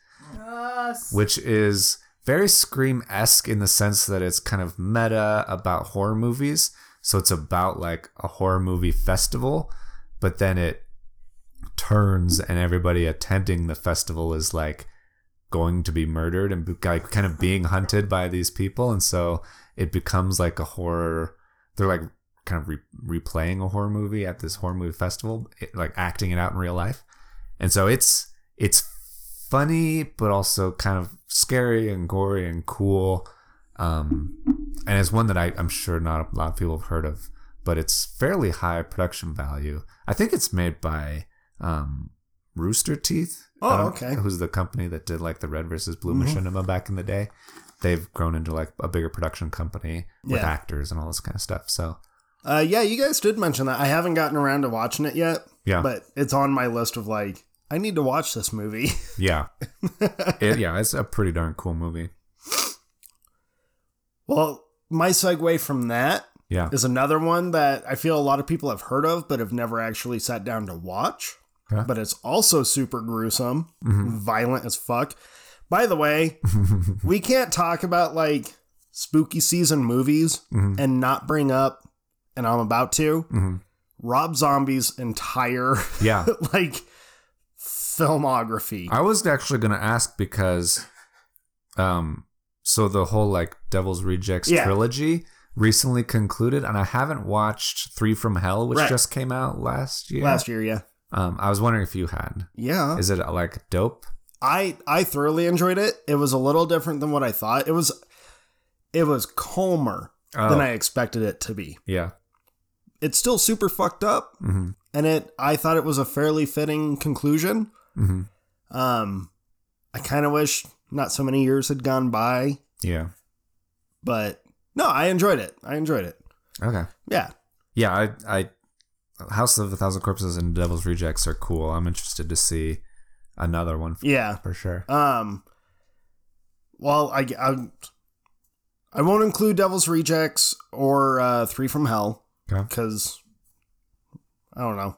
Speaker 1: which is very Scream esque in the sense that it's kind of meta about horror movies. So it's about like a horror movie festival, but then it turns and everybody attending the festival is like going to be murdered and be- like kind of being hunted by these people and so it becomes like a horror they're like kind of re- replaying a horror movie at this horror movie festival it, like acting it out in real life and so it's it's funny but also kind of scary and gory and cool um and it's one that I, i'm sure not a lot of people have heard of but it's fairly high production value i think it's made by um rooster teeth
Speaker 2: Oh,
Speaker 1: I don't-
Speaker 2: okay.
Speaker 1: who's the company that did like the red versus blue
Speaker 2: Mm-hmm.
Speaker 1: machinima back in the day they've grown into like a bigger production company with
Speaker 2: Yeah.
Speaker 1: actors and all this kind of stuff so
Speaker 2: Uh, yeah, you guys did mention that. I haven't gotten around to watching it yet,
Speaker 1: yeah
Speaker 2: but it's on my list of like, I need to watch this movie.
Speaker 1: yeah It- yeah it's a pretty darn cool movie
Speaker 2: well, my segue from that
Speaker 1: yeah
Speaker 2: is another one that I feel a lot of people have heard of but have never actually sat down to watch.
Speaker 1: Huh?
Speaker 2: But it's also super gruesome,
Speaker 1: Mm-hmm.
Speaker 2: violent as fuck. By the way, we can't talk about like spooky season movies and not bring up, and I'm about to, Rob Zombie's entire
Speaker 1: Mm-hmm. yeah
Speaker 2: like filmography.
Speaker 1: I was actually going to ask because, um, so the whole like Devil's Rejects
Speaker 2: Yeah.
Speaker 1: trilogy recently concluded, and I haven't watched Three from Hell, which
Speaker 2: Right.
Speaker 1: just came out last year.
Speaker 2: Last year, yeah.
Speaker 1: um, I was wondering if you had.
Speaker 2: Yeah.
Speaker 1: Is it like dope?
Speaker 2: I I thoroughly enjoyed it. It was a little different than what I thought. It was it was calmer
Speaker 1: Oh.
Speaker 2: than I expected it to be.
Speaker 1: Yeah.
Speaker 2: It's still super fucked up,
Speaker 1: hmm
Speaker 2: and it I thought it was a fairly fitting conclusion.
Speaker 1: hmm
Speaker 2: Um, I kind of wish not so many years had gone by,
Speaker 1: Yeah.
Speaker 2: but no, I enjoyed it. I enjoyed it.
Speaker 1: Okay.
Speaker 2: Yeah,
Speaker 1: Yeah. I, I, House of a Thousand Corpses and Devil's Rejects are cool. I'm interested to see another one for,
Speaker 2: yeah.
Speaker 1: for sure.
Speaker 2: Um, well, I I, I won't include Devil's Rejects or uh, Three from Hell
Speaker 1: Okay.
Speaker 2: because I don't know.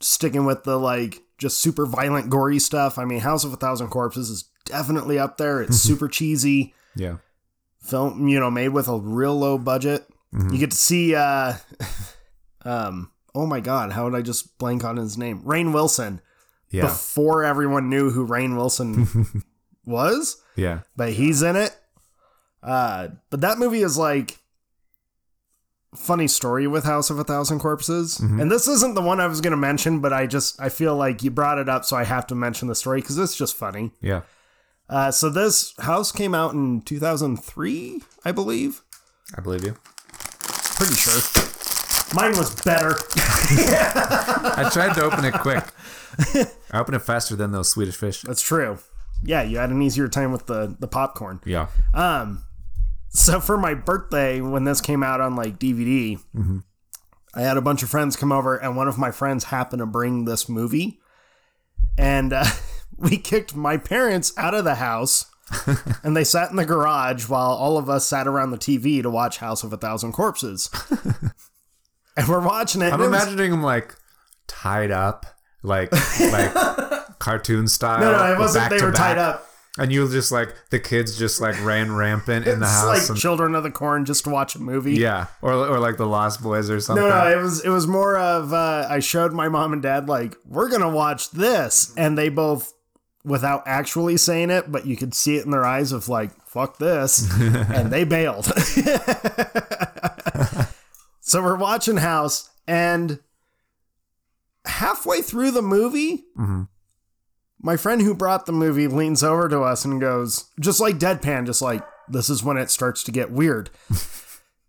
Speaker 2: Sticking with the like just super violent, gory stuff. I mean, House of a Thousand Corpses is definitely up there. It's super cheesy.
Speaker 1: Yeah.
Speaker 2: Film, you know, made with a real low budget.
Speaker 1: Mhm.
Speaker 2: You get to see, uh, um, oh my god, how did I just blank on his name? Rain Wilson
Speaker 1: Yeah.
Speaker 2: before everyone knew who Rain Wilson was,
Speaker 1: yeah.
Speaker 2: but he's in it. Uh, but that movie is like funny story with House of a Thousand Corpses, and this isn't the one I was going to mention, but I just I feel like you brought it up, so I have to mention the story because it's just funny.
Speaker 1: Yeah.
Speaker 2: Uh, so this house came out in 2003, I believe.
Speaker 1: I believe you.
Speaker 2: Pretty sure. Mine was better.
Speaker 1: I tried to open it quick. I opened it faster than those Swedish fish.
Speaker 2: That's true. Yeah, you had an easier time with the the popcorn.
Speaker 1: Yeah.
Speaker 2: Um, so for my birthday, when this came out on like DVD,
Speaker 1: Mm-hmm.
Speaker 2: I had a bunch of friends come over, and one of my friends happened to bring this movie, and uh, we kicked my parents out of the house, and they sat in the garage while all of us sat around the TV to watch House of a Thousand Corpses. And we're watching it.
Speaker 1: I'm
Speaker 2: and it was-
Speaker 1: imagining him like tied up, like like cartoon style.
Speaker 2: no, no, it
Speaker 1: back
Speaker 2: wasn't. They
Speaker 1: to
Speaker 2: were tied
Speaker 1: back.
Speaker 2: up.
Speaker 1: And you just like the kids just like ran rampant in the
Speaker 2: It's
Speaker 1: house.
Speaker 2: like
Speaker 1: and,
Speaker 2: Children of the Corn just to watch a movie.
Speaker 1: yeah, or or like the Lost Boys or something.
Speaker 2: No, no, it was it was more of uh, I showed my mom and dad like we're gonna watch this, and they both, without actually saying it, but you could see it in their eyes of like fuck this, and they bailed. so we're watching House, and halfway through the movie,
Speaker 1: Mhm.
Speaker 2: my friend who brought the movie leans over to us and goes, just like deadpan, just like this is when it starts to get weird.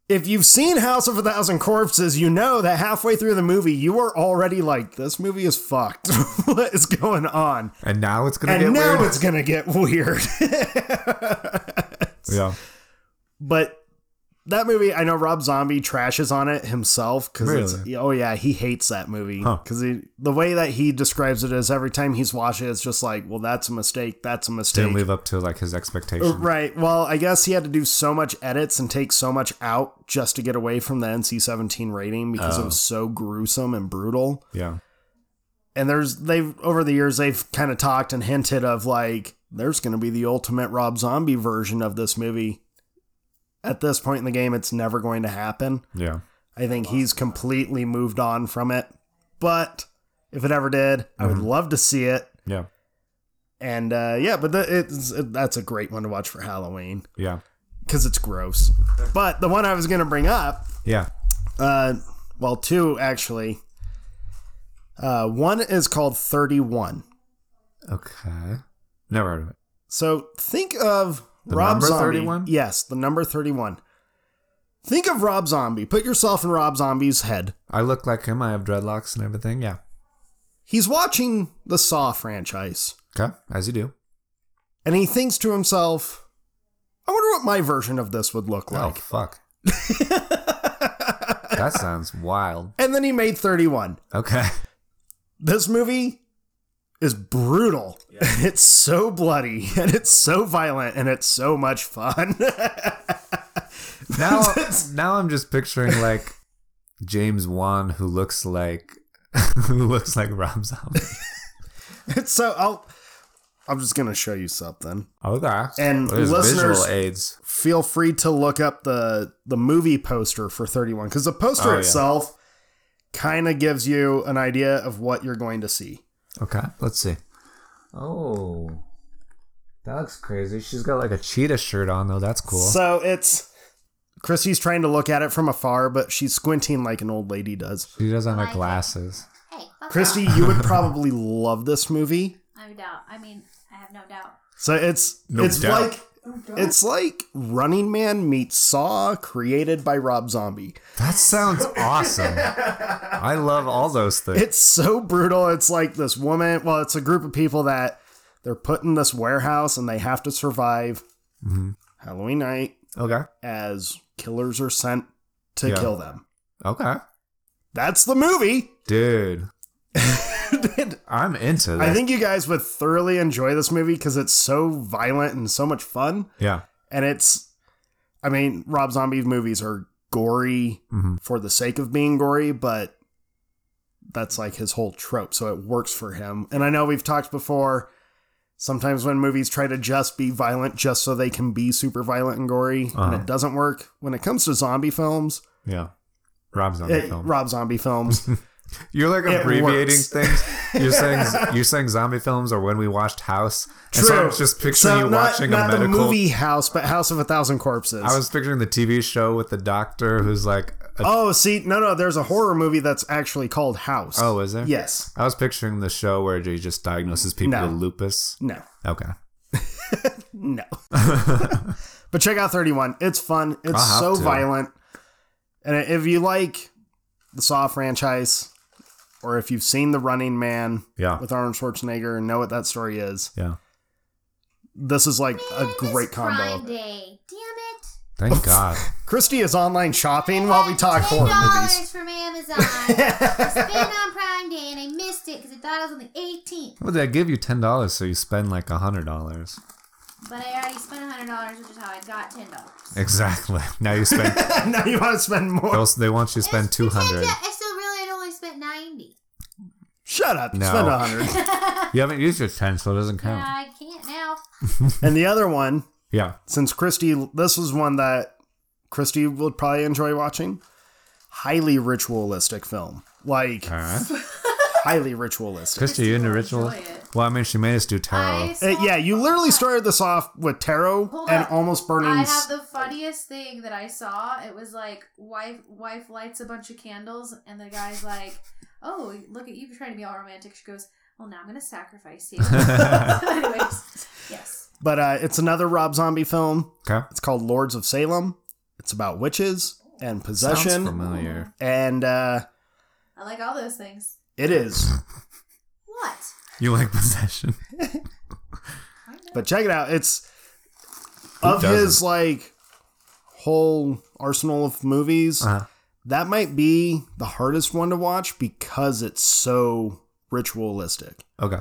Speaker 2: if you've seen House of a Thousand Corpses, you know that halfway through the movie, you are already like, this movie is fucked. what is going on?
Speaker 1: and now it's gonna
Speaker 2: And
Speaker 1: get
Speaker 2: now
Speaker 1: weird.
Speaker 2: it's going to get weird.
Speaker 1: yeah,
Speaker 2: but that movie, I know Rob Zombie trashes on it himself because it's
Speaker 1: Really?
Speaker 2: oh yeah, he hates that movie
Speaker 1: Huh.
Speaker 2: because the way that he describes it is every time he's watching it, it's just like, well, that's a mistake, that's a mistake.
Speaker 1: didn't live up to like his
Speaker 2: Uh,
Speaker 1: expectations.
Speaker 2: Right. Well, I guess he had to do so much edits and take so much out just to get away from the NC-17 rating because it was so gruesome and brutal.
Speaker 1: Yeah,
Speaker 2: And there's they've over the years they've kind of talked and hinted of like there's going to be the ultimate Rob Zombie version of this movie. At this point in the game, it's never going to happen.
Speaker 1: yeah.
Speaker 2: I think he's completely moved on from it. But if it ever did, I would love to see it.
Speaker 1: Yeah,
Speaker 2: And uh, yeah, but the, it's that's a great one to watch for Halloween
Speaker 1: yeah,
Speaker 2: because it's gross. But the one I was going to bring up,
Speaker 1: yeah.
Speaker 2: uh, well, two actually. Uh, one is called 31.
Speaker 1: Okay, never heard of it.
Speaker 2: So think of
Speaker 1: The
Speaker 2: Rob
Speaker 1: number
Speaker 2: Zombie.
Speaker 1: 31?
Speaker 2: Yes, the number 31. Think of Rob Zombie. Put yourself in Rob Zombie's head.
Speaker 1: I look like him. I have dreadlocks and everything. Yeah.
Speaker 2: He's watching the Saw franchise
Speaker 1: Okay, as you do.
Speaker 2: and he thinks to himself, I wonder what my version of this would look
Speaker 1: Oh
Speaker 2: like.
Speaker 1: fuck. that sounds wild.
Speaker 2: And then he made 31.
Speaker 1: Okay.
Speaker 2: this movie is brutal. It's so bloody and it's so violent and it's so much fun.
Speaker 1: Now, now I'm just picturing like James Wan who looks like who looks like Rob Zombie.
Speaker 2: it's so I'll I'm just going to show you something.
Speaker 1: Okay.
Speaker 2: And
Speaker 1: There's
Speaker 2: listeners-
Speaker 1: visual aids.
Speaker 2: Feel free to look up the the movie poster for 31 cuz the poster
Speaker 1: Oh, yeah.
Speaker 2: itself kind of gives you an idea of what you're going to see.
Speaker 1: Okay, let's see. Oh. That looks crazy. She's got like a cheetah shirt on though. That's cool.
Speaker 2: So it's Chrissy's trying to look at it from afar, but she's squinting like an old lady does.
Speaker 1: she doesn't have glasses.
Speaker 4: Hey, fuck
Speaker 2: Christy,
Speaker 4: off.
Speaker 2: you would probably love this movie.
Speaker 4: I doubt. I mean, I have no doubt.
Speaker 2: So it's
Speaker 1: No
Speaker 2: it's
Speaker 1: doubt.
Speaker 2: like it's like Running Man meets Saw, created by Rob Zombie.
Speaker 1: That sounds awesome. I love all those things.
Speaker 2: It's so brutal. It's like this woman. Well, it's a group of people that they're put in this warehouse and they have to survive Halloween night
Speaker 1: okay.
Speaker 2: as killers are sent to
Speaker 1: Yeah.
Speaker 2: kill them.
Speaker 1: Okay.
Speaker 2: That's the movie.
Speaker 1: Dude, I'm into that.
Speaker 2: I think you guys would thoroughly enjoy this movie because it's so violent and so much fun.
Speaker 1: yeah.
Speaker 2: and it's i mean rob zombie's movies are gory
Speaker 1: Mhm.
Speaker 2: for the sake of being gory but that's like his whole trope so it works for him and i know we've talked before sometimes when movies try to just be violent just so they can be super violent and gory and
Speaker 1: Uh-huh.
Speaker 2: it doesn't work when it comes to zombie films
Speaker 1: Yeah. Rob Zombie
Speaker 2: eh,
Speaker 1: film.
Speaker 2: rob zombie films
Speaker 1: You're like
Speaker 2: It
Speaker 1: abbreviating
Speaker 2: works.
Speaker 1: things. You're saying you're saying zombie films or when we watched House. And so I was just picturing
Speaker 2: So
Speaker 1: you
Speaker 2: not,
Speaker 1: watching
Speaker 2: not
Speaker 1: a medical.
Speaker 2: the movie house but house of a thousand corpses
Speaker 1: I was picturing the TV show with the doctor who's like, a,
Speaker 2: oh see no no there's a horror movie that's actually called house
Speaker 1: oh, is there?
Speaker 2: yes
Speaker 1: I was picturing the show where he just diagnoses people
Speaker 2: No.
Speaker 1: with lupus.
Speaker 2: no
Speaker 1: Okay.
Speaker 2: No. but check out 31. It's fun. It's
Speaker 1: I'll have
Speaker 2: so
Speaker 1: to.
Speaker 2: violent. And if you like the Saw franchise, or if you've seen The Running Man
Speaker 1: Yeah.
Speaker 2: with Arnold Schwarzenegger and know what that story is,
Speaker 1: Yeah.
Speaker 2: this is like a great
Speaker 4: It's
Speaker 2: combo. of it.
Speaker 4: Friday. Damn it.
Speaker 1: Thank God.
Speaker 2: Christy is online shopping while we talk horror
Speaker 4: $10
Speaker 2: movies.
Speaker 4: from Amazon. I spent on Prime Day and I missed it because I thought it was on the 18th.
Speaker 1: Well, they give you ten dollars, so you spend like a hundred dollars.
Speaker 4: But I already spent $100, which is how I got $10.
Speaker 1: Exactly. Now you spend.
Speaker 2: now you want to spend more.
Speaker 1: they'll- they want you to spend
Speaker 4: It's
Speaker 1: two hundred.
Speaker 4: pretend that I still really had only spent 90
Speaker 2: Shut up.
Speaker 1: No.
Speaker 2: Spend a 100.
Speaker 1: You haven't used your ten, so it doesn't
Speaker 4: But
Speaker 1: count.
Speaker 2: Oh.
Speaker 4: I can't now.
Speaker 2: and the other one,
Speaker 1: Yeah.
Speaker 2: since Christy, this was one that Christy would probably enjoy watching. Highly ritualistic film, like
Speaker 1: All right.
Speaker 2: highly ritualistic.
Speaker 1: Christy, you into
Speaker 4: Christy will
Speaker 1: rituals?
Speaker 4: enjoy it.
Speaker 1: Well, I mean, she made us do tarot.
Speaker 4: I saw-
Speaker 2: Uh, yeah, you literally started this off with tarot
Speaker 4: Hold
Speaker 2: and
Speaker 4: up.
Speaker 2: almost burning.
Speaker 4: I
Speaker 2: s-
Speaker 4: have the funniest thing that I saw. It was like wife wife lights a bunch of candles, and the guy's like, "Oh, look at you trying to be all romantic." She goes, "Well, now I'm gonna sacrifice you." Anyways, yes.
Speaker 2: But uh, it's another Rob Zombie film.
Speaker 1: Okay.
Speaker 2: It's called Lords of Salem. It's about witches and
Speaker 1: Sounds
Speaker 2: possession,
Speaker 1: familiar.
Speaker 2: and uh,
Speaker 4: I like all those things.
Speaker 2: it is.
Speaker 4: What?
Speaker 1: You like possession?
Speaker 2: But check it out. It's of his
Speaker 1: doesn't?
Speaker 2: like whole arsenal of movies.
Speaker 1: Uh-huh.
Speaker 2: That might be the hardest one to watch because it's so ritualistic.
Speaker 1: Okay.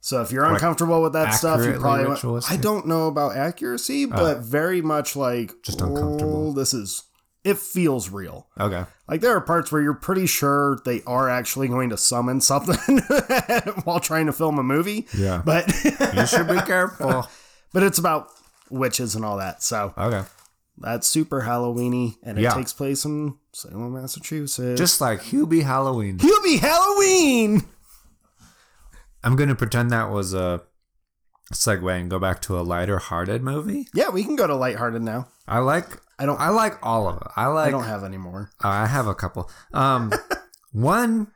Speaker 2: So if you're
Speaker 1: Like,
Speaker 2: uncomfortable with that stuff, you
Speaker 1: accurately
Speaker 2: probably went-
Speaker 1: ritualistic? Uh,
Speaker 2: I don't know about accuracy, but very much like
Speaker 1: Just uncomfortable.
Speaker 2: "Oh, this is it feels real.
Speaker 1: Okay.
Speaker 2: Like there are parts where you're pretty sure they are actually going to summon something while trying to film a movie.
Speaker 1: Yeah.
Speaker 2: But
Speaker 1: You should be careful.
Speaker 2: but it's about witches and all that. So
Speaker 1: Okay.
Speaker 2: that's super Halloweeny, and it
Speaker 1: Yeah.
Speaker 2: takes place in Salem, Massachusetts.
Speaker 1: Just like Hubie Halloween.
Speaker 2: you'll be Halloween.
Speaker 1: I'm going to pretend that was a segue and go back to a lighter hearted movie.
Speaker 2: Yeah, we can go to lighthearted now.
Speaker 1: I like
Speaker 2: I don't.
Speaker 1: I like all of it. I like
Speaker 2: I don't have any more.
Speaker 1: I have a couple. Um, one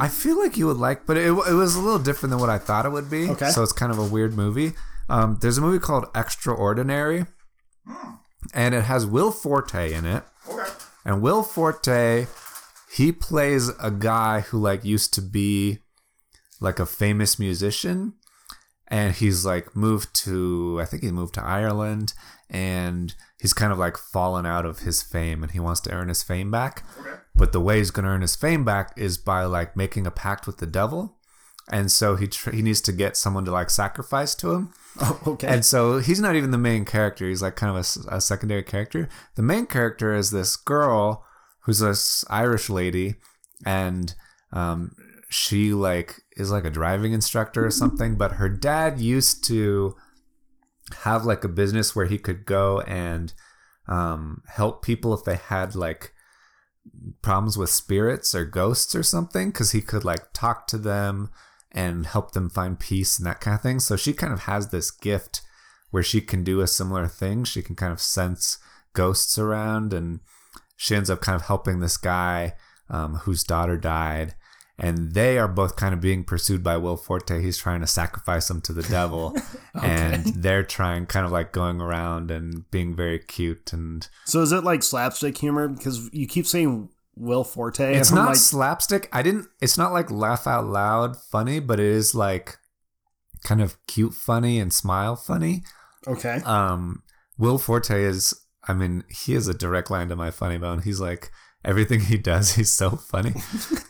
Speaker 1: I feel like you would like, but it, it was a little different than what I thought it would be.
Speaker 2: Okay.
Speaker 1: So it's kind of a weird movie. Um, there's a movie called Extraordinary, and it has Will Forte in it.
Speaker 3: Okay.
Speaker 1: And Will Forte, he plays a guy who like used to be like a famous musician, and he's like moved to I think he moved to Ireland, and he's kind of like fallen out of his fame, and he wants to earn his fame back. But the way he's gonna earn his fame back is by like making a pact with the devil. And so he tr- he needs to get someone to like sacrifice to him,
Speaker 2: Oh, okay.
Speaker 1: and so he's not even the main character. He's like kind of a s- a, secondary character. The main character is this girl who's this Irish lady, and um, she like is like a driving instructor or something. But her dad used to have like a business where he could go and um, help people if they had like problems with spirits or ghosts or something because he could like talk to them and help them find peace and that kind of thing. So she kind of has this gift where she can do a similar thing. She can kind of sense ghosts around, and she ends up kind of helping this guy um, whose daughter died. And they are both kind of being pursued by Will Forte. He's trying to sacrifice him to the devil. And they're trying, kind of like going around and being very cute. And
Speaker 2: so is it like slapstick humor? Because you keep saying Will Forte.
Speaker 1: it's
Speaker 2: and I'm
Speaker 1: not
Speaker 2: like,
Speaker 1: slapstick. I didn't. It's not like laugh out loud funny, but it is like kind of cute funny and smile funny.
Speaker 2: okay.
Speaker 1: Um, Will Forte is. I mean, he is a direct line to my funny bone. He's like everything he does. He's so funny,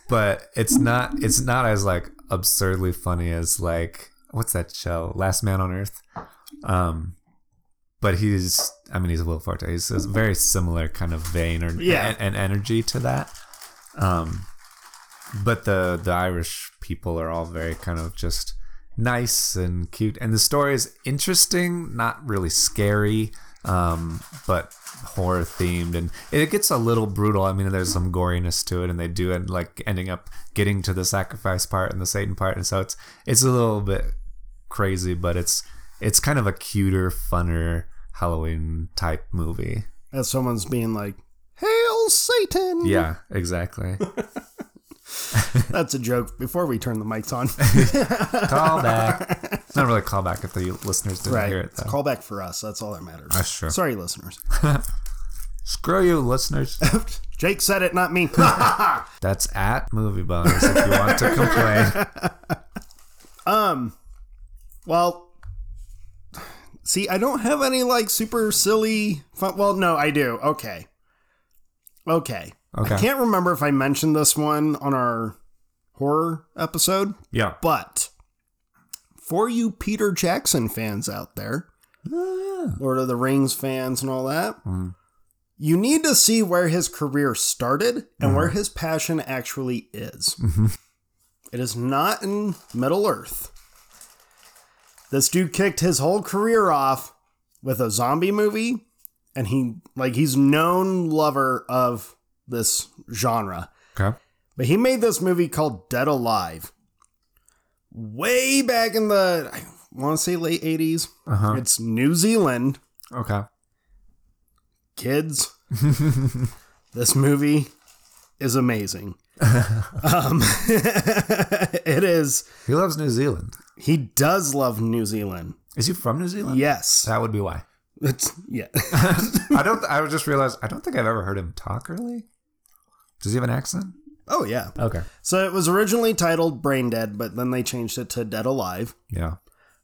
Speaker 1: but it's not. It's not as like absurdly funny as like what's that show? Last Man on Earth. Um, but he's. I mean, he's Will Forte. He's a very similar kind of vein or
Speaker 2: Yeah.
Speaker 1: and, and energy to that. Um, but the the Irish people are all very kind of just nice and cute, and the story is interesting, not really scary, um, but horror themed, and it gets a little brutal. I mean, there's some goriness to it, and they do end like ending up getting to the sacrifice part and the Satan part, and so it's it's a little bit crazy, but it's it's kind of a cuter, funner Halloween type movie.
Speaker 2: As someone's being like, "Hail Satan!"
Speaker 1: Yeah, exactly.
Speaker 2: that's a joke. Before we turn the mics on,
Speaker 1: call back. It's not really a callback if the listeners didn't
Speaker 2: right?
Speaker 1: hear it
Speaker 2: It's a
Speaker 1: though.
Speaker 2: callback for us. That's all that matters.
Speaker 1: That's true.
Speaker 2: Sorry, listeners.
Speaker 1: Screw you, listeners.
Speaker 2: Jake said it, not me.
Speaker 1: That's at movie bonus if you want to complain.
Speaker 2: Um, well, see, I don't have any like super silly fun. Well, no, I do. Okay. Okay.
Speaker 1: Okay.
Speaker 2: I can't remember if I mentioned this one on our horror episode,
Speaker 1: Yeah.
Speaker 2: but for you Peter Jackson fans out there, Lord of the Rings fans and all that,
Speaker 1: Mm.
Speaker 2: you need to see where his career started and where his passion actually is. It is not in Middle Earth. This dude kicked his whole career off with a zombie movie, and he like he's known lover of this genre.
Speaker 1: Okay.
Speaker 2: But he made this movie called Dead Alive. Way back in the I want to say late 80s.
Speaker 1: Uh huh.
Speaker 2: It's New Zealand.
Speaker 1: Okay.
Speaker 2: Kids, this movie is amazing. um, it is.
Speaker 1: He loves New Zealand.
Speaker 2: He does love New Zealand.
Speaker 1: Is he from New Zealand?
Speaker 2: Yes.
Speaker 1: That would be why.
Speaker 2: It's, yeah.
Speaker 1: I don't. I just realized. I don't think I've ever heard him talk. Really? Does he have an accent?
Speaker 2: oh, yeah.
Speaker 1: Okay.
Speaker 2: So it was originally titled Brain Dead, but then they changed it to Dead Alive.
Speaker 1: Yeah.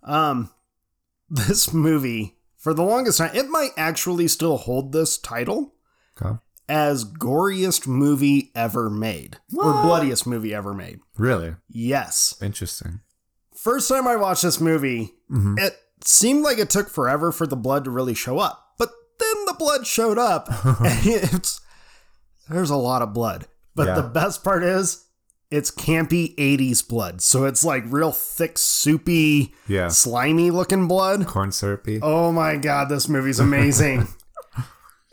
Speaker 2: Um, this movie, for the longest time, it might actually still hold this title
Speaker 1: Okay.
Speaker 2: as goriest movie ever made or
Speaker 1: What?
Speaker 2: bloodiest movie ever made.
Speaker 1: Really
Speaker 2: Yes.
Speaker 1: interesting.
Speaker 2: First time I watched this movie,
Speaker 1: hmm
Speaker 2: it seemed like it took forever for the blood to really show up, but then the blood showed up. and it's there's a lot of blood, but
Speaker 1: Yeah.
Speaker 2: the best part is it's campy 80s blood. So it's like real thick, soupy,
Speaker 1: Yeah.
Speaker 2: slimy looking blood.
Speaker 1: Corn syrupy.
Speaker 2: Oh my god, this movie's amazing.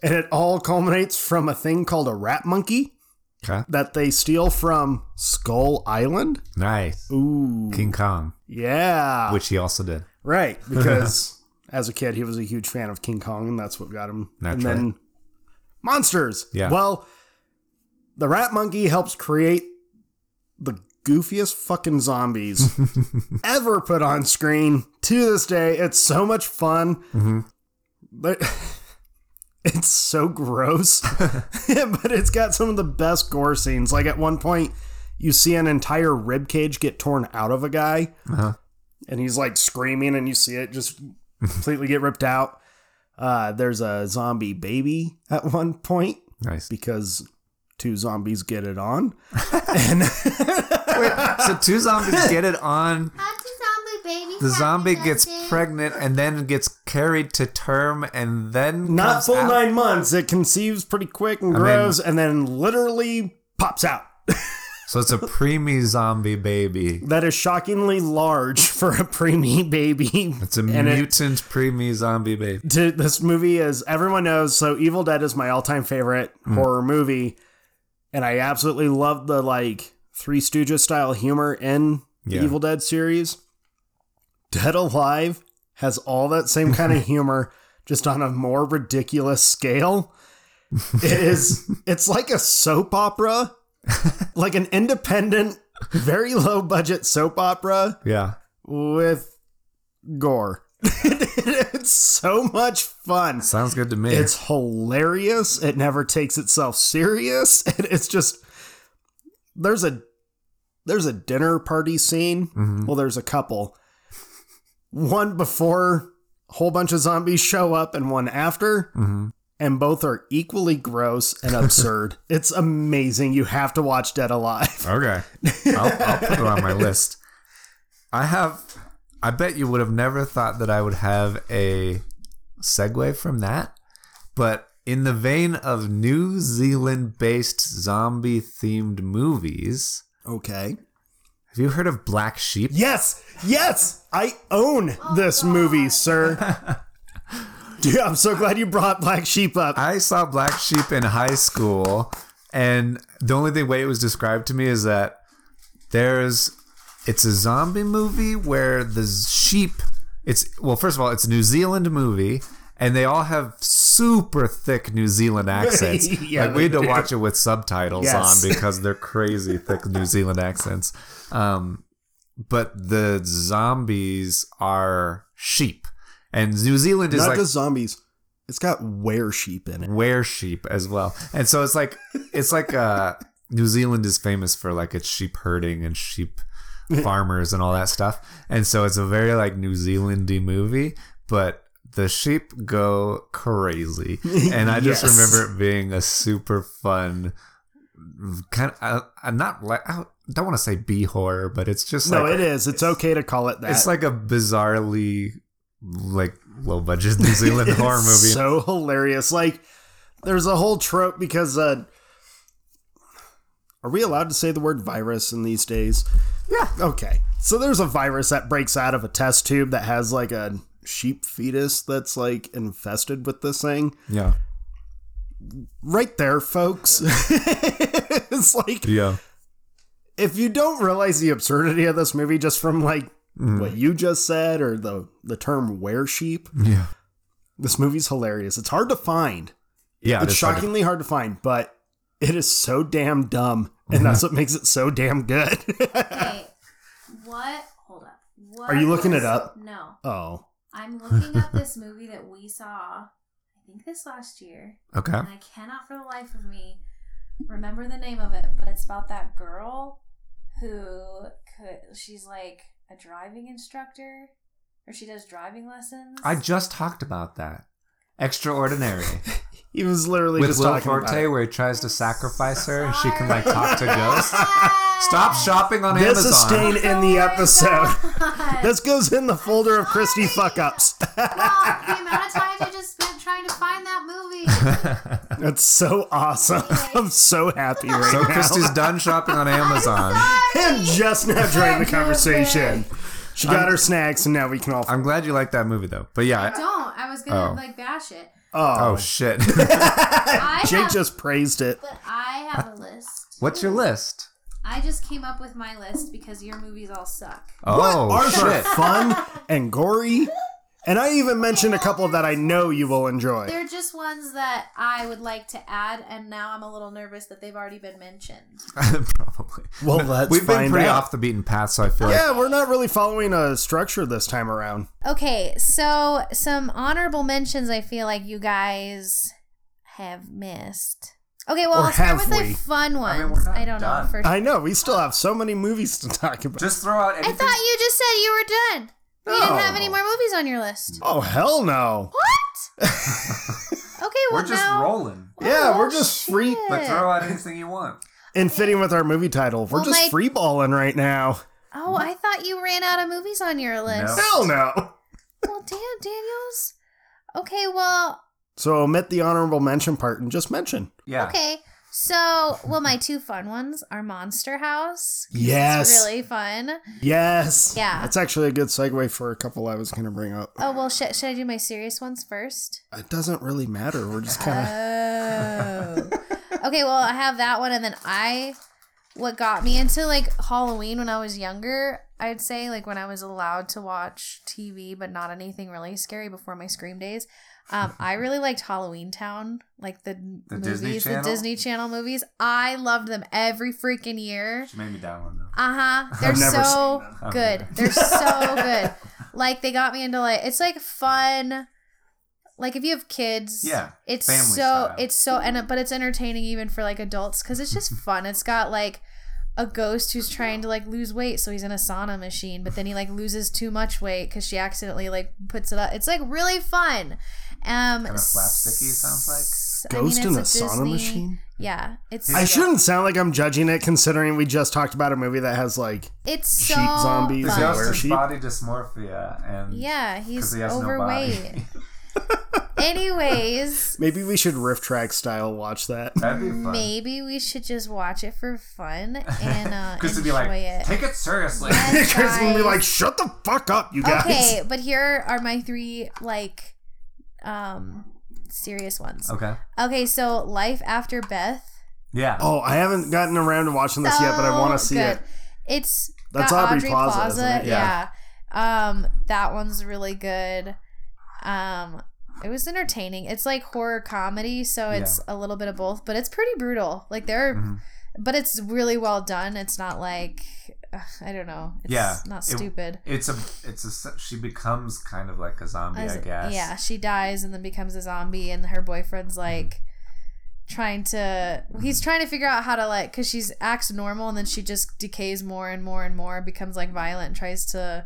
Speaker 2: and it all culminates from a thing called a rat monkey
Speaker 1: Okay.
Speaker 2: that they steal from Skull Island.
Speaker 1: Nice.
Speaker 2: Ooh.
Speaker 1: King Kong,
Speaker 2: Yeah.
Speaker 1: which he also did.
Speaker 2: Right, because as a kid he was a huge fan of King Kong, and that's what got him.
Speaker 1: That's
Speaker 2: and then monsters.
Speaker 1: Yeah.
Speaker 2: Well, the rat monkey helps create the goofiest fucking zombies ever put on screen to this day. It's so much fun,
Speaker 1: Mhm.
Speaker 2: but it's so gross. but it's got some of the best gore scenes. Like at one point, you see an entire rib cage get torn out of a guy
Speaker 1: Uh-huh.
Speaker 2: and he's like screaming and you see it just completely get ripped out uh, there's a zombie baby at one point
Speaker 1: Nice.
Speaker 2: because two zombies get it on and
Speaker 1: So two zombies get it on.
Speaker 4: How's the zombie baby?
Speaker 1: The zombie gets
Speaker 4: pregnant.
Speaker 1: pregnant and then gets carried to term and then
Speaker 2: not
Speaker 1: comes
Speaker 2: full
Speaker 1: out.
Speaker 2: nine months it conceives pretty quick and
Speaker 1: I mean-
Speaker 2: grows and then literally pops out
Speaker 1: So it's a preemie zombie baby.
Speaker 2: that is shockingly large for a preemie baby
Speaker 1: It's a
Speaker 2: And it-
Speaker 1: mutant preemie zombie baby.
Speaker 2: to this movie is everyone knows so evil dead is my all-time favorite horror movie and i absolutely love the like three stooges style humor in
Speaker 1: Yeah.
Speaker 2: the evil dead series dead alive has all that same kind of humor just on a more ridiculous scale it is it's like a soap opera like an independent very low budget soap opera
Speaker 1: Yeah.
Speaker 2: with gore. it's so much fun.
Speaker 1: Sounds good to me.
Speaker 2: It's hilarious. It never takes itself serious. And it's just there's a there's a dinner party scene.
Speaker 1: Mhm.
Speaker 2: Well, there's a couple. One before a whole bunch of zombies show up and one after.
Speaker 1: Mhm.
Speaker 2: And both are equally gross and absurd. it's amazing. You have to watch Dead Alive.
Speaker 1: Okay. I'll, I'll put it on my list. I have. I bet you would have never thought that I would have a segue from that, but in the vein of New Zealand-based zombie-themed movies,
Speaker 2: Okay.
Speaker 1: have you heard of Black Sheep?
Speaker 2: Yes, yes, I own this movie, sir. Dude, I'm so glad you brought Black Sheep up.
Speaker 1: I saw Black Sheep in high school, and the only thing way it was described to me is that there's it's a zombie movie where the sheep it's well first of all it's a New Zealand movie and they all have super thick New Zealand accents.
Speaker 2: Yeah,
Speaker 1: like we had
Speaker 2: they
Speaker 1: to
Speaker 2: do.
Speaker 1: watch it with subtitles
Speaker 2: Yes.
Speaker 1: on because they're crazy thick New Zealand accents. Um, but the zombies are sheep. And New Zealand is
Speaker 2: Not
Speaker 1: like
Speaker 2: just zombies. It's got were sheep in it.
Speaker 1: wear sheep as well. And so it's like it's like uh New Zealand is famous for like its sheep herding and sheep farmers and all that stuff. And so it's a very like New Zealandy movie, but the sheep go crazy. And I just
Speaker 2: Yes.
Speaker 1: remember it being a super fun kind of I, am not like I don't want to say B horror, but it's just
Speaker 2: No,
Speaker 1: like
Speaker 2: it is. It's okay to call it that.
Speaker 1: it's like a bizarrely like low budget New Zealand
Speaker 2: It's
Speaker 1: horror movie.
Speaker 2: So hilarious. Like there's a whole trope because uh are we allowed to say the word virus in these days?
Speaker 1: Yeah.
Speaker 2: Okay. So there's a virus that breaks out of a test tube that has like a sheep fetus that's like infested with this thing.
Speaker 1: Yeah.
Speaker 2: Right there, folks. it's like
Speaker 1: Yeah.
Speaker 2: if you don't realize the absurdity of this movie just from like
Speaker 1: Mm-hmm.
Speaker 2: what you just said or the the term "wear sheep,"
Speaker 1: Yeah.
Speaker 2: this movie's hilarious. It's hard to find.
Speaker 1: Yeah. it
Speaker 2: it's
Speaker 1: is hard to-
Speaker 2: shockingly hard to find, but it is so damn dumb,
Speaker 1: Mm-hmm.
Speaker 2: and that's what makes it so damn good.
Speaker 4: Okay. What? Hold up. What
Speaker 2: Are you looking
Speaker 4: was-
Speaker 2: it up?
Speaker 4: No.
Speaker 2: oh,
Speaker 4: I'm looking up this movie that we saw, I think this last year.
Speaker 1: Okay.
Speaker 4: And I cannot for the life of me remember the name of it, but it's about that girl who could, she's like a driving instructor, or she does driving lessons.
Speaker 1: I just talked about that. Extraordinary.
Speaker 2: he was literally
Speaker 1: With
Speaker 2: just
Speaker 1: Will
Speaker 2: talking about
Speaker 1: Forte,
Speaker 2: it.
Speaker 1: where he tries to sacrifice her and she can, like,
Speaker 4: Sorry.
Speaker 1: talk to ghosts. Stop shopping on
Speaker 2: This is
Speaker 1: Amazon.
Speaker 2: staying in the episode.
Speaker 4: Oh God.
Speaker 2: This goes in the folder of Christie fuck ups.
Speaker 4: Wow, the amount of time I just spent trying to find that movie.
Speaker 2: That's so awesome. I'm so happy right
Speaker 1: so
Speaker 2: now.
Speaker 1: Christy's done shopping on Amazon.
Speaker 2: and just now joined
Speaker 4: Sorry.
Speaker 2: the conversation. She got her snacks, and now we can all.
Speaker 1: I'm glad you like that movie though. But yeah. I-
Speaker 4: Don't. I was gonna
Speaker 1: Oh.
Speaker 4: like bash it.
Speaker 2: oh,
Speaker 1: Oh shit.
Speaker 4: I
Speaker 2: Jake
Speaker 4: have,
Speaker 2: just praised it.
Speaker 4: but I have a list.
Speaker 1: What's your list?
Speaker 4: I just came up with my list because your movies all suck.
Speaker 1: Oh
Speaker 2: Ours are
Speaker 1: shit.
Speaker 2: fun and gory, and I even mentioned a couple that I know you will enjoy.
Speaker 4: They're just ones that I would like to add, and now I'm a little nervous that they've already been mentioned.
Speaker 1: Probably.
Speaker 2: Well, let's
Speaker 1: We've been
Speaker 2: find
Speaker 1: pretty
Speaker 2: out.
Speaker 1: off the beaten path, so I feel like
Speaker 2: Yeah, we're not really following a structure this time around.
Speaker 4: Okay, so some honorable mentions I feel like you guys have missed. Okay, well,
Speaker 2: Or
Speaker 4: I'll start
Speaker 2: have
Speaker 4: with
Speaker 2: we?
Speaker 4: the fun
Speaker 3: I mean, we're
Speaker 4: ones.
Speaker 3: not
Speaker 4: I, don't know.
Speaker 3: done.
Speaker 4: For
Speaker 2: I know we still have so many movies to talk about.
Speaker 3: Just throw out
Speaker 4: I
Speaker 3: anything.
Speaker 4: thought you just said you were done. You didn't have
Speaker 2: No.
Speaker 4: any more movies on your list.
Speaker 2: Oh hell no!
Speaker 4: What? okay, well
Speaker 3: We're just
Speaker 4: now.
Speaker 3: rolling.
Speaker 2: Yeah,
Speaker 4: Oh,
Speaker 2: we're just free.
Speaker 4: shit.
Speaker 3: But throw out anything you want.
Speaker 2: And fitting with our movie title, we're
Speaker 4: Well,
Speaker 2: just
Speaker 4: my-
Speaker 2: free balling right now.
Speaker 4: Oh, I thought you ran out of movies on your list.
Speaker 2: Hell no!
Speaker 4: Well, damn, Daniels. Okay, well,
Speaker 2: So omit the honorable mention part and just mention.
Speaker 3: Yeah.
Speaker 4: okay. So, well, my two fun ones are Monster House.
Speaker 2: Yes.
Speaker 4: It's really fun.
Speaker 2: Yes.
Speaker 4: Yeah.
Speaker 2: That's actually a good segue for a couple I was going to bring up.
Speaker 4: Oh, well, should, should I do my serious ones first?
Speaker 2: It doesn't really matter. We're just
Speaker 4: Uh,
Speaker 2: kind of.
Speaker 4: Oh. okay, well, I have that one. And then I, what got me into like Halloween when I was younger, I'd say like when I was allowed to watch TV, but not anything really scary before my scream days. Um, I really liked Halloween Town, like the,
Speaker 3: The
Speaker 4: movies,
Speaker 3: Disney
Speaker 4: the
Speaker 3: Channel?
Speaker 4: Disney Channel movies. I loved them every freaking year.
Speaker 3: She made me download them.
Speaker 4: Uh huh. They're
Speaker 2: never
Speaker 4: so
Speaker 2: seen
Speaker 3: them.
Speaker 4: good. They're so good. Like they got me into like it's like fun. Like if you have kids,
Speaker 3: Yeah,
Speaker 4: it's
Speaker 3: family
Speaker 4: so
Speaker 3: style.
Speaker 4: it's so and but it's entertaining even for like adults because it's just fun. It's got like a ghost who's trying to like lose weight, so he's in a sauna machine, but then he like loses too much weight because she accidentally like puts it up. It's like really fun. Um, kind
Speaker 3: Kinda slapsticky, sounds like.
Speaker 2: Ghost in a sauna machine?
Speaker 4: Yeah, it's.
Speaker 2: I shouldn't sound like I'm judging it considering we just talked about a movie that has like.
Speaker 4: It's so
Speaker 2: Sheep zombies
Speaker 3: The
Speaker 2: Fine.
Speaker 4: fun.
Speaker 2: Where
Speaker 3: ghost
Speaker 2: she-
Speaker 3: is body dysmorphia and
Speaker 4: Yeah,
Speaker 3: 'cause
Speaker 4: he's
Speaker 3: he has no
Speaker 4: overweight.
Speaker 3: body.
Speaker 4: Anyways,
Speaker 2: Maybe we should riff track style watch that.
Speaker 3: That'd be fun.
Speaker 4: maybe we should just watch it for fun and uh,
Speaker 3: Chris
Speaker 4: enjoy
Speaker 3: would be like,
Speaker 4: it.
Speaker 3: take it seriously.
Speaker 4: Yes,
Speaker 2: Chris will be
Speaker 4: guys.
Speaker 2: like, shut the fuck up, you guys.
Speaker 4: okay, but here are my three like um serious ones. Okay,
Speaker 3: okay.
Speaker 4: so Life After Beth.
Speaker 3: Yeah.
Speaker 2: Oh, I haven't gotten around to watching this yet, but I want to see
Speaker 4: good.
Speaker 2: it.
Speaker 4: It's
Speaker 2: That's
Speaker 4: got
Speaker 2: Aubrey
Speaker 4: Aubrey
Speaker 2: Plaza,
Speaker 4: Plaza.
Speaker 2: isn't it?
Speaker 4: Yeah. Um, that one's really good. Um, it was entertaining. It's like horror comedy, so it's a little bit of both, but it's pretty brutal. Like there,
Speaker 1: Mm-hmm.
Speaker 4: are
Speaker 3: Mhm.
Speaker 4: but it's really well done. It's not like ugh, I don't know. It's
Speaker 3: Yeah.
Speaker 4: not
Speaker 3: It-
Speaker 4: stupid.
Speaker 3: It's a. It's a. She becomes kind of like a zombie,
Speaker 4: As-
Speaker 3: I guess. Mm-hmm.
Speaker 4: Yeah, she dies and then becomes a zombie, and her boyfriend's like trying to he's trying to figure out how to like because she's acts normal and then she just decays more and more and more becomes like violent and tries to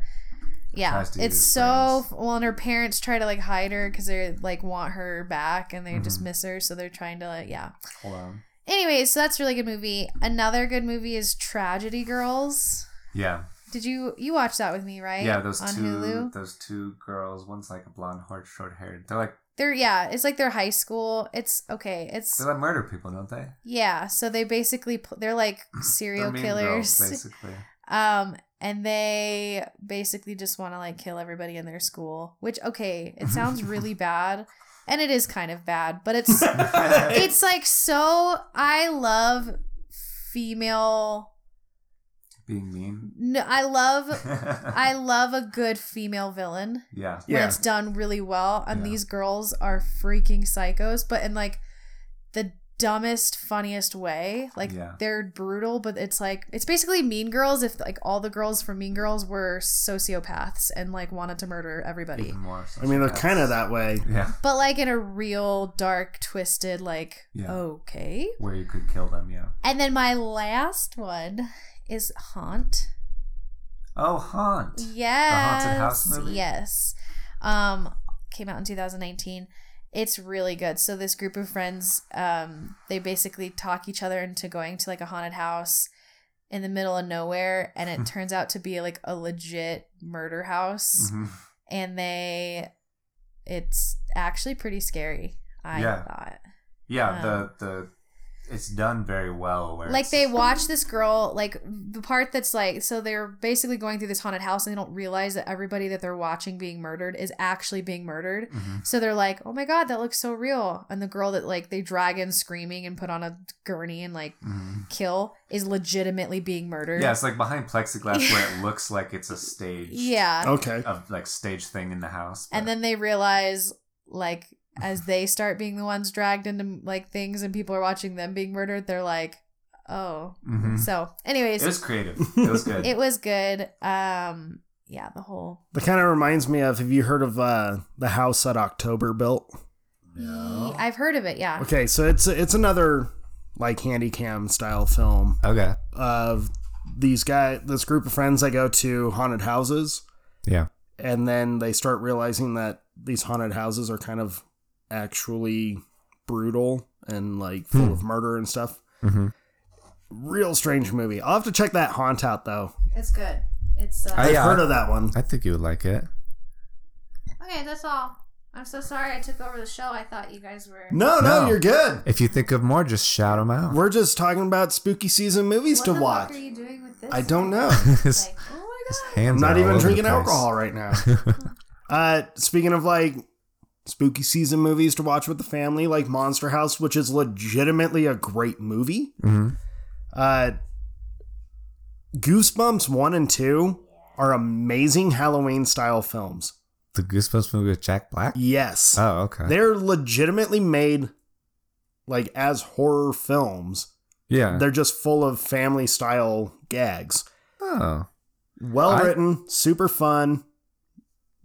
Speaker 4: yeah
Speaker 3: Tries to eat
Speaker 4: it's
Speaker 3: his
Speaker 4: so well and her parents try to like hide her because they like want her back and they just
Speaker 3: Mhm.
Speaker 4: miss her so they're trying to like yeah
Speaker 3: Hold on.
Speaker 4: anyway so that's a really good movie another good movie is tragedy girls
Speaker 3: Yeah.
Speaker 4: did you you watch that with me right
Speaker 3: Yeah. Those
Speaker 4: on
Speaker 3: two.
Speaker 4: hulu
Speaker 3: Those two girls. One's like a blonde, hard, short-haired. They're like.
Speaker 4: They're yeah, it's like their high school. It's okay.
Speaker 3: They
Speaker 4: It's
Speaker 3: like murder people, don't they?
Speaker 4: yeah. So they basically pl- they're like
Speaker 3: They're
Speaker 4: serial
Speaker 3: mean
Speaker 4: killers.
Speaker 3: Girls, basically.
Speaker 4: Um, and they basically just want to like kill everybody in their school, which okay, it sounds really bad, and it is kind of bad, but it's it's like so I love female
Speaker 3: Being mean.
Speaker 4: no, I love I love a good female villain
Speaker 3: yeah.
Speaker 4: when
Speaker 2: Yeah.
Speaker 4: it's done really well and
Speaker 3: Yeah.
Speaker 4: these girls are freaking psychos but in like the dumbest funniest way like
Speaker 3: Yeah.
Speaker 4: they're brutal but it's like it's basically mean girls if like all the girls from mean girls were sociopaths and like wanted to murder everybody
Speaker 3: Even more.
Speaker 2: I mean, they're kind of that way.
Speaker 3: Yeah.
Speaker 4: but like in a real dark twisted like
Speaker 3: Yeah.
Speaker 4: okay
Speaker 3: Where you could kill them, yeah.
Speaker 4: and then my last one is haunt
Speaker 3: Oh, haunt.
Speaker 4: Yes.
Speaker 3: House movie?
Speaker 4: Yes. Um, came out in 2019. It's really good. So this group of friends, um, they basically talk each other into going to like a haunted house in the middle of nowhere, and
Speaker 3: Hmm.
Speaker 4: it turns out to be like a legit murder house,
Speaker 3: hmm
Speaker 4: and they, it's actually pretty scary. I
Speaker 3: Yeah.
Speaker 4: thought.
Speaker 3: Yeah,
Speaker 4: Um,
Speaker 3: the the it's done very well. Where
Speaker 4: like
Speaker 3: it's-
Speaker 4: they watch this girl like the part that's like so they're basically going through this haunted house and they don't realize that everybody that they're watching being murdered is actually being murdered
Speaker 3: Mhm.
Speaker 4: so they're like oh my god that looks so real and the girl that like they drag in screaming and put on a gurney and like
Speaker 3: Mhm.
Speaker 4: kill is legitimately being murdered
Speaker 3: Yeah, it's like behind plexiglass where it looks like it's a stage.
Speaker 4: yeah
Speaker 3: Oh,
Speaker 2: Okay.
Speaker 3: Of like stage thing in the house.
Speaker 4: and
Speaker 3: but-
Speaker 4: then they realize like as they start being the ones dragged into like things and people are watching them being murdered they're like oh
Speaker 3: Mhm.
Speaker 4: so anyways
Speaker 3: it was creative. It was good.
Speaker 4: It was good. Um, yeah, the whole.
Speaker 2: That kind of reminds me of have you heard of uh, the house that October built?
Speaker 3: No.
Speaker 4: I've heard of it. Yeah.
Speaker 2: Okay, so it's it's another like handy cam style film
Speaker 1: Okay.
Speaker 2: of these guy this group of friends that go to haunted houses
Speaker 1: Yeah.
Speaker 2: and then they start realizing that these haunted houses are kind of actually brutal and like full
Speaker 1: Hmm.
Speaker 2: of murder and stuff.
Speaker 1: Mhm.
Speaker 2: Real strange movie. I'll have to check that haunt out though.
Speaker 5: It's good. It's uh,
Speaker 1: I-
Speaker 2: I've
Speaker 1: yeah.
Speaker 2: heard of that one.
Speaker 1: I think you would like it.
Speaker 4: Okay, that's all.
Speaker 5: I'm so sorry I took over the show. I thought you guys were
Speaker 2: No, no,
Speaker 1: No.
Speaker 2: you're good.
Speaker 1: If you think of more, just shout them out.
Speaker 2: We're just talking about spooky season movies
Speaker 5: What
Speaker 2: to
Speaker 5: the
Speaker 2: watch.
Speaker 5: fuck are you doing with this?
Speaker 2: I don't know.
Speaker 1: His
Speaker 5: Like, oh my
Speaker 1: his
Speaker 5: god.
Speaker 1: hands
Speaker 2: I'm
Speaker 1: are
Speaker 2: not
Speaker 1: all
Speaker 2: even
Speaker 1: over the
Speaker 2: drinking
Speaker 1: place.
Speaker 2: alcohol right now. uh, speaking of like spooky season movies to watch with the family, like Monster House, which is legitimately a great movie.
Speaker 1: Mhm.
Speaker 2: Uh, Goosebumps one and two are amazing Halloween style films.
Speaker 1: The Goosebumps movie with Jack Black.
Speaker 2: Yes,
Speaker 1: Oh, okay.
Speaker 2: they're legitimately made like as horror films.
Speaker 1: yeah.
Speaker 2: They're just full of family style gags.
Speaker 1: oh,
Speaker 2: Well
Speaker 1: I-
Speaker 2: written, super fun,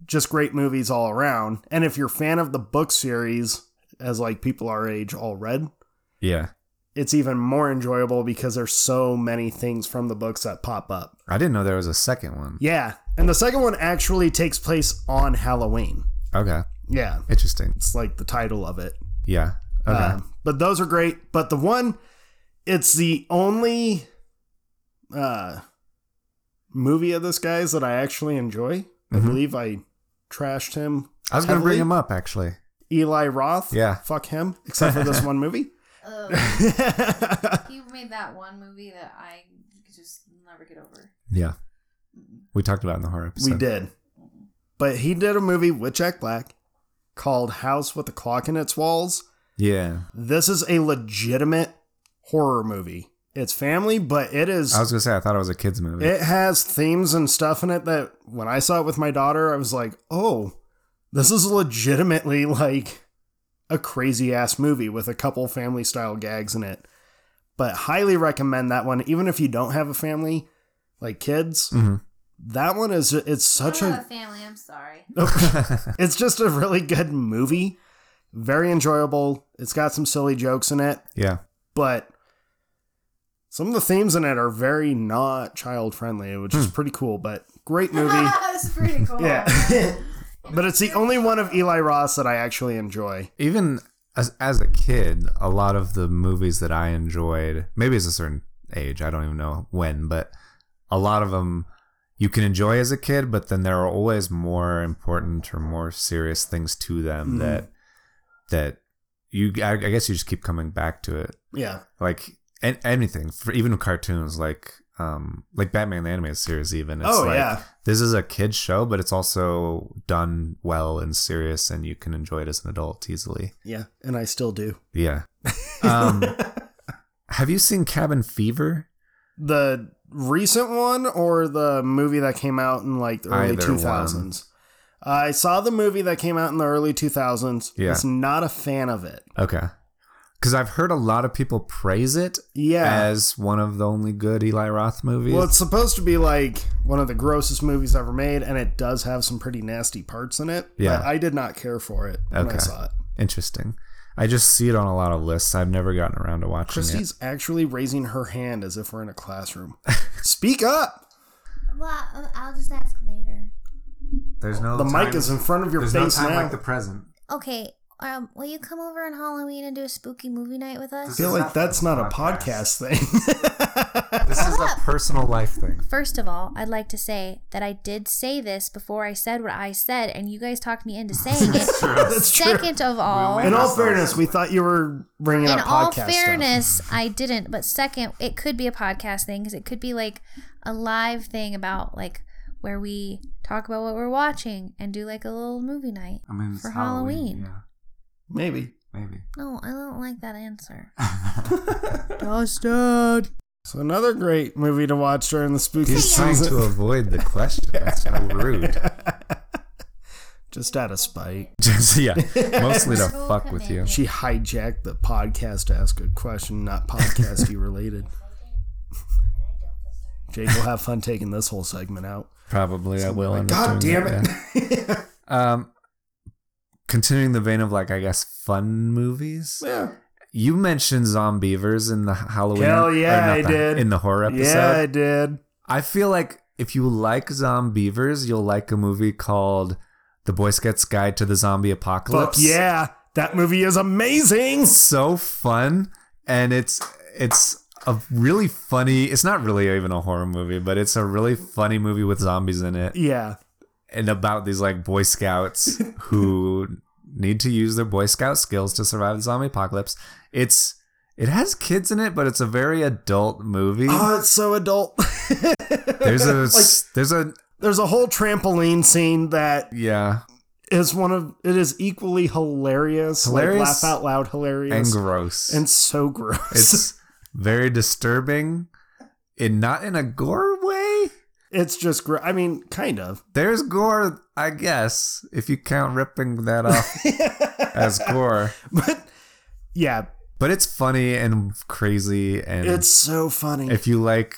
Speaker 2: just great movies all around. And if you're a fan of the book series, as like people our age all read,
Speaker 1: yeah.
Speaker 2: it's even more enjoyable because there's so many things from the books that pop up.
Speaker 1: I didn't know there was a second one.
Speaker 2: Yeah. And the second one actually takes place on Halloween.
Speaker 1: Okay.
Speaker 2: Yeah.
Speaker 1: Interesting.
Speaker 2: It's like the title of it.
Speaker 1: Yeah. Okay.
Speaker 2: Um, but those are great. But the one, it's the only uh, movie of this guy's that I actually enjoy. I
Speaker 1: Mhm.
Speaker 2: believe I trashed him.
Speaker 1: I was going to bring
Speaker 2: heavily-
Speaker 1: him up actually.
Speaker 2: Eli Roth.
Speaker 1: Yeah.
Speaker 2: Fuck him. Except for this one movie.
Speaker 4: Ugh. he made that one movie that I just never get over.
Speaker 1: Yeah. We talked about it in the horror episode.
Speaker 2: we did. But he did a movie with Jack Black called House with a Clock in Its Walls.
Speaker 1: Yeah.
Speaker 2: This is a legitimate horror movie. It's family, but it is
Speaker 1: I was going to say, I thought it was a kid's movie.
Speaker 2: It has themes and stuff in it that when I saw it with my daughter, I was like, oh, this is legitimately like a crazy ass movie with a couple family style gags in it. But highly recommend that one, even if you don't have a family, like kids.
Speaker 1: Mhm.
Speaker 2: That one is it's such
Speaker 4: I don't have
Speaker 2: a oh,
Speaker 4: a family. I'm sorry.
Speaker 1: Mm-hmm.
Speaker 2: it's just a really good movie. Very enjoyable. It's got some silly jokes in it,
Speaker 1: yeah.
Speaker 2: but some of the themes in it are very not child friendly, which
Speaker 1: Hmm.
Speaker 2: is pretty cool, but great movie.
Speaker 4: That's pretty cool.
Speaker 2: Yeah. but it's the only one of Eli Ross that I actually enjoy.
Speaker 1: Even as, as a kid, a lot of the movies that I enjoyed, maybe it's a certain age, I don't even know when, but a lot of them you can enjoy as a kid, but then there are always more important or more serious things to them
Speaker 2: Mhm.
Speaker 1: that, that you, I, I guess you just keep coming back to it.
Speaker 2: Yeah.
Speaker 1: like an anything for even cartoons like um, like Batman the animated series. Even it's
Speaker 2: oh
Speaker 1: like
Speaker 2: yeah,
Speaker 1: this is a kids show, but it's also done well and serious, and you can enjoy it as an adult easily.
Speaker 2: yeah, and I still do
Speaker 1: Yeah. Um, have you seen Cabin Fever?
Speaker 2: the recent one or the movie that came out in like the early
Speaker 1: Either
Speaker 2: two thousands. I saw the movie that came out in the early two thousands.
Speaker 1: Yeah.
Speaker 2: it's not a fan of it.
Speaker 1: Okay. Because I've heard a lot of people praise it
Speaker 2: Yeah,
Speaker 1: as one of the only good Eli Roth movies.
Speaker 2: Well, it's supposed to be like one of the grossest movies ever made, and it does have some pretty nasty parts in it.
Speaker 1: Yeah.
Speaker 2: But I did not care for it when
Speaker 1: Okay.
Speaker 2: I saw it.
Speaker 1: Interesting. I just see it on a lot of lists. I've never gotten around to watching it.
Speaker 2: Christy's actually raising her hand as if we're in a classroom. Speak up!
Speaker 4: Well, uh, I'll just ask later.
Speaker 3: There's no.
Speaker 2: The
Speaker 3: time,
Speaker 2: mic is in front of your
Speaker 3: There's no
Speaker 2: face
Speaker 3: time
Speaker 2: now.
Speaker 3: like the present.
Speaker 4: Okay. Um, will you come over on Halloween and do a spooky movie night with
Speaker 2: I
Speaker 4: us?
Speaker 3: This is
Speaker 2: feel like
Speaker 3: not
Speaker 2: that's
Speaker 3: for
Speaker 2: not
Speaker 3: the
Speaker 2: a podcast
Speaker 3: podcast.
Speaker 2: thing.
Speaker 1: This is a personal life thing.
Speaker 4: First of all, I'd like to say that I did say this before I said what I said, and you guys talked me into saying it.
Speaker 2: that's true.
Speaker 4: Second of all,
Speaker 2: In
Speaker 4: in
Speaker 2: all fairness, we thought you were bringing up
Speaker 4: all
Speaker 2: podcast stuff.
Speaker 4: fairness, I didn't. But second, it could be a podcast thing because it could be like a live thing about like where we talk about what we're watching and do like a little movie night.
Speaker 3: I mean, it's
Speaker 4: for Halloween.
Speaker 3: Yeah,
Speaker 2: Maybe.
Speaker 3: maybe.
Speaker 4: No, I don't like that answer.
Speaker 2: So another great movie to watch during the spooky
Speaker 1: He's trying
Speaker 2: season.
Speaker 1: to avoid the question. That's so rude.
Speaker 2: Just out of spite.
Speaker 1: Just, yeah, mostly to
Speaker 4: Verbal
Speaker 1: fuck with you.
Speaker 2: She hijacked the podcast to ask a question, not podcast you related. Jake will have fun taking this whole segment out.
Speaker 1: Probably I will. end up
Speaker 2: God
Speaker 1: doing
Speaker 2: damn
Speaker 1: that,
Speaker 2: it.
Speaker 1: yeah. Um, continuing the vein of like I guess fun movies.
Speaker 2: yeah.
Speaker 1: You mentioned zombievers in the Halloween.
Speaker 2: Hell
Speaker 1: or
Speaker 2: yeah,
Speaker 1: not
Speaker 2: I
Speaker 1: the-
Speaker 2: did.
Speaker 1: in the horror episode.
Speaker 2: yeah, I did.
Speaker 1: I feel like if you like zombievers, you'll like a movie called The Boy Scout's Guide to the Zombie
Speaker 2: Fuck
Speaker 1: Apocalypse.
Speaker 2: yeah. That movie is amazing.
Speaker 1: so fun and it's it's a really funny it's not really even a horror movie but it's a really funny movie with zombies in it
Speaker 2: Yeah.
Speaker 1: and about these like boy scouts who need to use their boy scout skills to survive the zombie apocalypse it's it has kids in it but it's a very adult movie
Speaker 2: Oh, it's so adult.
Speaker 1: there's a
Speaker 2: like
Speaker 1: there's a
Speaker 2: there's a whole trampoline scene that
Speaker 1: yeah
Speaker 2: is one of it is equally hilarious. Like
Speaker 1: Hilarious
Speaker 2: laugh out loud
Speaker 1: and
Speaker 2: hilarious.
Speaker 1: gross
Speaker 2: and so gross.
Speaker 1: it's very disturbing and not in a gore way
Speaker 2: It's just, gr- I mean, kind of.
Speaker 1: There's gore, I guess, if you count ripping that off as gore.
Speaker 2: But yeah,
Speaker 1: But it's funny and crazy, and
Speaker 2: it's so funny.
Speaker 1: if you like,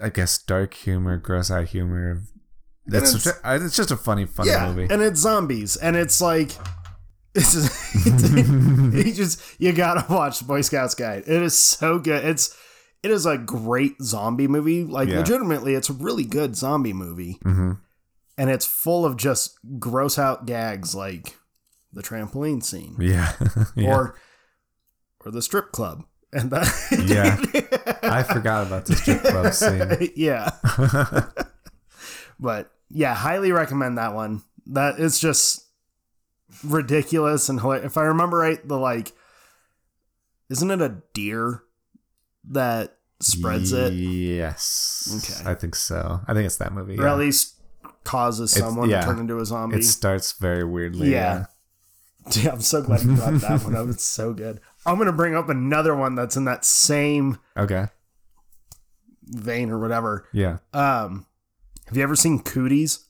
Speaker 1: I guess, dark humor, gross out humor. That's
Speaker 2: it's-
Speaker 1: it's, it's just a funny, funny
Speaker 2: yeah,
Speaker 1: movie.
Speaker 2: and it's zombies, and it's like, it's you just you gotta watch Boy Scouts Guide. It is so good. It's it is a great zombie movie. Like
Speaker 1: Yeah.
Speaker 2: legitimately, it's a really good zombie movie,
Speaker 1: hmm
Speaker 2: and it's full of just gross out gags, like the trampoline scene.
Speaker 1: Yeah, yeah.
Speaker 2: or or the strip club and that
Speaker 1: Yeah. I forgot about the strip club scene.
Speaker 2: yeah but yeah highly recommend that one that it's just ridiculous and hilarious. if i remember right the like isn't it a deer that spreads it
Speaker 1: Yes.
Speaker 2: Okay.
Speaker 1: I think so. I think it's that movie.
Speaker 2: or
Speaker 1: yeah.
Speaker 2: at least causes
Speaker 1: It's-
Speaker 2: someone
Speaker 1: yeah.
Speaker 2: to turn into a zombie
Speaker 1: It starts very weirdly.
Speaker 2: Yeah. Yeah, I'm so glad you brought that one up. It's so good. I'm gonna bring up another one that's in that same
Speaker 1: yeah. Okay.
Speaker 2: vein or whatever.
Speaker 1: Yeah.
Speaker 2: Um, have you ever seen Cooties?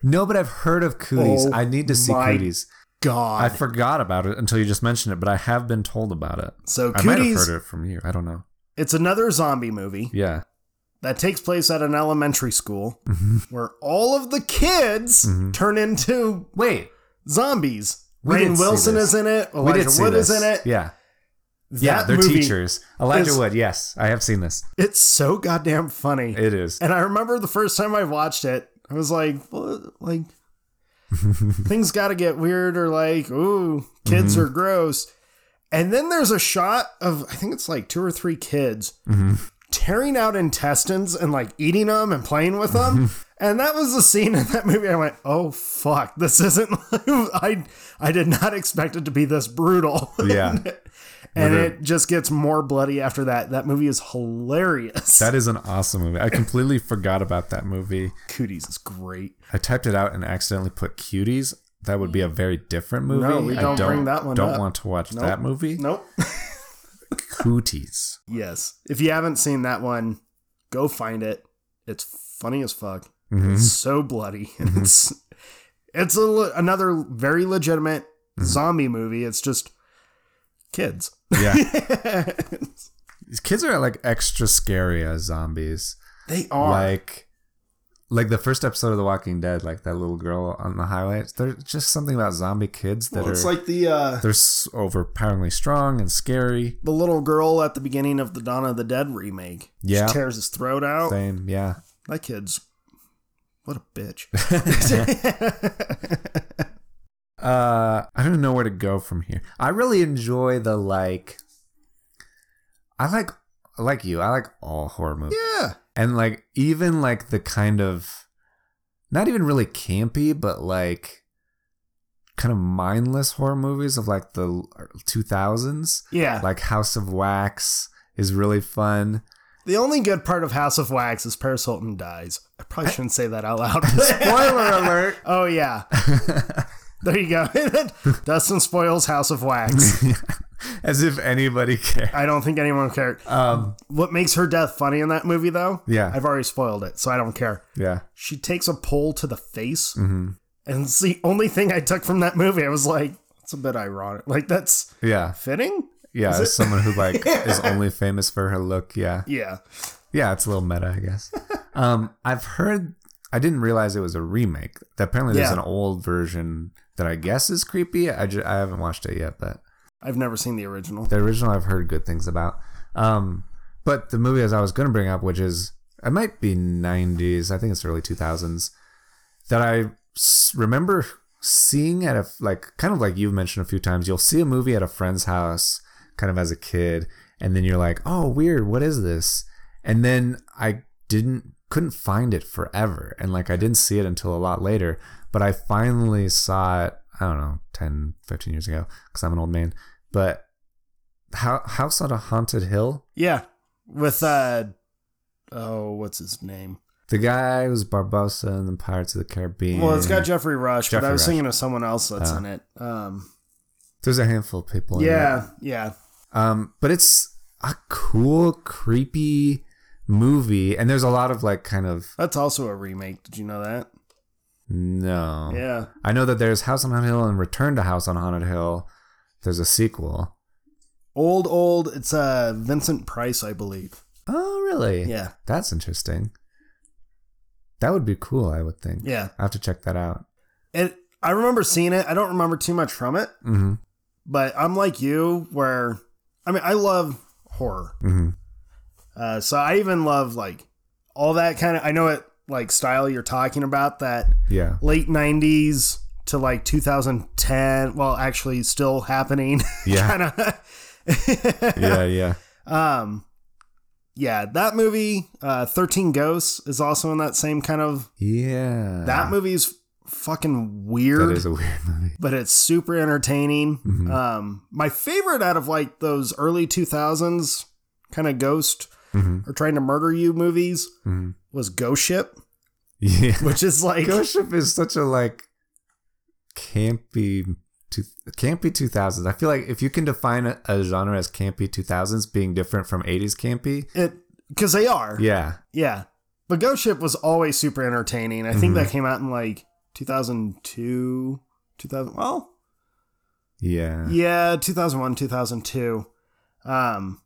Speaker 1: No, but I've heard of Cooties.
Speaker 2: Oh
Speaker 1: I need to see
Speaker 2: my
Speaker 1: Cooties. I
Speaker 2: God,
Speaker 1: forgot about it until you just mentioned it, but I have been told about it.
Speaker 2: so
Speaker 1: I might have
Speaker 2: Cooties.
Speaker 1: heard it from you. I don't know.
Speaker 2: It's another zombie movie
Speaker 1: Yeah.
Speaker 2: that takes place at an elementary school
Speaker 1: Mm-hmm.
Speaker 2: where all of the kids turn into
Speaker 1: Wait.
Speaker 2: zombies.
Speaker 1: Mm-hmm. We
Speaker 2: Rain
Speaker 1: did see
Speaker 2: Wilson
Speaker 1: this.
Speaker 2: is in it.
Speaker 1: we did
Speaker 2: Elijah
Speaker 1: see
Speaker 2: Wood
Speaker 1: this.
Speaker 2: is in it.
Speaker 1: Yeah. Yeah,
Speaker 2: That
Speaker 1: they're
Speaker 2: movie-
Speaker 1: teachers. Elijah
Speaker 2: is-
Speaker 1: Wood. Yes, I have seen this.
Speaker 2: It's so goddamn funny.
Speaker 1: It is.
Speaker 2: And I remember the first time I watched it, I was like, "What?" like things got to get weird or like, ooh, kids
Speaker 1: Mm-hmm.
Speaker 2: are gross. And then there's a shot of I think it's like two or three kids
Speaker 1: Mm-hmm.
Speaker 2: tearing out intestines and like eating them and playing with
Speaker 1: Mm-hmm.
Speaker 2: them. and that was the scene in that movie. I went, "Oh fuck, this isn't I I did not expect it to be this brutal."
Speaker 1: Yeah.
Speaker 2: and
Speaker 1: With a-
Speaker 2: it just gets more bloody after that. That movie is hilarious.
Speaker 1: That is an awesome movie. I completely forgot about that movie.
Speaker 2: Cooties is great.
Speaker 1: I typed it out and accidentally put cuties. That would be a very different movie.
Speaker 2: No, we
Speaker 1: I
Speaker 2: don't
Speaker 1: don't
Speaker 2: bring that one
Speaker 1: Don't
Speaker 2: up.
Speaker 1: want to watch
Speaker 2: Nope.
Speaker 1: that movie.
Speaker 2: Nope.
Speaker 1: Cooties.
Speaker 2: yes. If you haven't seen that one, go find it. It's funny as fuck.
Speaker 1: Mhm.
Speaker 2: It's so bloody.
Speaker 1: Mm-hmm.
Speaker 2: and It's it's a, le- another very legitimate
Speaker 1: Mm-hmm.
Speaker 2: zombie movie. It's just kids.
Speaker 1: Yeah, These kids are like extra scary as zombies.
Speaker 2: they are.
Speaker 1: Like, like the first episode of The Walking Dead. Like that little girl on the highlights. There's just something about zombie kids that
Speaker 2: Well, it's
Speaker 1: are
Speaker 2: like the uh,
Speaker 1: they're s- overpoweringly strong and scary.
Speaker 2: the little girl at the beginning of the Dawn of the Dead remake.
Speaker 1: Yeah.
Speaker 2: She tears his throat out.
Speaker 1: Same, yeah.
Speaker 2: That kid's what a bitch.
Speaker 1: Uh, I don't know where to go from here. I really enjoy the like. I like, like you. I like all horror movies,
Speaker 2: yeah.
Speaker 1: and like even like the kind of, not even really campy, but like, kind of mindless horror movies of like the two thousands,
Speaker 2: Yeah.
Speaker 1: like House of Wax is really fun.
Speaker 2: the only good part of House of Wax is Paris Hilton dies. I probably shouldn't say that out loud.
Speaker 1: Spoiler alert.
Speaker 2: oh yeah. There you go. Dustin spoils House of Wax.
Speaker 1: As if anybody cares.
Speaker 2: I don't think anyone cared.
Speaker 1: Um,
Speaker 2: What makes her death funny in that movie though?
Speaker 1: Yeah.
Speaker 2: I've already spoiled it, so I don't care.
Speaker 1: yeah.
Speaker 2: She takes a pole to the face. And it's the only thing I took from that movie. I was like, that's a bit ironic. Like that's
Speaker 1: Yeah.
Speaker 2: fitting?
Speaker 1: Yeah, as someone who like is only famous for her look. Yeah,
Speaker 2: Yeah.
Speaker 1: yeah, it's a little meta, I guess. Um, I've heard. I didn't realize it was a remake. Apparently, there's
Speaker 2: Yeah.
Speaker 1: an old version that I guess is creepy. I, ju- I haven't watched it yet, but
Speaker 2: I've never seen the original.
Speaker 1: the original I've heard good things about. Um, but the movie as I was going to bring up, which is it might be '90s, I think it's early 2000s, that I s- remember seeing at a f- like kind of like you've mentioned a few times. You'll see a movie at a friend's house, kind of as a kid, and then you're like, "Oh, weird, what is this?" And then I didn't couldn't find it forever, and like I didn't see it until a lot later. But I finally saw it. I don't know, 10, 15 years ago, because I'm an old man. But Ho- House on a Haunted Hill.
Speaker 2: Yeah. With uh oh, what's his name?
Speaker 1: The guy was Barbosa in the Pirates of the Caribbean.
Speaker 2: Well, it's got Jeffrey Rush, but
Speaker 1: Jeffrey
Speaker 2: I was
Speaker 1: Rush.
Speaker 2: thinking of someone else that's
Speaker 1: Uh,
Speaker 2: in it. Um
Speaker 1: There's a handful of people. in
Speaker 2: Yeah, yeah.
Speaker 1: it. Um, but it's a cool, creepy movie, and there's a lot of like kind of
Speaker 2: That's also a remake. Did you know that?
Speaker 1: no.
Speaker 2: Yeah.
Speaker 1: I know that there's House on Haunted Hill and Return to House on Haunted Hill. There's a sequel.
Speaker 2: Old old it's uh Vincent Price, I believe.
Speaker 1: Oh, really?
Speaker 2: Yeah.
Speaker 1: That's interesting. That would be cool. I would think.
Speaker 2: Yeah.
Speaker 1: I have to check that out.
Speaker 2: It I remember seeing it. I don't remember too much from it,
Speaker 1: Mm-hmm.
Speaker 2: but I'm like you where I mean, I love horror.
Speaker 1: Mm-hmm.
Speaker 2: Uh, so I even love like all that kind of. I know it like style you're talking about that
Speaker 1: Yeah.
Speaker 2: late '90s to like 2010. Well, actually, still happening.
Speaker 1: Yeah.
Speaker 2: kind of.
Speaker 1: yeah. Yeah.
Speaker 2: Um. Yeah, that movie, uh, Thirteen Ghosts, is also in that same kind of.
Speaker 1: Yeah.
Speaker 2: That movie's fucking
Speaker 1: That
Speaker 2: weird,
Speaker 1: is a weird movie.
Speaker 2: but it's super entertaining.
Speaker 1: Mhm.
Speaker 2: Um, my favorite out of like those early 2000s kind of ghost
Speaker 1: Mm-hmm.
Speaker 2: or trying to murder you movies
Speaker 1: Mm-hmm.
Speaker 2: was Ghost Ship,
Speaker 1: Yeah.
Speaker 2: which is like
Speaker 1: Ghost Ship is such a like campy two, campy 2000s. I feel like if you can define a, a genre as campy 2000s being different from 80s campy,
Speaker 2: it because they are.
Speaker 1: yeah.
Speaker 2: Yeah. But Ghost Ship was always super entertaining. I
Speaker 1: Mm-hmm.
Speaker 2: think that came out in like 2002, 2000. Well,
Speaker 1: Yeah.
Speaker 2: yeah, 2001, 2002. Um,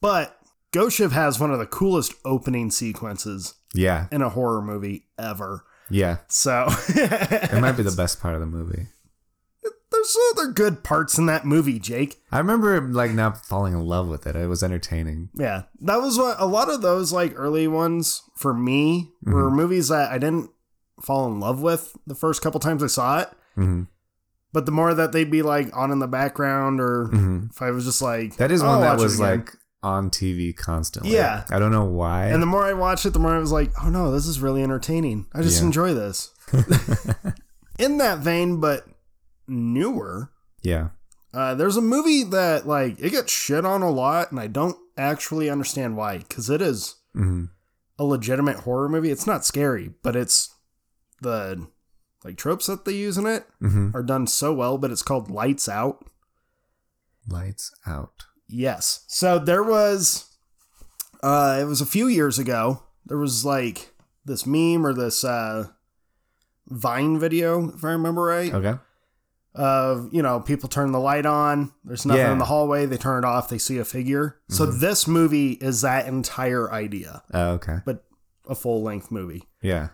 Speaker 2: but Ghost Ship has one of the coolest opening sequences
Speaker 1: Yeah.
Speaker 2: in a horror movie ever.
Speaker 1: Yeah.
Speaker 2: So
Speaker 1: It might be the best part of the movie.
Speaker 2: There's other good parts in that movie, Jake.
Speaker 1: I remember like not falling in love with it. It was entertaining.
Speaker 2: Yeah, that was what a lot of those like early ones for me were
Speaker 1: Mm-hmm.
Speaker 2: movies that I didn't fall in love with the first couple times I saw it.
Speaker 1: Mhm.
Speaker 2: But the more that they'd be like on in the background, or
Speaker 1: Mhm.
Speaker 2: if I was just like,
Speaker 1: That is
Speaker 2: "Oh,
Speaker 1: one
Speaker 2: I'll
Speaker 1: that
Speaker 2: watch it
Speaker 1: was
Speaker 2: again."
Speaker 1: like on TV constantly.
Speaker 2: Yeah.
Speaker 1: I don't know why.
Speaker 2: and the more I watched it, the more I was like, oh no, this is really entertaining. I just
Speaker 1: Yeah.
Speaker 2: enjoy this. in that vein, but newer,
Speaker 1: yeah.
Speaker 2: Uh, there's a movie that like it gets shit on a lot, and I don't actually understand why because it is
Speaker 1: Mhm.
Speaker 2: a legitimate horror movie. It's not scary, but it's the like tropes that they use in it
Speaker 1: Mhm.
Speaker 2: are done so well. But it's called Lights Out.
Speaker 1: Lights out.
Speaker 2: Yes. So there was uh it was a few years ago. There was like this meme or this uh Vine video, if I remember right.
Speaker 1: Okay.
Speaker 2: Of, you know, people turn the light on, there's nothing
Speaker 1: Yeah. Mm-hmm.
Speaker 2: in the hallway, they turn it off, they see a figure. So this movie is that entire idea,
Speaker 1: Oh, okay.
Speaker 2: but a full length movie.
Speaker 1: Yeah.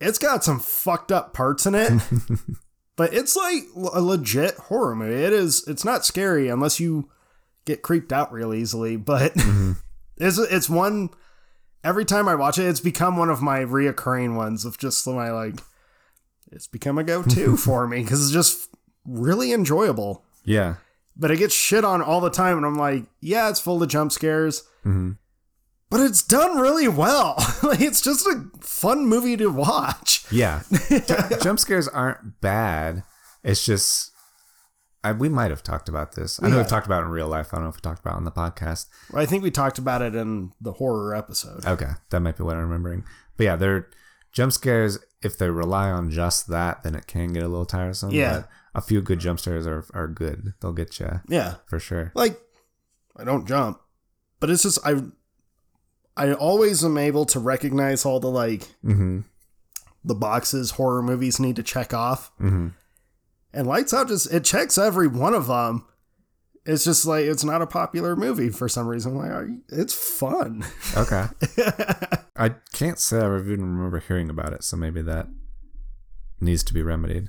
Speaker 2: It's got some fucked up parts in it. but it's like l- a legit horror movie. It is. It's not scary unless you get creeped out real easily. But it's it's one. Every time I watch it, it's become one of my reoccurring ones of just my like. It's become a go-to for me because it's just really enjoyable.
Speaker 1: Yeah.
Speaker 2: But it gets shit on all the time, and I'm like, yeah, it's full of jump scares,
Speaker 1: Mhm.
Speaker 2: but it's done really well. like it's just a fun movie to watch.
Speaker 1: Yeah. Ju- Jump scares aren't bad. It's just I, we might have talked about this. I know
Speaker 2: Yeah.
Speaker 1: we've talked about it in real life. I don't know if we talked about it on the podcast.
Speaker 2: I think we talked about it in the horror episode.
Speaker 1: Okay, that might be what I'm remembering. But yeah, they're jump scares. If they rely on just that, then it can get a little tiresome.
Speaker 2: Yeah.
Speaker 1: but a few good jump scares are are good. They'll get you
Speaker 2: Yeah.
Speaker 1: for sure.
Speaker 2: like I don't jump, but it's just I I always am able to recognize all the like
Speaker 1: Mm-hmm.
Speaker 2: the boxes horror movies need to check off.
Speaker 1: Mm-hmm.
Speaker 2: And Lights Out just it checks every one of them. It's just like it's not a popular movie for some reason. Like I- it's fun.
Speaker 1: Okay. I can't say I even remember hearing about it, so maybe that needs to be remedied.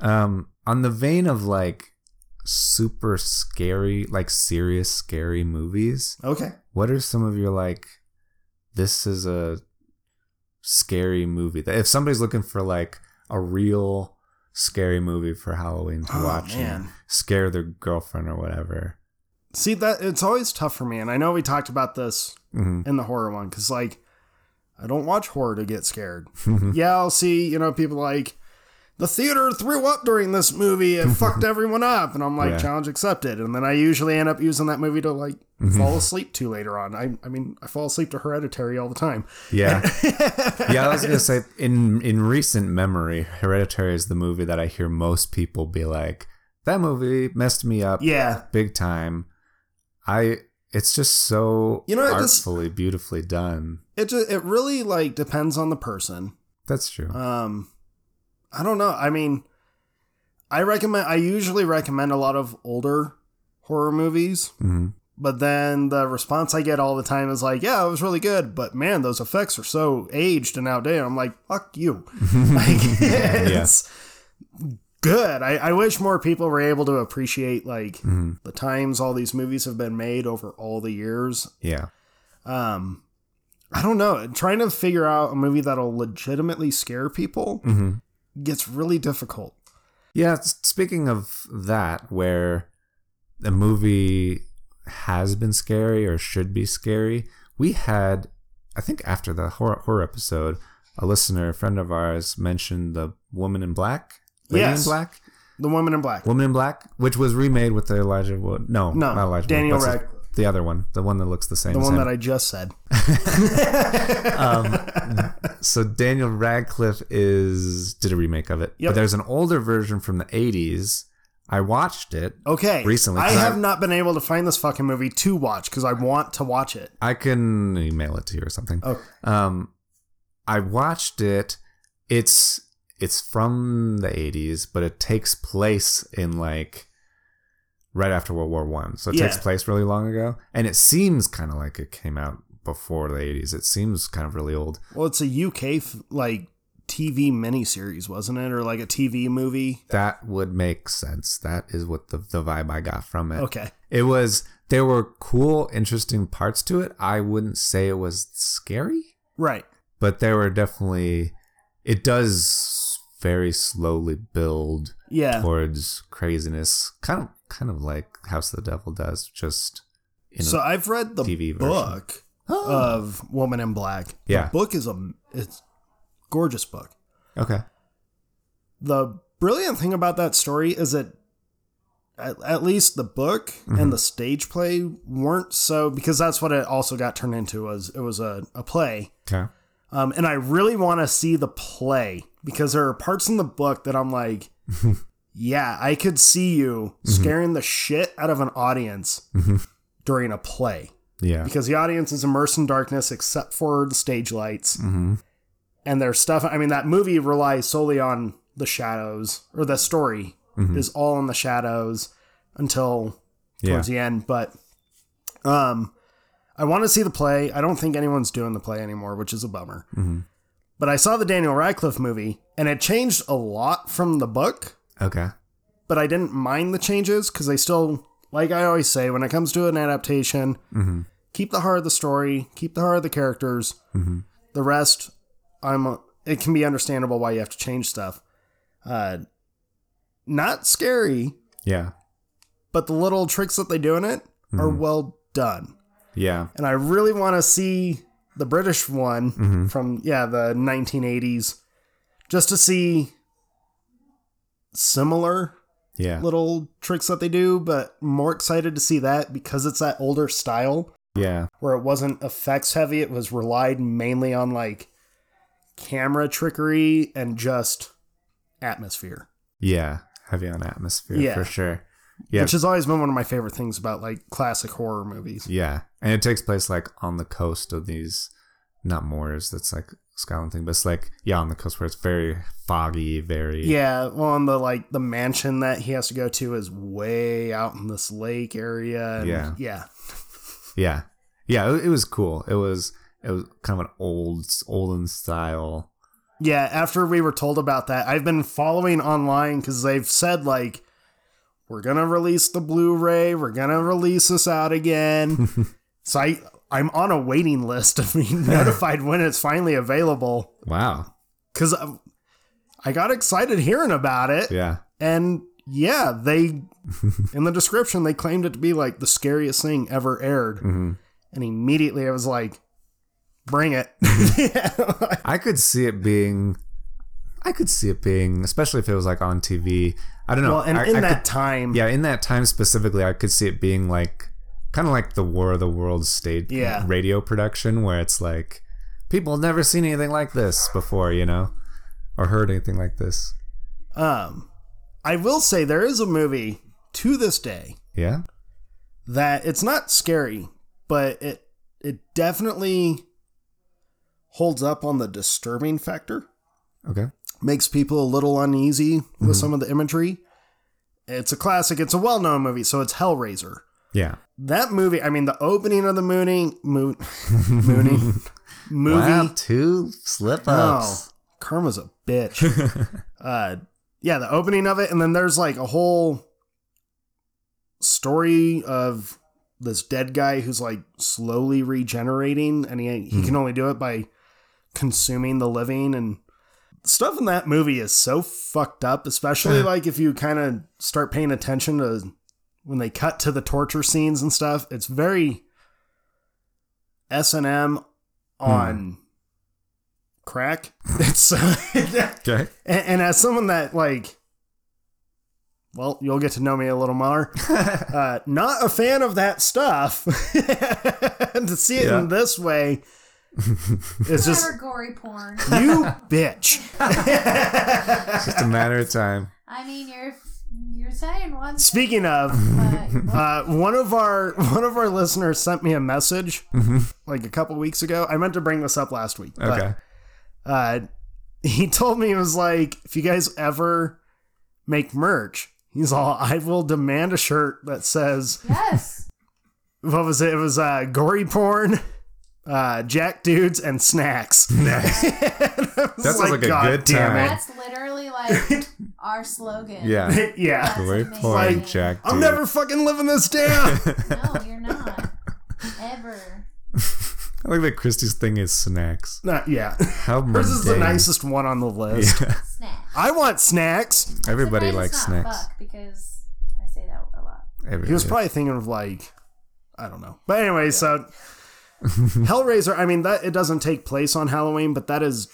Speaker 1: Um, on the vein of like super scary, like serious scary movies,
Speaker 2: okay.
Speaker 1: what are some of your like this is a scary movie that if somebody's looking for like a real scary movie for halloween to
Speaker 2: Oh,
Speaker 1: watch and
Speaker 2: man.
Speaker 1: scare their girlfriend or whatever
Speaker 2: See that it's always tough for me, and I know we talked about this
Speaker 1: hmm
Speaker 2: in the horror one because like I don't watch horror to get scared.
Speaker 1: mm-hmm.
Speaker 2: yeah, I'll see you know people like the theater threw up during this movie and fucked everyone up, and I'm like
Speaker 1: Yeah.
Speaker 2: challenge accepted, and then I usually end up using that movie to like
Speaker 1: Mm-hmm.
Speaker 2: fall asleep to later on. I I mean I fall asleep to Hereditary all the time.
Speaker 1: yeah yeah i was gonna say in in recent memory hereditary is the movie that i hear most people be like that movie messed me up
Speaker 2: Yeah,
Speaker 1: big time i it's just so
Speaker 2: You know, it just-
Speaker 1: artfully beautifully done
Speaker 2: it just, it really like depends on the person.
Speaker 1: that's true
Speaker 2: Um, I don't know. I mean, I recommend. I usually recommend a lot of older horror movies.
Speaker 1: hmm
Speaker 2: But then the response I get all the time is like, "Yeah, it was really good, but man, those effects are so aged and outdated." I'm like, "Fuck you!" like, it's good. I, I wish more people were able to appreciate like
Speaker 1: Mhm.
Speaker 2: the times all these movies have been made over all the years.
Speaker 1: yeah
Speaker 2: Um, I don't know. Trying to figure out a movie that'll legitimately scare people
Speaker 1: mm-hmm.
Speaker 2: gets really difficult.
Speaker 1: Yeah, s- speaking of that, where the movie has been scary or should be scary, we had, I think, after the horror, horror episode, a listener, a friend of ours, mentioned the Woman in Black, Lady
Speaker 2: Yes.
Speaker 1: in Black,
Speaker 2: The Woman in Black.
Speaker 1: Woman in Black, which was remade with the Elijah Wood. No,
Speaker 2: No,
Speaker 1: not Elijah
Speaker 2: Daniel
Speaker 1: Wood. What's his-
Speaker 2: Radcliffe.
Speaker 1: The other one, the one that looks the same.
Speaker 2: the
Speaker 1: as
Speaker 2: one
Speaker 1: him.
Speaker 2: that I just said.
Speaker 1: so Daniel Radcliffe is did a remake of it.
Speaker 2: Yep.
Speaker 1: But there's an older version from the 80s. I watched it.
Speaker 2: Okay.
Speaker 1: Recently,
Speaker 2: I
Speaker 1: 'cause I-
Speaker 2: have not been able to find this fucking movie to watch because I want to watch it. Oh,
Speaker 1: I can email it to you or something.
Speaker 2: Okay.
Speaker 1: Um, I watched it. It's it's from the 80s, but it takes place in like right after World War One, so it takes
Speaker 2: Yeah.
Speaker 1: place really long ago, and it seems kind of like it came out before the 80s. It seems kind of really old.
Speaker 2: Well, it's a UK f- like TV miniseries, wasn't it, or like a TV movie?
Speaker 1: That would make sense. That is what the the vibe I got from it.
Speaker 2: Okay.
Speaker 1: It was there were cool, interesting parts to it. I wouldn't say it was scary,
Speaker 2: Right.
Speaker 1: but there were definitely it does very slowly build
Speaker 2: Yeah.
Speaker 1: towards craziness, kind of kind of like House of the Devil does, just in
Speaker 2: So
Speaker 1: a,
Speaker 2: I've read the
Speaker 1: TV version.
Speaker 2: book of Woman in Black.
Speaker 1: Yeah.
Speaker 2: The book is a it's gorgeous book.
Speaker 1: okay.
Speaker 2: The brilliant thing about that story is it at, at least the book
Speaker 1: Mm-hmm.
Speaker 2: and the stage play weren't so because that's what it also got turned into was it was a, a play
Speaker 1: Okay.
Speaker 2: um, and i really want to see the play because there are parts in the book that i'm like yeah i could see you scaring the shit out of an audience during a play
Speaker 1: Yeah.
Speaker 2: because the audience is immersed in darkness except for the stage lights
Speaker 1: Mm-hmm.
Speaker 2: and their stuff. I mean, that movie relies solely on the shadows, or the story
Speaker 1: Mhm.
Speaker 2: is all in the shadows until
Speaker 1: Yeah.
Speaker 2: towards the end. But um, I want to see the play. I don't think anyone's doing the play anymore, which is a bummer.
Speaker 1: Mhm.
Speaker 2: But I saw the Daniel Radcliffe movie, and it changed a lot from the book.
Speaker 1: Okay.
Speaker 2: But I didn't mind the changes because they still, like I always say, when it comes to an adaptation,
Speaker 1: Mm-hmm.
Speaker 2: keep the heart of the story, keep the heart of the characters.
Speaker 1: Mm-hmm.
Speaker 2: The rest, I'm. It can be understandable why you have to change stuff. Uh, not scary,
Speaker 1: Yeah.
Speaker 2: but the little tricks that they do in it are
Speaker 1: Mhm.
Speaker 2: well done.
Speaker 1: Yeah.
Speaker 2: And I really want to see the British one
Speaker 1: Mhm.
Speaker 2: from yeah the 1980s, just to see similar
Speaker 1: Yeah.
Speaker 2: little tricks that they do. But more excited to see that because it's that older style
Speaker 1: Yeah.
Speaker 2: where it wasn't effects heavy. It was relied mainly on like camera trickery and just atmosphere,
Speaker 1: Yeah. Heavy on atmosphere
Speaker 2: Yeah.
Speaker 1: for sure. Yeah.
Speaker 2: which has always been one of my favorite things about like classic horror movies.
Speaker 1: yeah. And it takes place like on the coast of these, not moors. That's like Scotland thing, but it's like yeah, on the coast where it's very foggy, very
Speaker 2: Yeah, well, and the like the mansion that he has to go to is way out in this lake area. And
Speaker 1: Yeah.
Speaker 2: yeah,
Speaker 1: Yeah, yeah. It, it was cool. It was it was kind of an old olden style.
Speaker 2: Yeah, after we were told about that, I've been following online because they've said, like, we're going to release the Blu ray, we're going to release this out again. so I, I'm on a waiting list of being notified when it's finally available
Speaker 1: Wow.
Speaker 2: because I got excited hearing about it.
Speaker 1: Yeah.
Speaker 2: And yeah, they, in the description, they claimed it to be like the scariest thing ever aired.
Speaker 1: Mm-hmm.
Speaker 2: And immediately I was like, bring it.
Speaker 1: I could see it being. I could see it being, especially if it was like on TV. I don't know.
Speaker 2: well, and
Speaker 1: I,
Speaker 2: in
Speaker 1: I
Speaker 2: that
Speaker 1: could-
Speaker 2: time,
Speaker 1: yeah, in that time specifically, I could see it being like kind of like the War of the Worlds stage
Speaker 2: Yeah.
Speaker 1: radio production, where it's like people have never seen anything like this before, you know, or heard anything like this.
Speaker 2: Um, I will say there is a movie to this day
Speaker 1: Yeah.
Speaker 2: that it's not scary, but it it definitely holds up on the disturbing factor.
Speaker 1: Okay.
Speaker 2: Makes people a little uneasy
Speaker 1: Mm-hmm.
Speaker 2: with some of the imagery. It's a classic. It's a well-known movie, so it's Hellraiser.
Speaker 1: Yeah.
Speaker 2: That movie, I mean, the opening of the mooning, moon, mooning, movie.
Speaker 1: Wow, two slip ups.
Speaker 2: Oh, karma's a bitch. uh, yeah, the opening of it, and then there's like a whole story of this dead guy who's like slowly regenerating, and he he can only do it by consuming the living and stuff in that movie is so fucked up especially like if you kind of start paying attention to when they cut to the torture scenes and stuff it's very s&m on crack. It's and,
Speaker 1: Okay.
Speaker 2: and as someone that like, well, you'll get to know me a little more. uh, not a fan of that stuff. and to see it
Speaker 1: Yeah.
Speaker 2: in this way, it's just
Speaker 5: Whatever gory porn.
Speaker 2: you bitch.
Speaker 1: Just a matter of time.
Speaker 5: I mean, you're you're saying one thing,
Speaker 2: Speaking of.
Speaker 5: but
Speaker 2: Uh, one of our one of our listeners sent me a message like a couple weeks ago. I meant to bring this up last week, but
Speaker 1: Okay.
Speaker 2: uh, he told me he was like, if you guys ever make merch, he's all, I will demand a shirt that says,
Speaker 5: yes,
Speaker 2: what was it? It was uh, gory porn, uh, jack dudes, and snacks. that
Speaker 1: sounds like a good time."
Speaker 5: that's literally like our slogan.
Speaker 1: yeah.
Speaker 2: it. yeah.
Speaker 5: That's
Speaker 1: Wait
Speaker 5: amazing.
Speaker 1: for
Speaker 2: Like,
Speaker 1: Jack.
Speaker 2: I'm
Speaker 1: dude.
Speaker 2: never fucking living this down.
Speaker 5: No, you're not. Ever.
Speaker 1: I like that Christie's thing is snacks.
Speaker 2: Not yet.
Speaker 1: How
Speaker 2: Hers is the
Speaker 1: mundane.
Speaker 2: nicest one on the list.
Speaker 5: Snack.
Speaker 2: I want snacks.
Speaker 1: Everybody
Speaker 5: Sometimes
Speaker 1: likes
Speaker 5: it's
Speaker 1: snacks.
Speaker 5: Fuck because I say that a lot.
Speaker 1: Everybody.
Speaker 2: He was probably thinking of like, I don't know. But anyway, so Hellraiser. I mean, that it doesn't take place on Halloween, but that is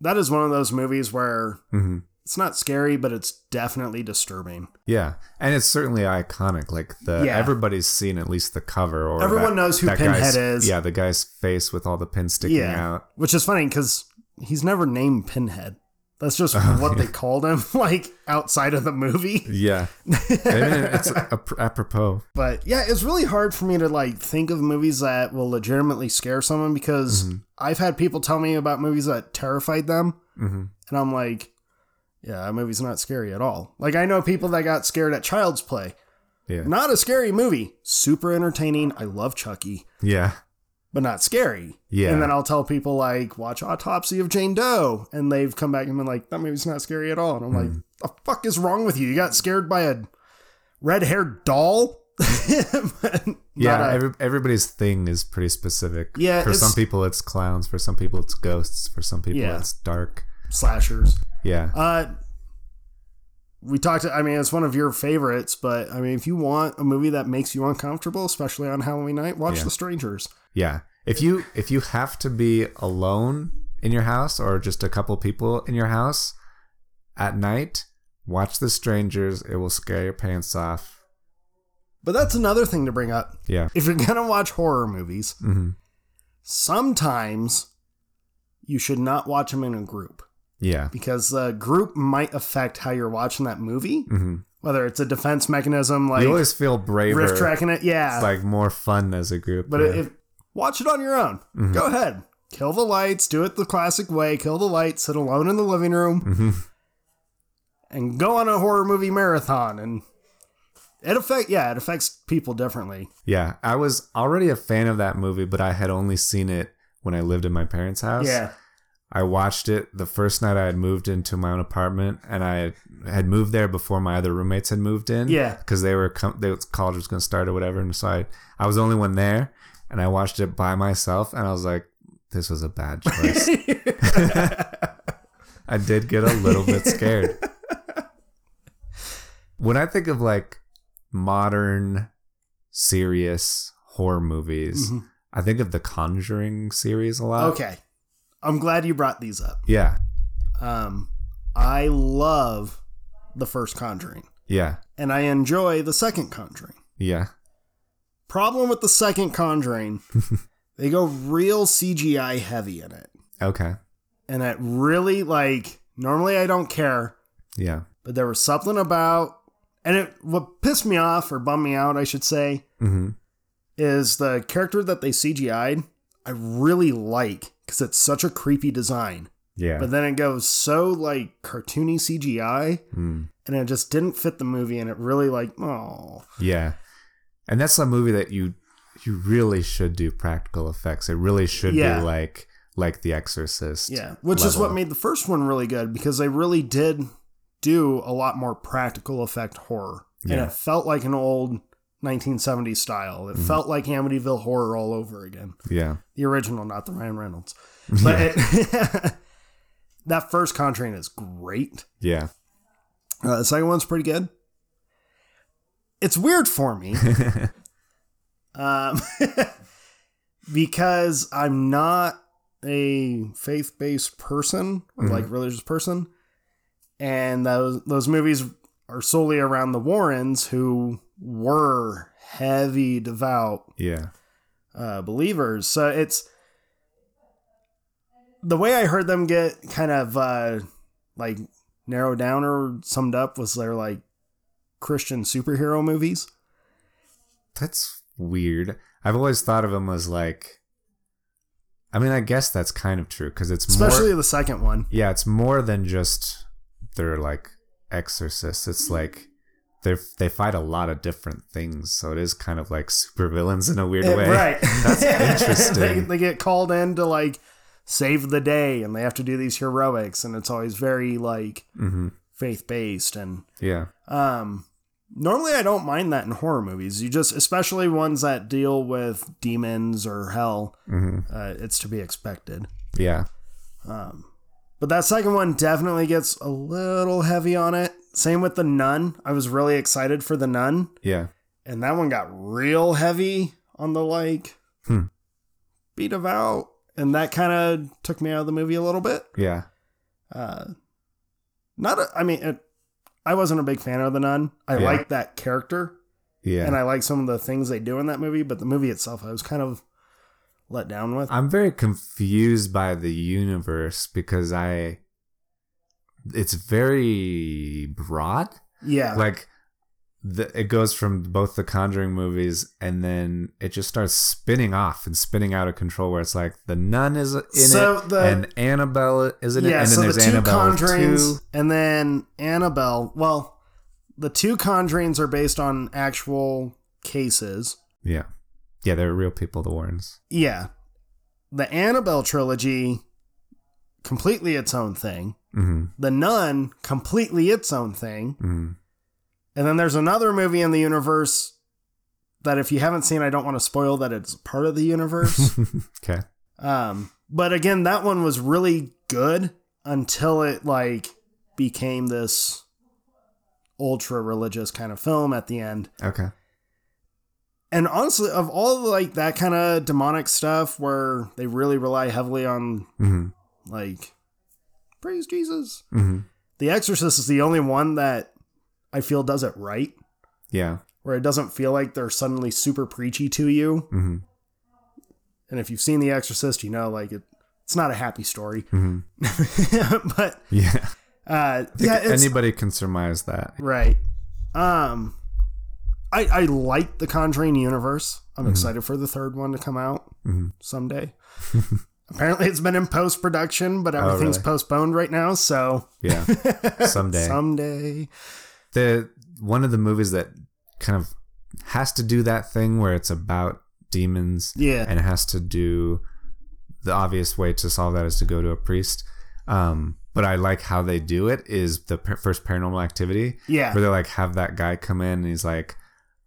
Speaker 2: that is one of those movies where
Speaker 1: Mhm.
Speaker 2: it's not scary, but it's definitely disturbing.
Speaker 1: Yeah, and it's certainly iconic. Like the
Speaker 2: Yeah.
Speaker 1: everybody's seen at least the cover, or
Speaker 2: Everyone
Speaker 1: that-
Speaker 2: knows who
Speaker 1: that guy's-
Speaker 2: Pinhead is.
Speaker 1: Yeah, the guy's face with all the pins sticking out.
Speaker 2: Which is funny because he's never named Pinhead. That's just
Speaker 1: Oh,
Speaker 2: what they called him, like outside of the movie.
Speaker 1: Yeah, I mean, it's ap- apropos.
Speaker 2: But yeah, it's really hard for me to like think of movies that will legitimately scare someone because I've had people tell me about movies that terrified them,
Speaker 1: hmm
Speaker 2: and I'm like, yeah, that movie's not scary at all. Like I know people that got scared at Child's Play.
Speaker 1: Yeah,
Speaker 2: Not a scary movie. Super entertaining. I love Chucky,
Speaker 1: yeah,
Speaker 2: but not scary.
Speaker 1: yeah.
Speaker 2: And then I'll tell people like, watch Autopsy of Jane Doe, and they've come back and been like, that movie's not scary at all. And I'm
Speaker 1: Hmm.
Speaker 2: like, the fuck is wrong with you? You got scared by a red-haired doll. Not
Speaker 1: yeah,
Speaker 2: a-
Speaker 1: every, everybody's thing is pretty specific.
Speaker 2: Yeah,
Speaker 1: for some
Speaker 2: it's-
Speaker 1: people it's clowns, for some people it's ghosts, for some people
Speaker 2: Yeah.
Speaker 1: it's dark.
Speaker 2: slashers.
Speaker 1: Yeah,
Speaker 2: Uh, we talked. I mean, it's one of your favorites, but I mean, if you want a movie that makes you uncomfortable, especially on Halloween night, watch
Speaker 1: Yeah.
Speaker 2: The Strangers.
Speaker 1: yeah. If you if you have to be alone in your house or just a couple people in your house at night, watch The Strangers. It will scare your pants off.
Speaker 2: But that's another thing to bring up.
Speaker 1: Yeah.
Speaker 2: If you're gonna watch horror movies,
Speaker 1: hmm
Speaker 2: sometimes you should not watch them in a group.
Speaker 1: Yeah.
Speaker 2: because the group might affect how you're watching that movie,
Speaker 1: hmm
Speaker 2: whether it's a defense mechanism like
Speaker 1: you always feel braver.
Speaker 2: riff tracking it. Yeah.
Speaker 1: It's like more fun as a group.
Speaker 2: but
Speaker 1: yeah.
Speaker 2: if watch it on your own,
Speaker 1: Mhm.
Speaker 2: go ahead. Kill the lights, do it the classic way, kill the lights, sit alone in the living room,
Speaker 1: Mhm.
Speaker 2: and go on a horror movie marathon. And it affect yeah, it affects people differently.
Speaker 1: yeah, I was already a fan of that movie, but I had only seen it when I lived in my parents' house.
Speaker 2: Yeah.
Speaker 1: I watched it the first night I had moved into my own apartment, and I had moved there before my other roommates had moved in.
Speaker 2: Yeah.
Speaker 1: because they were com- they, college was going to start or whatever, and so I I was the only one there, and I watched it by myself, and I was like, this was a bad choice. I did get a little bit scared. when I think of like modern serious horror movies,
Speaker 2: Mhm.
Speaker 1: I think of the Conjuring series a lot.
Speaker 2: Okay. I'm glad you brought these up.
Speaker 1: Yeah.
Speaker 2: Um I love the first conjuring.
Speaker 1: Yeah.
Speaker 2: And I enjoy the second conjuring.
Speaker 1: Yeah.
Speaker 2: Problem with the second Conjuring, they go real CGI heavy in it.
Speaker 1: Okay.
Speaker 2: And it really, like, normally I don't care,
Speaker 1: Yeah.
Speaker 2: but there was something about, and it, what pissed me off or bummed me out, I should say,
Speaker 1: Mm-hmm.
Speaker 2: is the character that they CGI'd, I really like because it's such a creepy design.
Speaker 1: Yeah.
Speaker 2: But then it goes so, like, cartoony CGI,
Speaker 1: Mm.
Speaker 2: and it just didn't fit the movie, and it really, like, oh,
Speaker 1: Yeah. And that's a movie that you you really should do practical effects. It really should
Speaker 2: Yeah.
Speaker 1: be like like The Exorcist.
Speaker 2: Yeah, which is what
Speaker 1: level.
Speaker 2: made the first one really good because they really did do a lot more practical effect horror. And
Speaker 1: Yeah.
Speaker 2: it felt like an old 1970s style. It
Speaker 1: Mm-hmm.
Speaker 2: felt like Amityville horror all over again.
Speaker 1: Yeah.
Speaker 2: The original, not the Ryan Reynolds. But it, that first Conjuring is great.
Speaker 1: Yeah.
Speaker 2: Uh, the second one's pretty good. It's weird for me um, because I'm not a faith based person, or like religious person, and those those movies are solely around the Warrens, who were heavy devout
Speaker 1: yeah.
Speaker 2: uh, believers. So it's the way I heard them get kind of uh, like narrowed down or summed up was they're like Christian superhero movies.
Speaker 1: That's weird. I've always thought of him as like I mean, I guess that's kind of true because it's
Speaker 2: Especially
Speaker 1: more
Speaker 2: the second one.
Speaker 1: Yeah, it's more than just they're like exorcists.
Speaker 2: Mm-hmm.
Speaker 1: It's like they they fight a lot of different things, so it is kind of like supervillains in a weird
Speaker 2: Eh,
Speaker 1: way.
Speaker 2: Right.
Speaker 1: That's interesting.
Speaker 2: they, they get called in to like save the day and they have to do these heroics and it's always very like
Speaker 1: Mm-hmm.
Speaker 2: faith based and
Speaker 1: Yeah.
Speaker 2: um normally I don't mind that in horror movies. You just especially ones that deal with demons or hell,
Speaker 1: hmm
Speaker 2: uh, it's to be expected.
Speaker 1: Yeah.
Speaker 2: Um but that second one definitely gets a little heavy on it. Same with the nun. I was really excited for the nun
Speaker 1: Yeah.
Speaker 2: and that one got real heavy on the like
Speaker 1: Hmm.
Speaker 2: beat of out and that kind of took me out of the movie a little bit
Speaker 1: Yeah.
Speaker 2: uh Not, a, I mean, it, I wasn't a big fan of the nun. I
Speaker 1: Yeah.
Speaker 2: like that character,
Speaker 1: Yeah.
Speaker 2: and I like some of the things they do in that movie, but the movie itself, I was kind of let down with.
Speaker 1: I'm very confused by the universe because I it's very broad.
Speaker 2: yeah,
Speaker 1: Like the, it goes from both the Conjuring movies and then it just starts spinning off and spinning out of control where it's like the nun is in
Speaker 2: So
Speaker 1: it
Speaker 2: the-
Speaker 1: and Annabelle is in it
Speaker 2: yeah.
Speaker 1: and then
Speaker 2: So the
Speaker 1: there's
Speaker 2: two
Speaker 1: Annabelle
Speaker 2: Conjurings,
Speaker 1: 2.
Speaker 2: and then Annabelle. Well, the two Conjurings are based on actual cases.
Speaker 1: Yeah. Yeah, they're real people, the Warrens.
Speaker 2: Yeah, the Annabelle trilogy, completely its own thing.
Speaker 1: hmm
Speaker 2: The Nun, completely its own thing.
Speaker 1: hmm
Speaker 2: And then there's another movie in the universe that if you haven't seen, I don't want to spoil that it's part of the universe.
Speaker 1: okay.
Speaker 2: um, but again, that one was really good until it like became this ultra religious kind of film at the end.
Speaker 1: Okay.
Speaker 2: And honestly, of all like that kind of demonic stuff where they really rely heavily on
Speaker 1: hmm
Speaker 2: like praise Jesus.
Speaker 1: hmm
Speaker 2: The Exorcist is the only one that I feel does it right.
Speaker 1: Yeah.
Speaker 2: where it doesn't feel like they're suddenly super preachy to you.
Speaker 1: hmm
Speaker 2: And if you've seen The Exorcist, you know like it, it's not a happy story.
Speaker 1: hmm
Speaker 2: but
Speaker 1: Yeah.
Speaker 2: uh,
Speaker 1: I think
Speaker 2: yeah, it's
Speaker 1: anybody can surmise that.
Speaker 2: right. Um, I I like the Conjuring universe. I'm excited for the third one to come out
Speaker 1: Mhm.
Speaker 2: someday. Apparently, it's been in post production, but
Speaker 1: really?
Speaker 2: everything's postponed right now. So
Speaker 1: Yeah. Someday.
Speaker 2: someday,
Speaker 1: the one of the movies that kind of has to do that thing where it's about demons
Speaker 2: Yeah.
Speaker 1: and it has to do the obvious way to solve that is to go to a priest um but i like how they do it is the par- first paranormal activity
Speaker 2: Yeah.
Speaker 1: where they like have that guy come in and he's like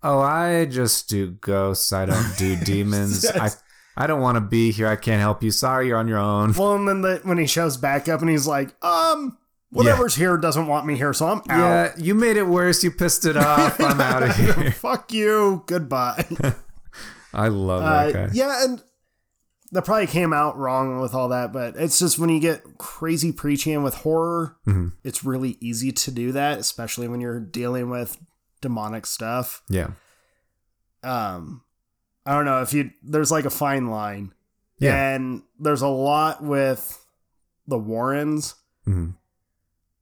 Speaker 1: oh i just do ghosts i don't do demons i i don't want to be here i can't help you sorry you're on your own
Speaker 2: Well, and then the, when he shows back up and he's like, um, whatever's here doesn't want me here, so I'm out.
Speaker 1: yeah you made it worse you pissed it off i'm out of here
Speaker 2: Fuck you. Goodbye.
Speaker 1: i love
Speaker 2: Uh,
Speaker 1: that guy
Speaker 2: Yeah, and that probably came out wrong with all that, but it's just when you get crazy preaching with horror,
Speaker 1: Mhm.
Speaker 2: it's really easy to do that, especially when you're dealing with demonic stuff.
Speaker 1: yeah
Speaker 2: Um, I don't know if you there's like a fine line,
Speaker 1: yeah
Speaker 2: and there's a lot with the Warrens
Speaker 1: Mhm.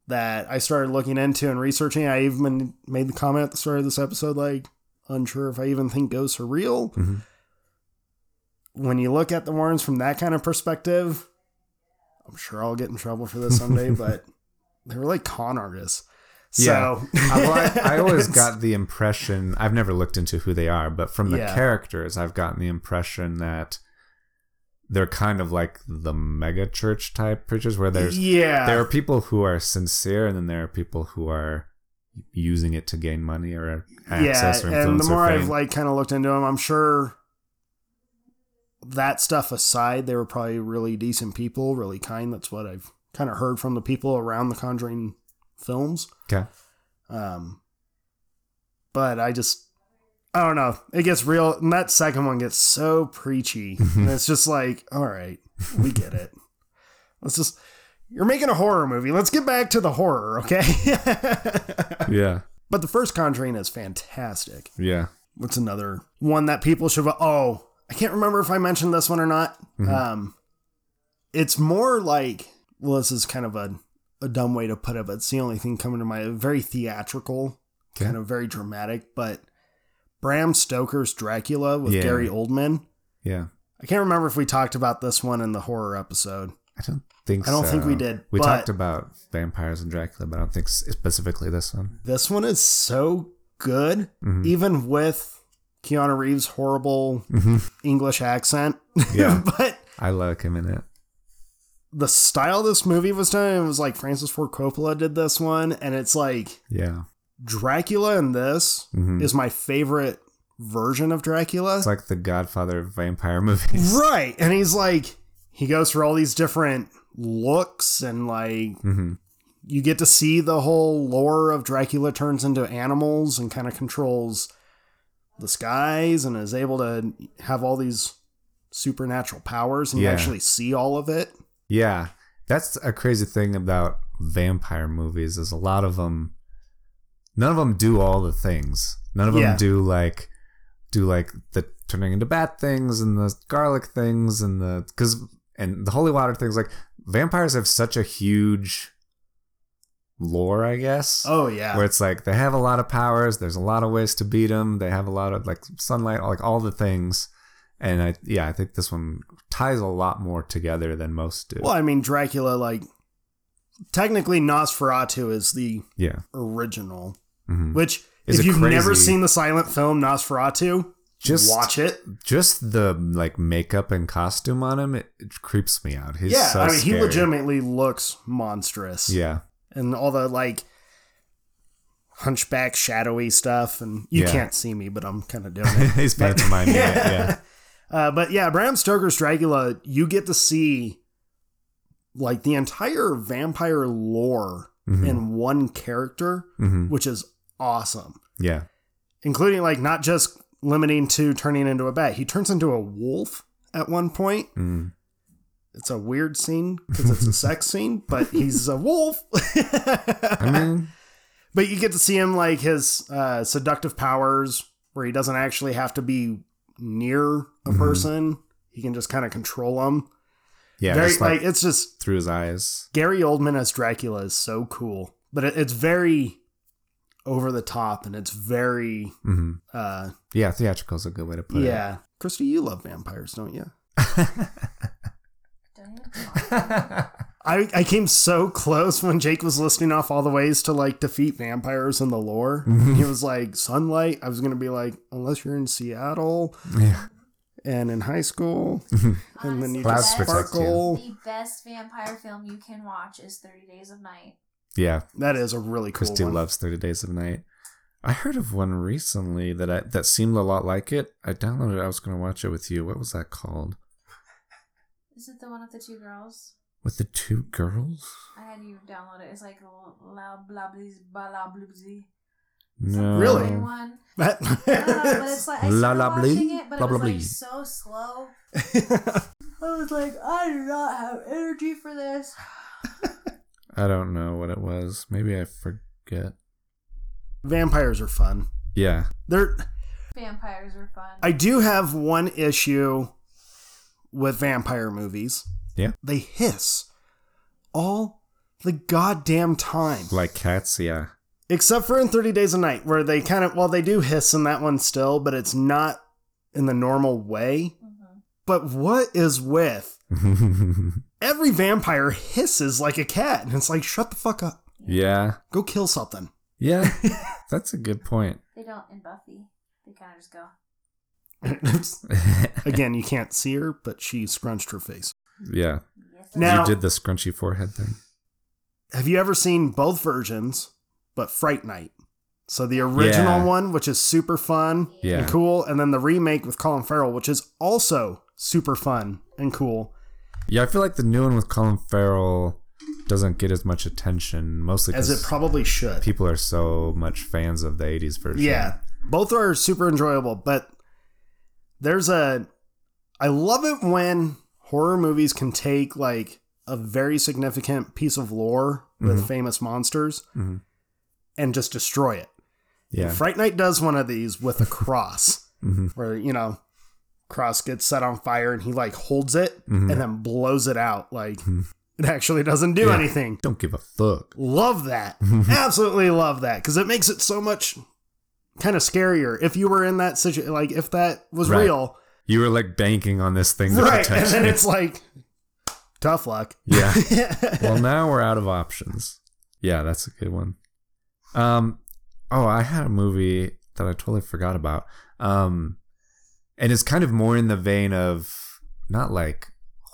Speaker 2: that I started looking into and researching. I even made the comment at the start of this episode, like, unsure if I even think ghosts are real.
Speaker 1: Mhm.
Speaker 2: When you look at the Warrens from that kind of perspective, I'm sure I'll get in trouble for this someday, but they were like con artists. So
Speaker 1: I, well, I, I always got the impression I've never looked into who they are, but from the
Speaker 2: Yeah.
Speaker 1: characters, I've gotten the impression that they're kind of like the mega church type preachers, where there's
Speaker 2: yeah,
Speaker 1: there are people who are sincere, and then there are people who are using it to gain money or access or
Speaker 2: yeah, and
Speaker 1: influence
Speaker 2: the more
Speaker 1: or
Speaker 2: I've
Speaker 1: fame.
Speaker 2: like kind of looked into them, I'm sure that stuff aside, they were probably really decent people, really kind. That's what I've kind of heard from the people around the Conjuring films.
Speaker 1: okay,
Speaker 2: Um, but I just, I don't know. It gets real, and that second one gets so preachy, and it's just like, all right, we get it. Let's just. You're making a horror movie. Let's get back to the horror, okay?
Speaker 1: yeah,
Speaker 2: but the first Conjuring is fantastic
Speaker 1: yeah,
Speaker 2: what's another one that people should oh i can't remember if i mentioned this one or not
Speaker 1: Mm-hmm.
Speaker 2: um it's more like well this is kind of a, a dumb way to put it but it's the only thing coming to my very theatrical
Speaker 1: Okay.
Speaker 2: kind of very dramatic but bram stoker's dracula with
Speaker 1: Yeah.
Speaker 2: gary oldman
Speaker 1: yeah.
Speaker 2: i can't remember if we talked about this one in the horror episode
Speaker 1: I don't think
Speaker 2: I don't
Speaker 1: so.
Speaker 2: think we did,
Speaker 1: We
Speaker 2: but-
Speaker 1: talked about vampires and Dracula, but I don't think s- specifically this one.
Speaker 2: this one is so good
Speaker 1: Mhm.
Speaker 2: even with keanu reeves horrible
Speaker 1: Mhm.
Speaker 2: english accent
Speaker 1: Yeah.
Speaker 2: but
Speaker 1: I like him in it.
Speaker 2: the style this movie was done, it was like Francis Ford Coppola did this one, and it's like
Speaker 1: Yeah,
Speaker 2: Dracula in this
Speaker 1: Mhm.
Speaker 2: is my favorite version of Dracula.
Speaker 1: it's like the Godfather of vampire movies.
Speaker 2: right. And he's like, he goes through all these different looks, and like,
Speaker 1: Mm-hmm.
Speaker 2: you get to see the whole lore of Dracula turns into animals and kind of controls the skies and is able to have all these supernatural powers, and
Speaker 1: Yeah.
Speaker 2: you actually see all of it.
Speaker 1: Yeah, That's a crazy thing about vampire movies is a lot of them none of them do all the things. None of them
Speaker 2: Yeah.
Speaker 1: do like do like the turning into bat things and the garlic things and the cuz and the holy water things like vampires have such a huge lore, I guess
Speaker 2: Oh yeah.
Speaker 1: where it's like they have a lot of powers there's a lot of ways to beat them they have a lot of like sunlight like all the things and i yeah i think this one ties a lot more together than most do
Speaker 2: Well, I mean Dracula like technically Nosferatu is the
Speaker 1: yeah
Speaker 2: original,
Speaker 1: Mhm.
Speaker 2: which
Speaker 1: Is
Speaker 2: if
Speaker 1: it
Speaker 2: you've never
Speaker 1: crazy-
Speaker 2: seen the silent film Nosferatu,
Speaker 1: Just-
Speaker 2: just watch it.
Speaker 1: just the like makeup and costume on him it, it creeps me out he's
Speaker 2: yeah,
Speaker 1: so
Speaker 2: I mean
Speaker 1: scary.
Speaker 2: he legitimately looks monstrous.
Speaker 1: yeah
Speaker 2: and all the like hunchback shadowy stuff and you
Speaker 1: Yeah.
Speaker 2: can't see me but i'm kind of doing it
Speaker 1: he's pantomiming it, yeah
Speaker 2: uh, but yeah bram stoker's dracula you get to see like the entire vampire lore
Speaker 1: Mhm.
Speaker 2: in one character
Speaker 1: Mhm.
Speaker 2: which is awesome
Speaker 1: yeah
Speaker 2: including like not just limiting to turning into a bat he turns into a wolf at one point
Speaker 1: Mm.
Speaker 2: it's a weird scene because it's a sex scene but he's a wolf
Speaker 1: i mean
Speaker 2: But you get to see him like his uh, seductive powers, where he doesn't actually have to be near a
Speaker 1: Mhm.
Speaker 2: person; he can just kind of control them.
Speaker 1: yeah
Speaker 2: very
Speaker 1: just, like,
Speaker 2: like, it's just
Speaker 1: through his eyes
Speaker 2: Gary Oldman as Dracula is so cool, but it, it's very over the top and it's very
Speaker 1: hmm
Speaker 2: uh,
Speaker 1: yeah theatrical's a good way to put it
Speaker 2: yeah. Christy, you love vampires, don't you? I, I came so close when Jake was listing off all the ways to like defeat vampires in the lore.
Speaker 1: Mm-hmm.
Speaker 2: He was like sunlight. I was gonna be like, unless you're in Seattle,
Speaker 1: yeah
Speaker 2: and in high school, and then
Speaker 5: Honestly,
Speaker 2: you
Speaker 1: Clouds
Speaker 2: just
Speaker 1: protect you.
Speaker 2: sparkle.
Speaker 5: The best vampire film you can watch is Thirty Days of Night.
Speaker 1: yeah
Speaker 2: That is a really cool
Speaker 1: Christy
Speaker 2: one.
Speaker 1: loves Thirty Days of Night. I heard of one recently that I, that seemed a lot like it. I downloaded. it. I was going to watch it with you. What was that called?
Speaker 5: Is it the one with the two girls?
Speaker 1: With the two girls?
Speaker 5: I had you download it. It's like l- la blah bleez blah la bloobzy.
Speaker 1: No.
Speaker 2: Really?
Speaker 5: One.
Speaker 2: That-
Speaker 5: I don't know, but it's like I
Speaker 1: La
Speaker 5: la
Speaker 1: la
Speaker 5: la
Speaker 1: blee,
Speaker 5: blee, it, but
Speaker 1: blah,
Speaker 5: it was
Speaker 1: blah blee.
Speaker 5: like so slow. I was like, I do not have energy for this.
Speaker 1: I don't know what it was. Maybe I forget.
Speaker 2: Vampires are fun.
Speaker 1: Yeah.
Speaker 2: They're.
Speaker 5: Vampires are fun.
Speaker 2: I do have one issue with vampire movies.
Speaker 1: Yeah.
Speaker 2: They hiss all the goddamn time.
Speaker 1: Like cats. Yeah.
Speaker 2: Except for in 30 Days a Night, where they kind of, well, they do hiss in that one still, but it's not in the normal way. But what is with every vampire hisses like a cat? And it's like, shut the fuck up.
Speaker 1: yeah.
Speaker 2: Go kill something.
Speaker 1: Yeah. That's a good point.
Speaker 5: They don't in Buffy. They kind of just go.
Speaker 2: Again, you can't see her, but she scrunched her face.
Speaker 1: yeah.
Speaker 5: Yes, I
Speaker 2: Now-
Speaker 1: you did the scrunchy forehead thing.
Speaker 2: Have you ever seen both versions, but Fright Night? So the original
Speaker 1: Yeah.
Speaker 2: one, which is super fun
Speaker 1: Yeah.
Speaker 2: and cool, and then the remake with Colin Farrell, which is also super fun and cool.
Speaker 1: Yeah. I feel like the new one with Colin Farrell doesn't get as much attention, mostly
Speaker 2: as it
Speaker 1: because
Speaker 2: probably should.
Speaker 1: people are so much fans of the 80s version.
Speaker 2: Yeah. Both are super enjoyable, but there's a I love it when horror movies can take like a very significant piece of lore with
Speaker 1: Mm-hmm.
Speaker 2: famous monsters
Speaker 1: Mhm.
Speaker 2: and just destroy it.
Speaker 1: Yeah.
Speaker 2: Fright Night does one of these with a cross
Speaker 1: Mhm.
Speaker 2: where, you know, cross gets set on fire and he like holds it
Speaker 1: Mhm.
Speaker 2: and then blows it out like it actually doesn't do
Speaker 1: Mm-hmm. Yeah.
Speaker 2: anything.
Speaker 1: Don't give a fuck.
Speaker 2: Love that. Absolutely love that because it makes it so much kind of scarier. If you were in that situation, like if that was
Speaker 1: Right.
Speaker 2: real,
Speaker 1: You were like banking on this thing to
Speaker 2: right? And
Speaker 1: protect
Speaker 2: then
Speaker 1: you.
Speaker 2: it's like, tough luck.
Speaker 1: yeah. well, now we're out of options. Yeah, that's a good one. Um, oh, I had a movie that I totally forgot about. Um, and it's kind of more in the vein of not like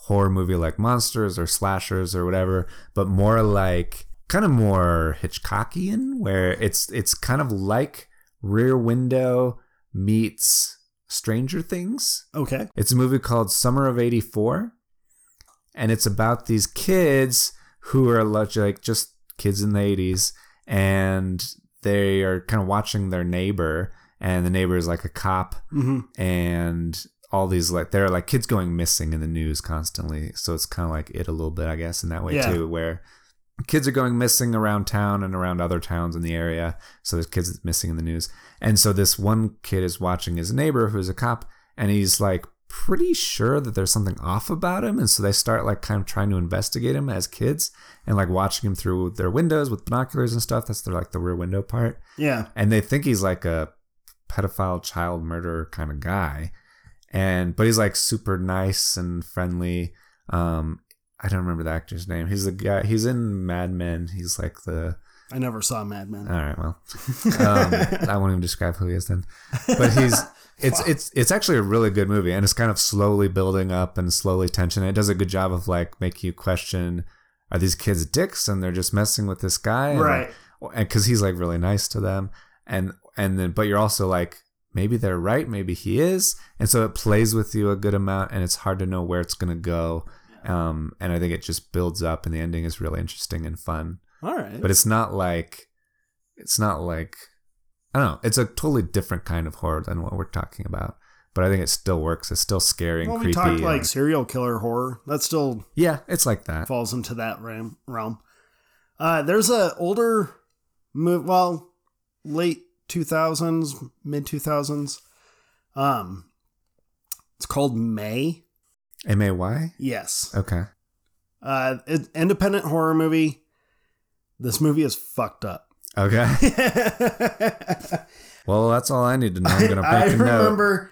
Speaker 1: horror movie like monsters or slashers or whatever, but more like kind of more Hitchcockian, where it's it's kind of like Rear Window meets Stranger Things.
Speaker 2: okay.
Speaker 1: It's a movie called Summer of 84. And it's about these kids who are lo- like just kids in the 80s and
Speaker 2: Mm-hmm.
Speaker 1: they are kind of watching their neighbor and the neighbor is like a cop
Speaker 2: hmm
Speaker 1: and all these like there are like kids going missing in the news constantly, so it's kind of like it a little bit, I guess, in that way
Speaker 2: Yeah.
Speaker 1: too, where kids are going missing around town and around other towns in the area. So there's kids that's missing in the news, and so this one kid is watching his neighbor who's a cop, and he's like pretty sure that there's something off about him, and so they start like kind of trying to investigate him as kids and like watching him through their windows with binoculars and stuff. That's their like the rear window part
Speaker 2: Yeah.
Speaker 1: and they think he's like a pedophile child murderer kind of guy and but he's like super nice and friendly um i don't remember the actor's name he's the guy he's in mad men he's like the
Speaker 2: I never saw Mad Men.
Speaker 1: all right well um, i won't even describe who he is then but he's it's it's it's actually a really good movie and it's kind of slowly building up and slowly tension it does a good job of like making you question are these kids dicks and they're just messing with this guy And, like,
Speaker 2: right.
Speaker 1: and because he's like really nice to them and and then but you're also like maybe they're right maybe he is and so it plays with you a good amount and it's hard to know where it's going to go um, and i think it just builds up and the ending is really interesting and fun
Speaker 2: All right.
Speaker 1: but it's not like it's not like i don't know it's a totally different kind of horror than what we're talking about but i think it still works it's still scary and
Speaker 2: well, we
Speaker 1: creepy
Speaker 2: talked like
Speaker 1: and-
Speaker 2: serial killer horror. That still
Speaker 1: yeah it's like that
Speaker 2: falls into that realm. realm. Uh, there's a older, mo- well, late two thousands, mid two thousands. Um, it's called May.
Speaker 1: m-a-y
Speaker 2: Yes,
Speaker 1: okay
Speaker 2: uh, it, independent horror movie. This movie is fucked up.
Speaker 1: okay well that's all i need to know i'm going to
Speaker 2: I, I
Speaker 1: make a note
Speaker 2: remember.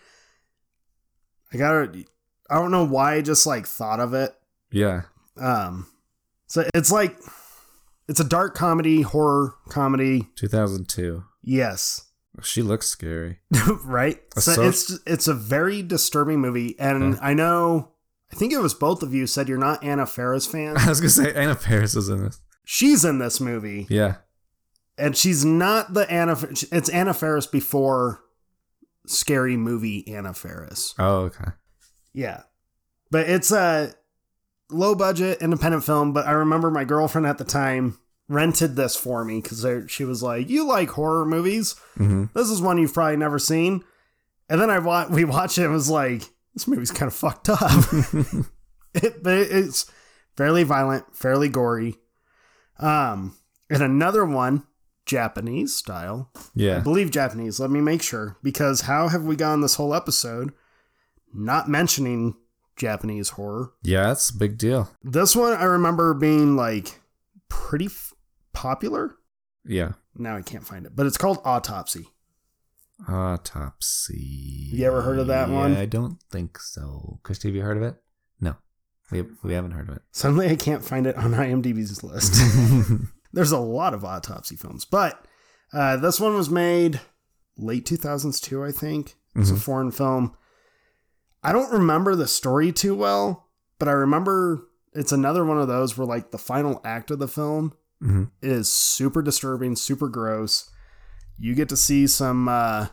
Speaker 2: I got. to I don't know why I just like thought of it.
Speaker 1: yeah
Speaker 2: Um, so it's like it's a dark comedy, horror comedy.
Speaker 1: 2002.
Speaker 2: Yes,
Speaker 1: She looks scary.
Speaker 2: right.
Speaker 1: A
Speaker 2: So
Speaker 1: soc-
Speaker 2: it's it's a very disturbing movie, and
Speaker 1: Okay.
Speaker 2: I know. I think it was both of you said you're not Anna Faris fan.
Speaker 1: I was gonna say Anna Paris is in this.
Speaker 2: she's in this movie,
Speaker 1: Yeah,
Speaker 2: and she's not the Anna. It's Anna Faris before scary movie Anna Faris.
Speaker 1: Oh, okay.
Speaker 2: Yeah. But it's a low budget independent film. But I remember my girlfriend at the time rented this for me because she was like, You like horror movies?
Speaker 1: Mm-hmm.
Speaker 2: This is one you've probably never seen. And then I wa- we watched it and was like, This movie's kind of fucked up. it, but it- it's fairly violent, fairly gory. Um, and another one, Japanese style, I
Speaker 1: Yeah,
Speaker 2: believe Japanese. Let me make sure because how have we gone this whole episode not mentioning Japanese horror?
Speaker 1: yeah, that's a big deal.
Speaker 2: This one I remember being like pretty f- popular.
Speaker 1: Yeah,
Speaker 2: Now I can't find it, but it's called Autopsy.
Speaker 1: autopsy.
Speaker 2: You ever heard of that one?
Speaker 1: I don't think so. Christy, have you heard of it? No, we we haven't heard of it.
Speaker 2: Suddenly I can't find it on IMDb's list. There's a lot of autopsy films, but uh, this one was made late 2000s too, I think. It's a
Speaker 1: Mhm.
Speaker 2: foreign film. I don't remember the story too well, but I remember it's another one of those where like the final act of the film
Speaker 1: Mhm.
Speaker 2: is super disturbing, super gross. You get to see some uh,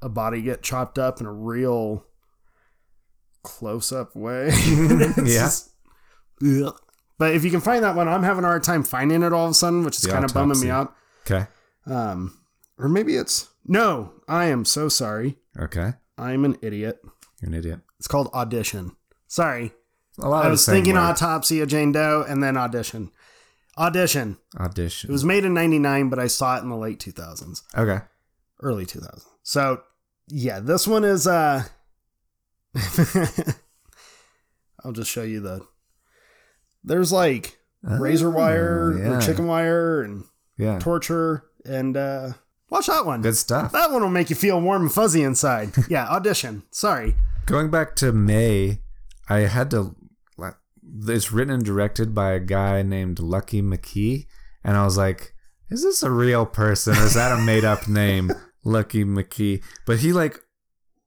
Speaker 2: a body get chopped up in a real close up way. It's
Speaker 1: Yeah.
Speaker 2: just- Ugh. But if you can find that one, I'm having a hard time finding it all of a sudden, which is
Speaker 1: The
Speaker 2: kind of bumming
Speaker 1: autopsy.
Speaker 2: me out.
Speaker 1: Okay,
Speaker 2: Um, or maybe it's no. I am so sorry.
Speaker 1: okay,
Speaker 2: I'm an idiot.
Speaker 1: you're an idiot.
Speaker 2: It's called audition. Sorry,
Speaker 1: A lot
Speaker 2: I
Speaker 1: of
Speaker 2: was
Speaker 1: the same
Speaker 2: thinking
Speaker 1: words.
Speaker 2: autopsy of Jane Doe and then audition. Audition.
Speaker 1: audition.
Speaker 2: It was made in '99, but I saw it in the late 2000s,
Speaker 1: okay.
Speaker 2: early 2000s. So yeah, this one is. uh I'll just show you the. There's like razor
Speaker 1: Oh,
Speaker 2: wire
Speaker 1: yeah.
Speaker 2: or chicken wire and
Speaker 1: Yeah,
Speaker 2: torture and uh watch that one
Speaker 1: good stuff.
Speaker 2: that one will make you feel warm and fuzzy inside yeah audition sorry
Speaker 1: Going back to May, I had to. like, It's written and directed by a guy named Lucky McKee, and I was like, "Is this a real person or is that a made-up name, Lucky McKee?" But he like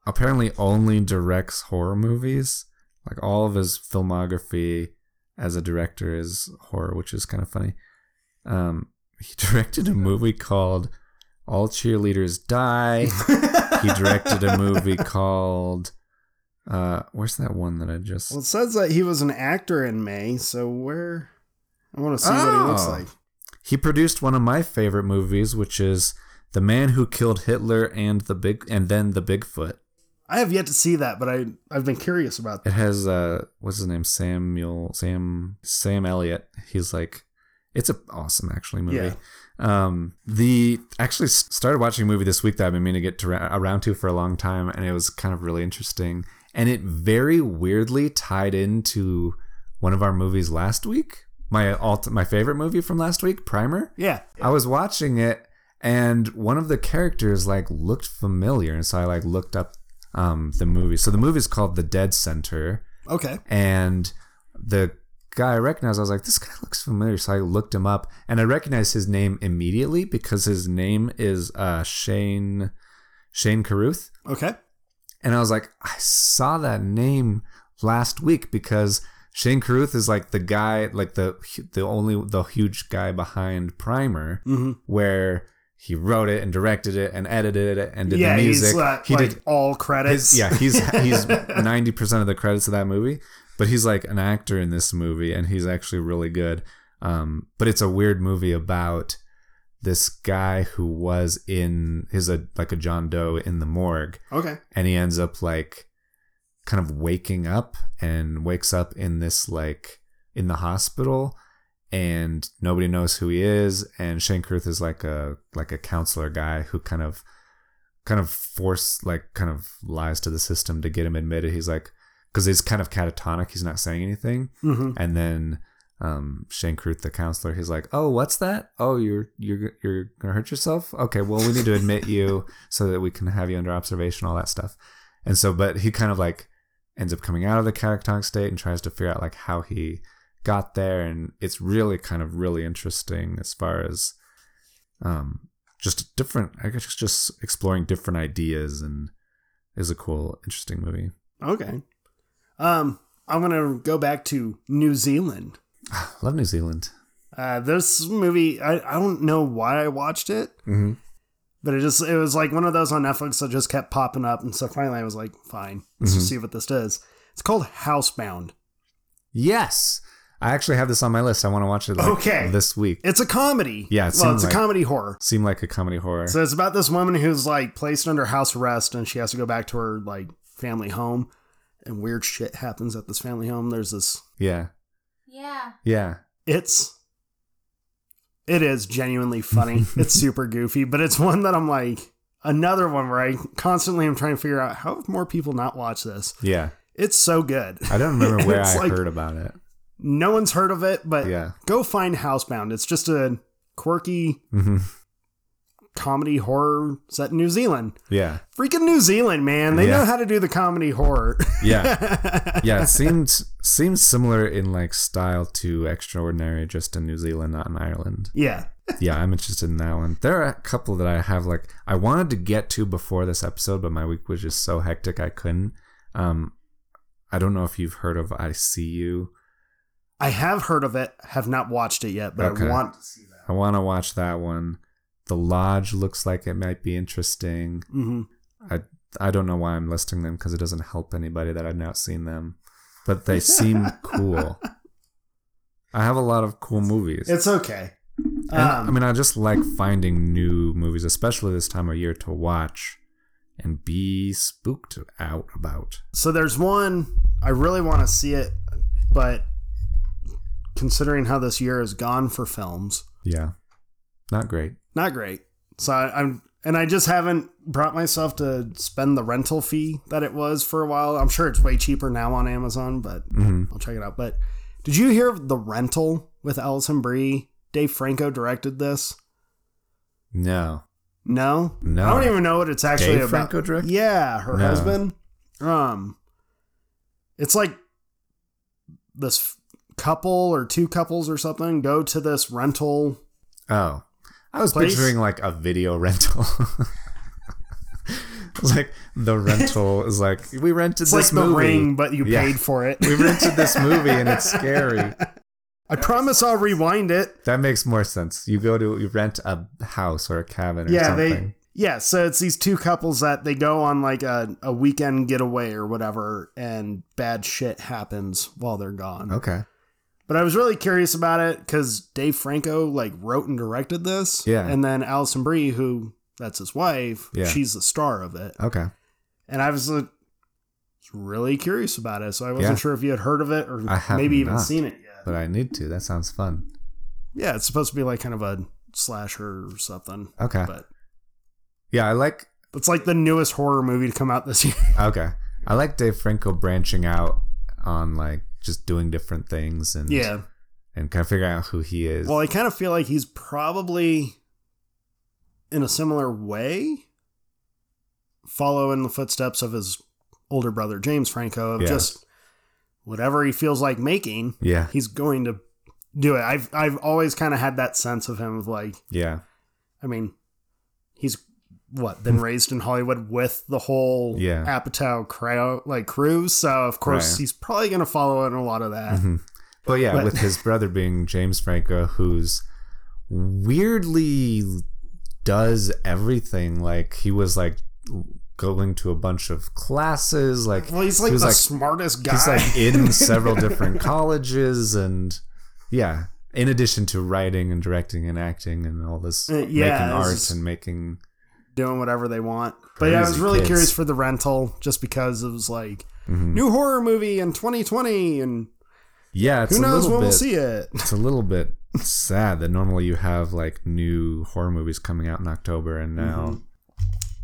Speaker 1: apparently only directs horror movies. Like all of his filmography as a director is horror, which is kind of funny. Um, he directed a movie called "All Cheerleaders Die." he directed a movie called uh where's that one that I just
Speaker 2: well it says that he was an actor in may so where i want to see what he looks
Speaker 1: Oh.
Speaker 2: like
Speaker 1: He produced one of my favorite movies which is The Man Who Killed Hitler and the Big and then The Bigfoot.
Speaker 2: I have yet to see that, but I I've been curious about that.
Speaker 1: It has uh what's his name? Samuel Sam Sam Elliott. He's like it's an awesome actually movie.
Speaker 2: Yeah.
Speaker 1: Um the actually s- started watching a movie this week that I've been meaning to get to, ra- around to for a long time and it was kind of really interesting and it very weirdly tied into one of our movies last week. My alt my favorite movie from last week, Primer.
Speaker 2: Yeah,
Speaker 1: I was watching it and one of the characters like looked familiar and so I like looked up um the movie. So the movie's called The Dead Center
Speaker 2: okay,
Speaker 1: and the guy I recognized I was like this guy looks familiar so I looked him up and I recognized his name immediately because his name is uh Shane Shane Carruth
Speaker 2: okay.
Speaker 1: and I was like, I saw that name last week because Shane Carruth is like the guy, like the the only the huge guy behind Primer,
Speaker 2: Mhm.
Speaker 1: where he wrote it and directed it and edited it and did
Speaker 2: yeah,
Speaker 1: the music.
Speaker 2: he's like,
Speaker 1: he
Speaker 2: like
Speaker 1: did
Speaker 2: all credits.
Speaker 1: his, yeah, he's he's ninety percent of the credits of that movie, but he's like an actor in this movie, and he's actually really good. Um, but it's a weird movie about this guy who was in his a like a John Doe in the morgue,
Speaker 2: Okay.
Speaker 1: and he ends up like kind of waking up and wakes up in this like in the hospital and nobody knows who he is and Shane Kruth is like a like a counselor guy who kind of kind of force like kind of lies to the system to get him admitted he's like because he's kind of catatonic he's not saying anything
Speaker 2: hmm
Speaker 1: and then um, Shane Kruth, the counselor, he's like, "Oh, what's that? Oh, you're you're you're gonna hurt yourself? Okay, well, we need to admit you so that we can have you under observation, all that stuff." And so, but he kind of like ends up coming out of the catatonic state and tries to figure out like how he got there, and it's really kind of really interesting as far as um just different. I guess it's just exploring different ideas and is a cool, interesting movie.
Speaker 2: Okay. Um, I'm gonna go back to New Zealand.
Speaker 1: Love New Zealand.
Speaker 2: Uh, this movie, I, I don't know why I watched it,
Speaker 1: Mm-hmm.
Speaker 2: but it just it was like one of those on Netflix that just kept popping up, and so finally I was like, fine, let's
Speaker 1: Mm-hmm.
Speaker 2: just see what this does. It's called Housebound.
Speaker 1: Yes. I actually have this on my list. I want to watch it like,
Speaker 2: Okay.
Speaker 1: this week.
Speaker 2: It's a comedy.
Speaker 1: Yeah, it
Speaker 2: well,
Speaker 1: seemed
Speaker 2: it's
Speaker 1: like-
Speaker 2: a comedy horror.
Speaker 1: Seemed like a comedy horror.
Speaker 2: So it's about this woman who's like placed under house arrest, and she has to go back to her like family home, and weird shit happens at this family home. There's this.
Speaker 1: yeah.
Speaker 4: Yeah.
Speaker 1: Yeah.
Speaker 2: It's. It is genuinely funny. it's super goofy, but it's one that I'm like another one where I constantly am trying to figure out how have more people not watch this.
Speaker 1: Yeah.
Speaker 2: It's so good.
Speaker 1: I don't remember where
Speaker 2: It's
Speaker 1: I
Speaker 2: like-
Speaker 1: heard about it.
Speaker 2: No one's heard of it, but
Speaker 1: Yeah.
Speaker 2: go find Housebound. It's just a quirky
Speaker 1: hmm
Speaker 2: comedy horror set in New Zealand.
Speaker 1: Yeah.
Speaker 2: Freaking New Zealand, man. They
Speaker 1: Yeah.
Speaker 2: know how to do the comedy horror.
Speaker 1: Yeah. Yeah. It seemed seems similar in like style to Extraordinary just in New Zealand, not in Ireland.
Speaker 2: yeah.
Speaker 1: Yeah, I'm interested in that one. There are a couple that I have like I wanted to get to before this episode, but my week was just so hectic I couldn't. Um I don't know if you've heard of I See You.
Speaker 2: I have heard of it, have not watched it yet, but
Speaker 1: Okay.
Speaker 2: I want.
Speaker 1: I want to watch that one. The Lodge looks like it might be interesting.
Speaker 2: hmm
Speaker 1: I don't know why I'm listing them because it doesn't help anybody that I've not seen them, but they seem cool. I have a lot of cool movies.
Speaker 2: It's okay.
Speaker 1: And, I
Speaker 2: Um,
Speaker 1: mean, I just like finding new movies, especially this time of year, to watch and be spooked out about.
Speaker 2: so there's one I really want to see it, but considering how this year has gone for films,
Speaker 1: Yeah. Not great.
Speaker 2: not great. So I, I'm, and I just haven't brought myself to spend the rental fee that it was for a while. I'm sure it's way cheaper now on Amazon, but
Speaker 1: hmm
Speaker 2: I'll check it out. But did you hear of The Rental with Alison Brie? Dave Franco directed this.
Speaker 1: No.
Speaker 2: No,
Speaker 1: No.
Speaker 2: I don't even know what it's actually
Speaker 1: Dave
Speaker 2: about.
Speaker 1: Franco directed?
Speaker 2: Yeah, her
Speaker 1: No.
Speaker 2: husband. Um, it's like this f- couple or two couples or something go to this rental.
Speaker 1: Oh. I was
Speaker 2: Place?
Speaker 1: picturing like a video rental. It's like the rental is like we rented
Speaker 2: It's
Speaker 1: this
Speaker 2: like the
Speaker 1: movie.
Speaker 2: ring, but you
Speaker 1: Yeah.
Speaker 2: paid for it.
Speaker 1: We rented this movie and it's scary.
Speaker 2: I promise I'll rewind it.
Speaker 1: That makes more sense. You go to you rent a house or a cabin or
Speaker 2: yeah,
Speaker 1: something.
Speaker 2: they. Yeah, so it's these two couples that they go on like a, a weekend getaway or whatever, and bad shit happens while they're gone.
Speaker 1: okay.
Speaker 2: But I was really curious about it because Dave Franco like wrote and directed this.
Speaker 1: Yeah.
Speaker 2: And then Alison Brie, who that's his wife,
Speaker 1: Yeah.
Speaker 2: she's the star of it.
Speaker 1: Okay.
Speaker 2: And I was uh, really curious about it, so I wasn't
Speaker 1: Yeah.
Speaker 2: sure if you had heard of it or
Speaker 1: I have
Speaker 2: maybe even
Speaker 1: not.
Speaker 2: seen it yet.
Speaker 1: But I need to. That sounds fun.
Speaker 2: Yeah, it's supposed to be like kind of a slasher or something.
Speaker 1: Okay.
Speaker 2: But
Speaker 1: Yeah, I like.
Speaker 2: it's like the newest horror movie to come out this year.
Speaker 1: Okay, I like Dave Franco branching out on like just doing different things and
Speaker 2: yeah.
Speaker 1: and kind of figuring out who he is.
Speaker 2: Well, I kind of feel like he's probably in a similar way following the footsteps of his older brother James Franco of
Speaker 1: Yes.
Speaker 2: just whatever he feels like making,
Speaker 1: yeah,
Speaker 2: he's going to do it. I've I've always kind of had that sense of him of like
Speaker 1: yeah,
Speaker 2: I mean, he's what been raised in Hollywood with the whole
Speaker 1: Yeah.
Speaker 2: Apatow crowd, like crew. So of course
Speaker 1: Right.
Speaker 2: he's probably going to follow in a lot of that.
Speaker 1: Mhm. but yeah,
Speaker 2: But-
Speaker 1: with his brother being James Franco, who's weirdly does everything. Like he was like going to a bunch of classes. Like
Speaker 2: Well, he's like
Speaker 1: he was
Speaker 2: the
Speaker 1: like
Speaker 2: smartest guy.
Speaker 1: he's like in several different colleges and yeah. In addition to writing and directing and acting and all this,
Speaker 2: Uh, yeah,
Speaker 1: making
Speaker 2: it's
Speaker 1: art
Speaker 2: just-
Speaker 1: and making
Speaker 2: doing whatever they want. But yeah, I was
Speaker 1: Crazy
Speaker 2: really
Speaker 1: kids.
Speaker 2: curious for the rental just because it was like
Speaker 1: Mhm.
Speaker 2: new horror movie in 2020, and
Speaker 1: yeah, it's
Speaker 2: who
Speaker 1: a
Speaker 2: knows
Speaker 1: little
Speaker 2: when
Speaker 1: bit,
Speaker 2: we'll see it.
Speaker 1: It's a little bit sad that normally you have like new horror movies coming out in October, and now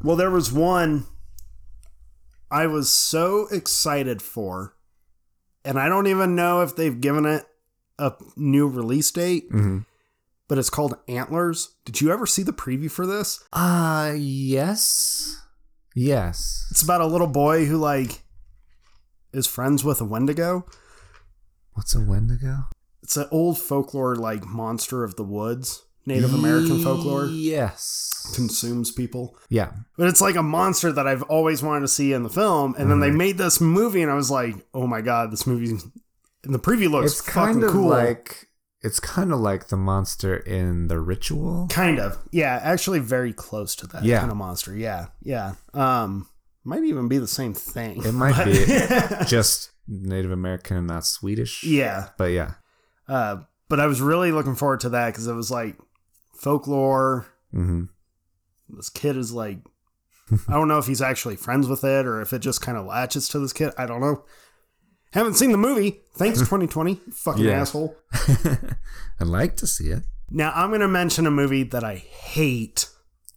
Speaker 2: Well, there was one I was so excited for, and I don't even know if they've given it a new release date,
Speaker 1: Mhm.
Speaker 2: but it's called Antlers. Did you ever see the preview for this?
Speaker 1: Uh yes. Yes.
Speaker 2: It's about a little boy who, like, is friends with a Wendigo.
Speaker 1: What's a Wendigo?
Speaker 2: It's an old folklore, like, monster of the woods, Native American folklore,
Speaker 1: Yes.
Speaker 2: consumes people.
Speaker 1: yeah.
Speaker 2: But it's like a monster that I've always wanted to see in the film. And then
Speaker 1: Mm-hmm.
Speaker 2: they made this movie, and I was like, oh my God, this movie. And the preview looks
Speaker 1: It's
Speaker 2: fucking
Speaker 1: kind of
Speaker 2: cool.
Speaker 1: like it's kind of like the monster in the ritual.
Speaker 2: kind of. Yeah, actually, very close to that
Speaker 1: Yeah.
Speaker 2: kind of monster. Yeah, yeah. Um, Might even be the same thing.
Speaker 1: It might
Speaker 2: But-
Speaker 1: be. Just Native American and not Swedish.
Speaker 2: yeah.
Speaker 1: But yeah.
Speaker 2: Uh, but I was really looking forward to that because it was like folklore.
Speaker 1: hmm
Speaker 2: This kid is like, I don't know if he's actually friends with it or if it just kind of latches to this kid. I don't know. Haven't seen the movie. Thanks, 2020. Fucking
Speaker 1: Yeah.
Speaker 2: asshole.
Speaker 1: I'd like to see it.
Speaker 2: Now I'm going to mention a movie that I hate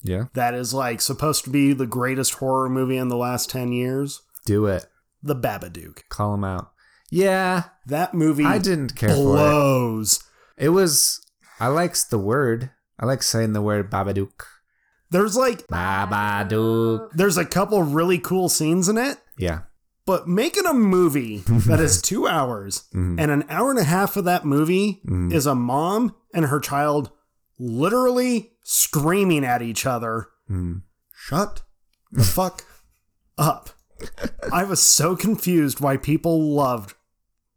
Speaker 1: Yeah.
Speaker 2: that is like supposed to be the greatest horror movie in the last 10 years,
Speaker 1: Do it.
Speaker 2: The Babadook.
Speaker 1: Call him out. Yeah.
Speaker 2: That movie
Speaker 1: I didn't care for
Speaker 2: blows.
Speaker 1: it. It was I likes the word. I like saying the word Babadook.
Speaker 2: There's like
Speaker 1: Babadook.
Speaker 2: there's a couple really cool scenes in it,
Speaker 1: Yeah.
Speaker 2: but making a movie that is 2 hours
Speaker 1: Mhm.
Speaker 2: and an hour and a half of that movie
Speaker 1: Mhm.
Speaker 2: is a mom and her child literally screaming at each other
Speaker 1: Mm.
Speaker 2: shut the fuck up. I was so confused why people loved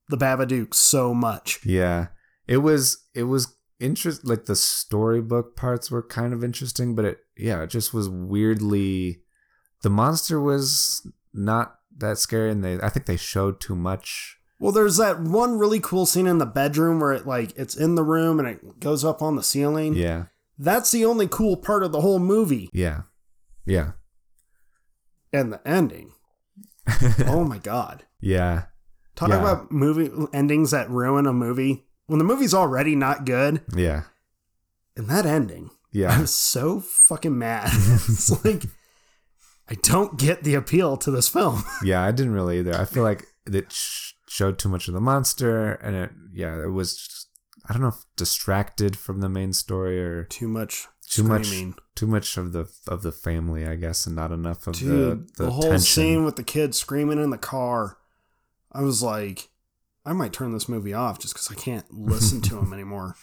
Speaker 2: the Babadook so much.
Speaker 1: Yeah. It was it was interest like the storybook parts were kind of interesting, but it yeah, it just was weirdly the monster was not that scary and they I think they showed too much.
Speaker 2: Well, there's that one really cool scene in the bedroom where it like it's in the room and it goes up on the ceiling.
Speaker 1: Yeah.
Speaker 2: That's the only cool part of the whole movie
Speaker 1: Yeah. Yeah.
Speaker 2: and the ending. oh my god.
Speaker 1: Yeah.
Speaker 2: Talk
Speaker 1: Yeah.
Speaker 2: about movie endings that ruin a movie. When the movie's already not good
Speaker 1: Yeah.
Speaker 2: and that ending. I
Speaker 1: Yeah.
Speaker 2: was so fucking mad. it's like I don't get the appeal to this film.
Speaker 1: Yeah, I didn't really either. I feel like it sh- showed too much of the monster and it yeah, it was just- I don't know if distracted from the main story or
Speaker 2: Too much.
Speaker 1: too
Speaker 2: screaming.
Speaker 1: much too much of the of the family i guess and not enough of
Speaker 2: Dude,
Speaker 1: the,
Speaker 2: the,
Speaker 1: the,
Speaker 2: whole
Speaker 1: tension.
Speaker 2: scene with the kid screaming in the car. I was like, I might turn this movie off just because I can't listen to him anymore.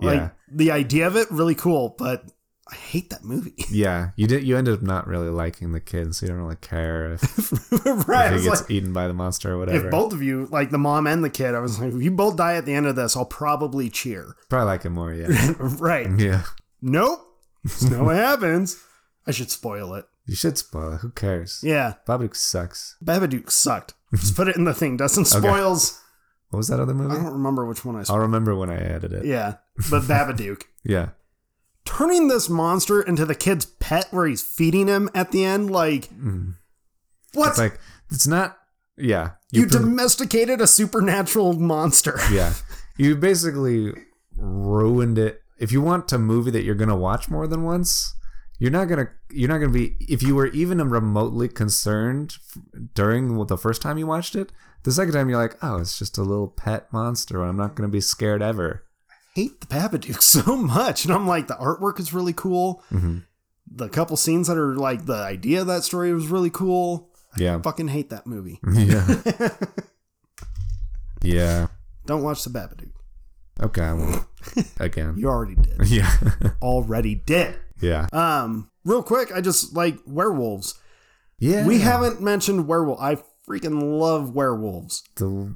Speaker 2: Like
Speaker 1: Yeah.
Speaker 2: the idea of it, really cool, but I hate that movie.
Speaker 1: yeah you did you ended up not really liking the kid so you don't really care if, if
Speaker 2: right? I
Speaker 1: he
Speaker 2: was
Speaker 1: gets
Speaker 2: like,
Speaker 1: eaten by the monster or whatever
Speaker 2: if both of you, like the mom and the kid, I was like, if you both die at the end of this, I'll probably cheer.
Speaker 1: probably like it more yeah
Speaker 2: right?
Speaker 1: yeah
Speaker 2: Nope. It's not what happens. I should spoil it.
Speaker 1: you should spoil it who cares
Speaker 2: Yeah,
Speaker 1: Babadook sucks
Speaker 2: Babadook sucked. Just put it in the thing. Doesn't spoils.
Speaker 1: what was that other
Speaker 2: I
Speaker 1: movie
Speaker 2: don't remember which one I.
Speaker 1: i'll remember when i edit it yeah,
Speaker 2: Yeah, but Babadook.
Speaker 1: yeah.
Speaker 2: Turning this monster into the kid's pet where he's feeding him at the end, like,
Speaker 1: Mm.
Speaker 2: what?
Speaker 1: it's like It's not. Yeah.
Speaker 2: You,
Speaker 1: pre-
Speaker 2: domesticated a supernatural monster.
Speaker 1: yeah. You basically ruined it. If you want a movie that you're gonna watch more than once, you're not gonna you're not gonna be if you were even remotely concerned f- during the first time you watched it. The second time you're like, oh, it's just a little pet monster. I'm not gonna be scared ever.
Speaker 2: hate the Babadook so much. And I'm like, the artwork is really cool.
Speaker 1: Mhm.
Speaker 2: The couple scenes that are like the idea of that story was really cool.
Speaker 1: Yeah.
Speaker 2: Fucking hate that movie.
Speaker 1: Yeah. yeah.
Speaker 2: Don't watch the Babadook.
Speaker 1: Okay. I won't. Again.
Speaker 2: You already did.
Speaker 1: Yeah.
Speaker 2: already did.
Speaker 1: yeah.
Speaker 2: Um, real quick, I just like werewolves.
Speaker 1: Yeah.
Speaker 2: We haven't mentioned werewolf. I freaking love werewolves.
Speaker 1: the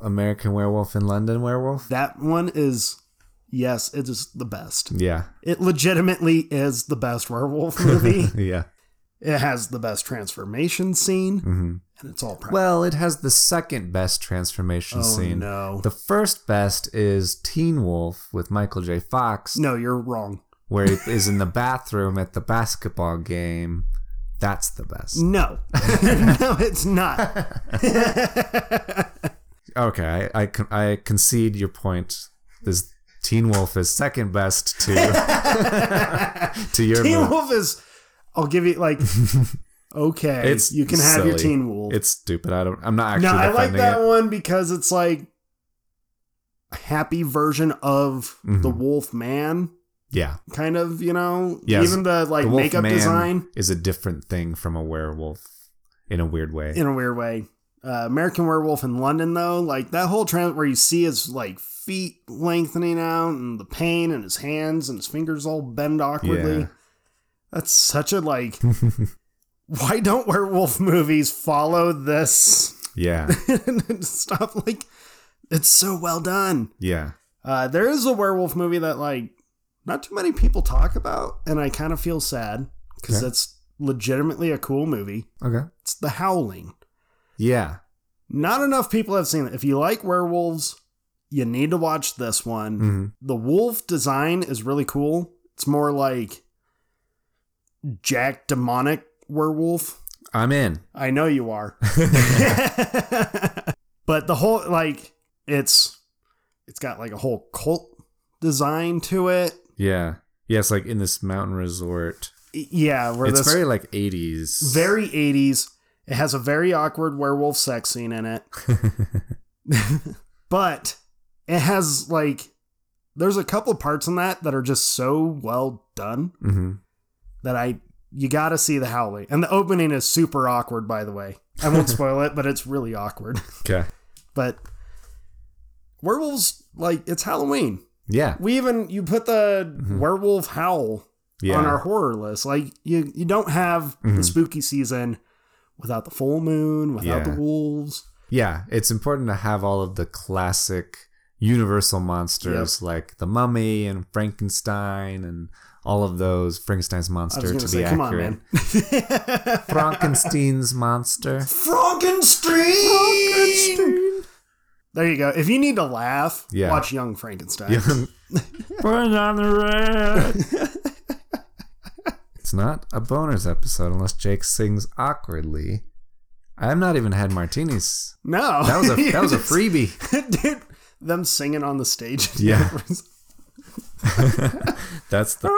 Speaker 1: American Werewolf in London Werewolf.
Speaker 2: That one is yes, it is the best.
Speaker 1: Yeah.
Speaker 2: It legitimately is the best werewolf movie.
Speaker 1: Yeah.
Speaker 2: it has the best transformation scene,
Speaker 1: hmm
Speaker 2: and it's all practical.
Speaker 1: Well, it has the second best transformation
Speaker 2: oh,
Speaker 1: scene.
Speaker 2: No.
Speaker 1: The first best is Teen Wolf with Michael J. Fox,
Speaker 2: no, you're wrong.
Speaker 1: where he is in the bathroom at the basketball game. That's the best.
Speaker 2: No. no, it's not.
Speaker 1: Okay, I, I, con- I concede your point. This Teen Wolf is second best to to your
Speaker 2: Teen
Speaker 1: movie.
Speaker 2: Wolf is I'll give you like okay,
Speaker 1: It's
Speaker 2: you can have your
Speaker 1: silly.
Speaker 2: Teen Wolf.
Speaker 1: It's stupid. I don't. I'm not
Speaker 2: no,
Speaker 1: actually
Speaker 2: I like
Speaker 1: defending
Speaker 2: that
Speaker 1: it.
Speaker 2: one because it's like a happy version of the
Speaker 1: Mhm.
Speaker 2: Wolf Man,
Speaker 1: Yeah,
Speaker 2: kind of, you know.
Speaker 1: Yes.
Speaker 2: Even the like
Speaker 1: the Wolf
Speaker 2: makeup
Speaker 1: Man
Speaker 2: design
Speaker 1: is a different thing from a werewolf in a weird way.
Speaker 2: in a weird way. Uh, American Werewolf in London, though, like that whole trend where you see his like feet lengthening out and the pain and his hands and his fingers all bend awkwardly.
Speaker 1: Yeah.
Speaker 2: That's such a like. why don't werewolf movies follow this?
Speaker 1: yeah,
Speaker 2: Stop! Like, it's so well done.
Speaker 1: yeah.
Speaker 2: Uh, there is a werewolf movie that like not too many people talk about, and I kind of feel sad because
Speaker 1: Okay.
Speaker 2: that's legitimately a cool movie.
Speaker 1: Okay.
Speaker 2: It's The Howling.
Speaker 1: Yeah.
Speaker 2: Not enough people have seen it. If you like werewolves, you need to watch this one.
Speaker 1: hmm
Speaker 2: The wolf design is really cool. It's more like Jack demonic werewolf.
Speaker 1: I'm in.
Speaker 2: I know you are. but the whole like it's it's got like a whole cult design to it.
Speaker 1: Yeah. Yeah, it's like in this mountain resort.
Speaker 2: Y- Yeah, where
Speaker 1: it's
Speaker 2: this
Speaker 1: very like 80s.
Speaker 2: very 80s. It has a very awkward werewolf sex scene in it. but it has like there's a couple parts in that that are just so well done
Speaker 1: hmm
Speaker 2: that I you got to see the howling. And the opening is super awkward by the way. I won't spoil it, but it's really awkward.
Speaker 1: Okay.
Speaker 2: But werewolves like it's Halloween.
Speaker 1: Yeah.
Speaker 2: We even you put the
Speaker 1: Mhm.
Speaker 2: werewolf howl
Speaker 1: Yeah.
Speaker 2: on our horror list. Like you you don't have
Speaker 1: Mhm.
Speaker 2: the spooky season without the full moon, without
Speaker 1: Yeah.
Speaker 2: the wolves.
Speaker 1: yeah. It's important to have all of the classic universal monsters like the mummy and Frankenstein and all of those Frankenstein's
Speaker 2: I was
Speaker 1: monster
Speaker 2: gonna
Speaker 1: to
Speaker 2: say,
Speaker 1: be
Speaker 2: come
Speaker 1: accurate.
Speaker 2: on, man.
Speaker 1: Frankenstein's monster.
Speaker 2: Frankenstein. There you go. If you need to laugh,
Speaker 1: Yeah.
Speaker 2: watch Young Frankenstein.
Speaker 1: Burn on the red. it's not a bonus episode unless Jake sings awkwardly. I have not even had martinis.
Speaker 2: No,
Speaker 1: That was a that was a freebie.
Speaker 2: dude. Them singing on the stage.
Speaker 1: Yeah. That's the.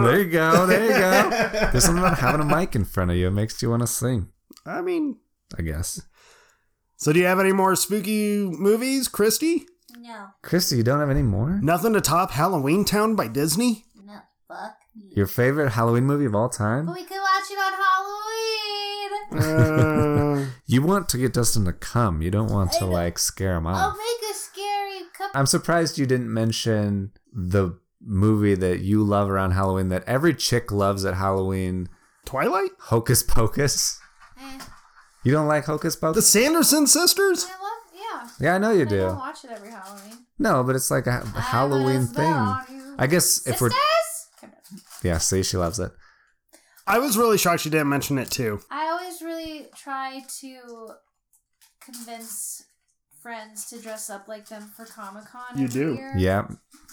Speaker 1: There you go. There you go. There's something about having a mic in front of you. It makes you want to sing.
Speaker 2: I mean,
Speaker 1: I guess.
Speaker 2: so do you have any more spooky movies, Christy?
Speaker 5: No,
Speaker 1: Christy, you don't have any more?
Speaker 2: Nothing to top Halloween Town by Disney.
Speaker 5: no, fuck me.
Speaker 1: Your favorite Halloween movie of all
Speaker 5: But
Speaker 1: time?
Speaker 5: we could watch it on Halloween.
Speaker 2: Uh,
Speaker 1: You want to get Dustin to come. You don't want to
Speaker 5: I know.
Speaker 1: like scare him
Speaker 5: I'll
Speaker 1: off.
Speaker 5: Oh, make a scary cup.
Speaker 1: I'm surprised you didn't mention the movie that you love around Halloween that every chick loves at Halloween.
Speaker 2: Twilight.
Speaker 1: Hocus Pocus.
Speaker 5: Eh,
Speaker 1: You don't like Hocus
Speaker 2: The
Speaker 1: Pocus?
Speaker 2: Sanderson sisters?
Speaker 5: I love, yeah.
Speaker 1: Yeah, I know you
Speaker 5: I don't
Speaker 1: do.
Speaker 5: watch it every Halloween.
Speaker 1: No, but it's like a
Speaker 5: I
Speaker 1: Halloween
Speaker 5: was
Speaker 1: thing.
Speaker 5: born.
Speaker 1: I guess if we're
Speaker 5: Sisters? Come on.
Speaker 1: yeah, see, she loves it.
Speaker 2: I was really shocked you didn't mention it too.
Speaker 5: I always really try to convince friends to dress up like them for Comic Con.
Speaker 2: You do.
Speaker 5: Year.
Speaker 1: Yeah,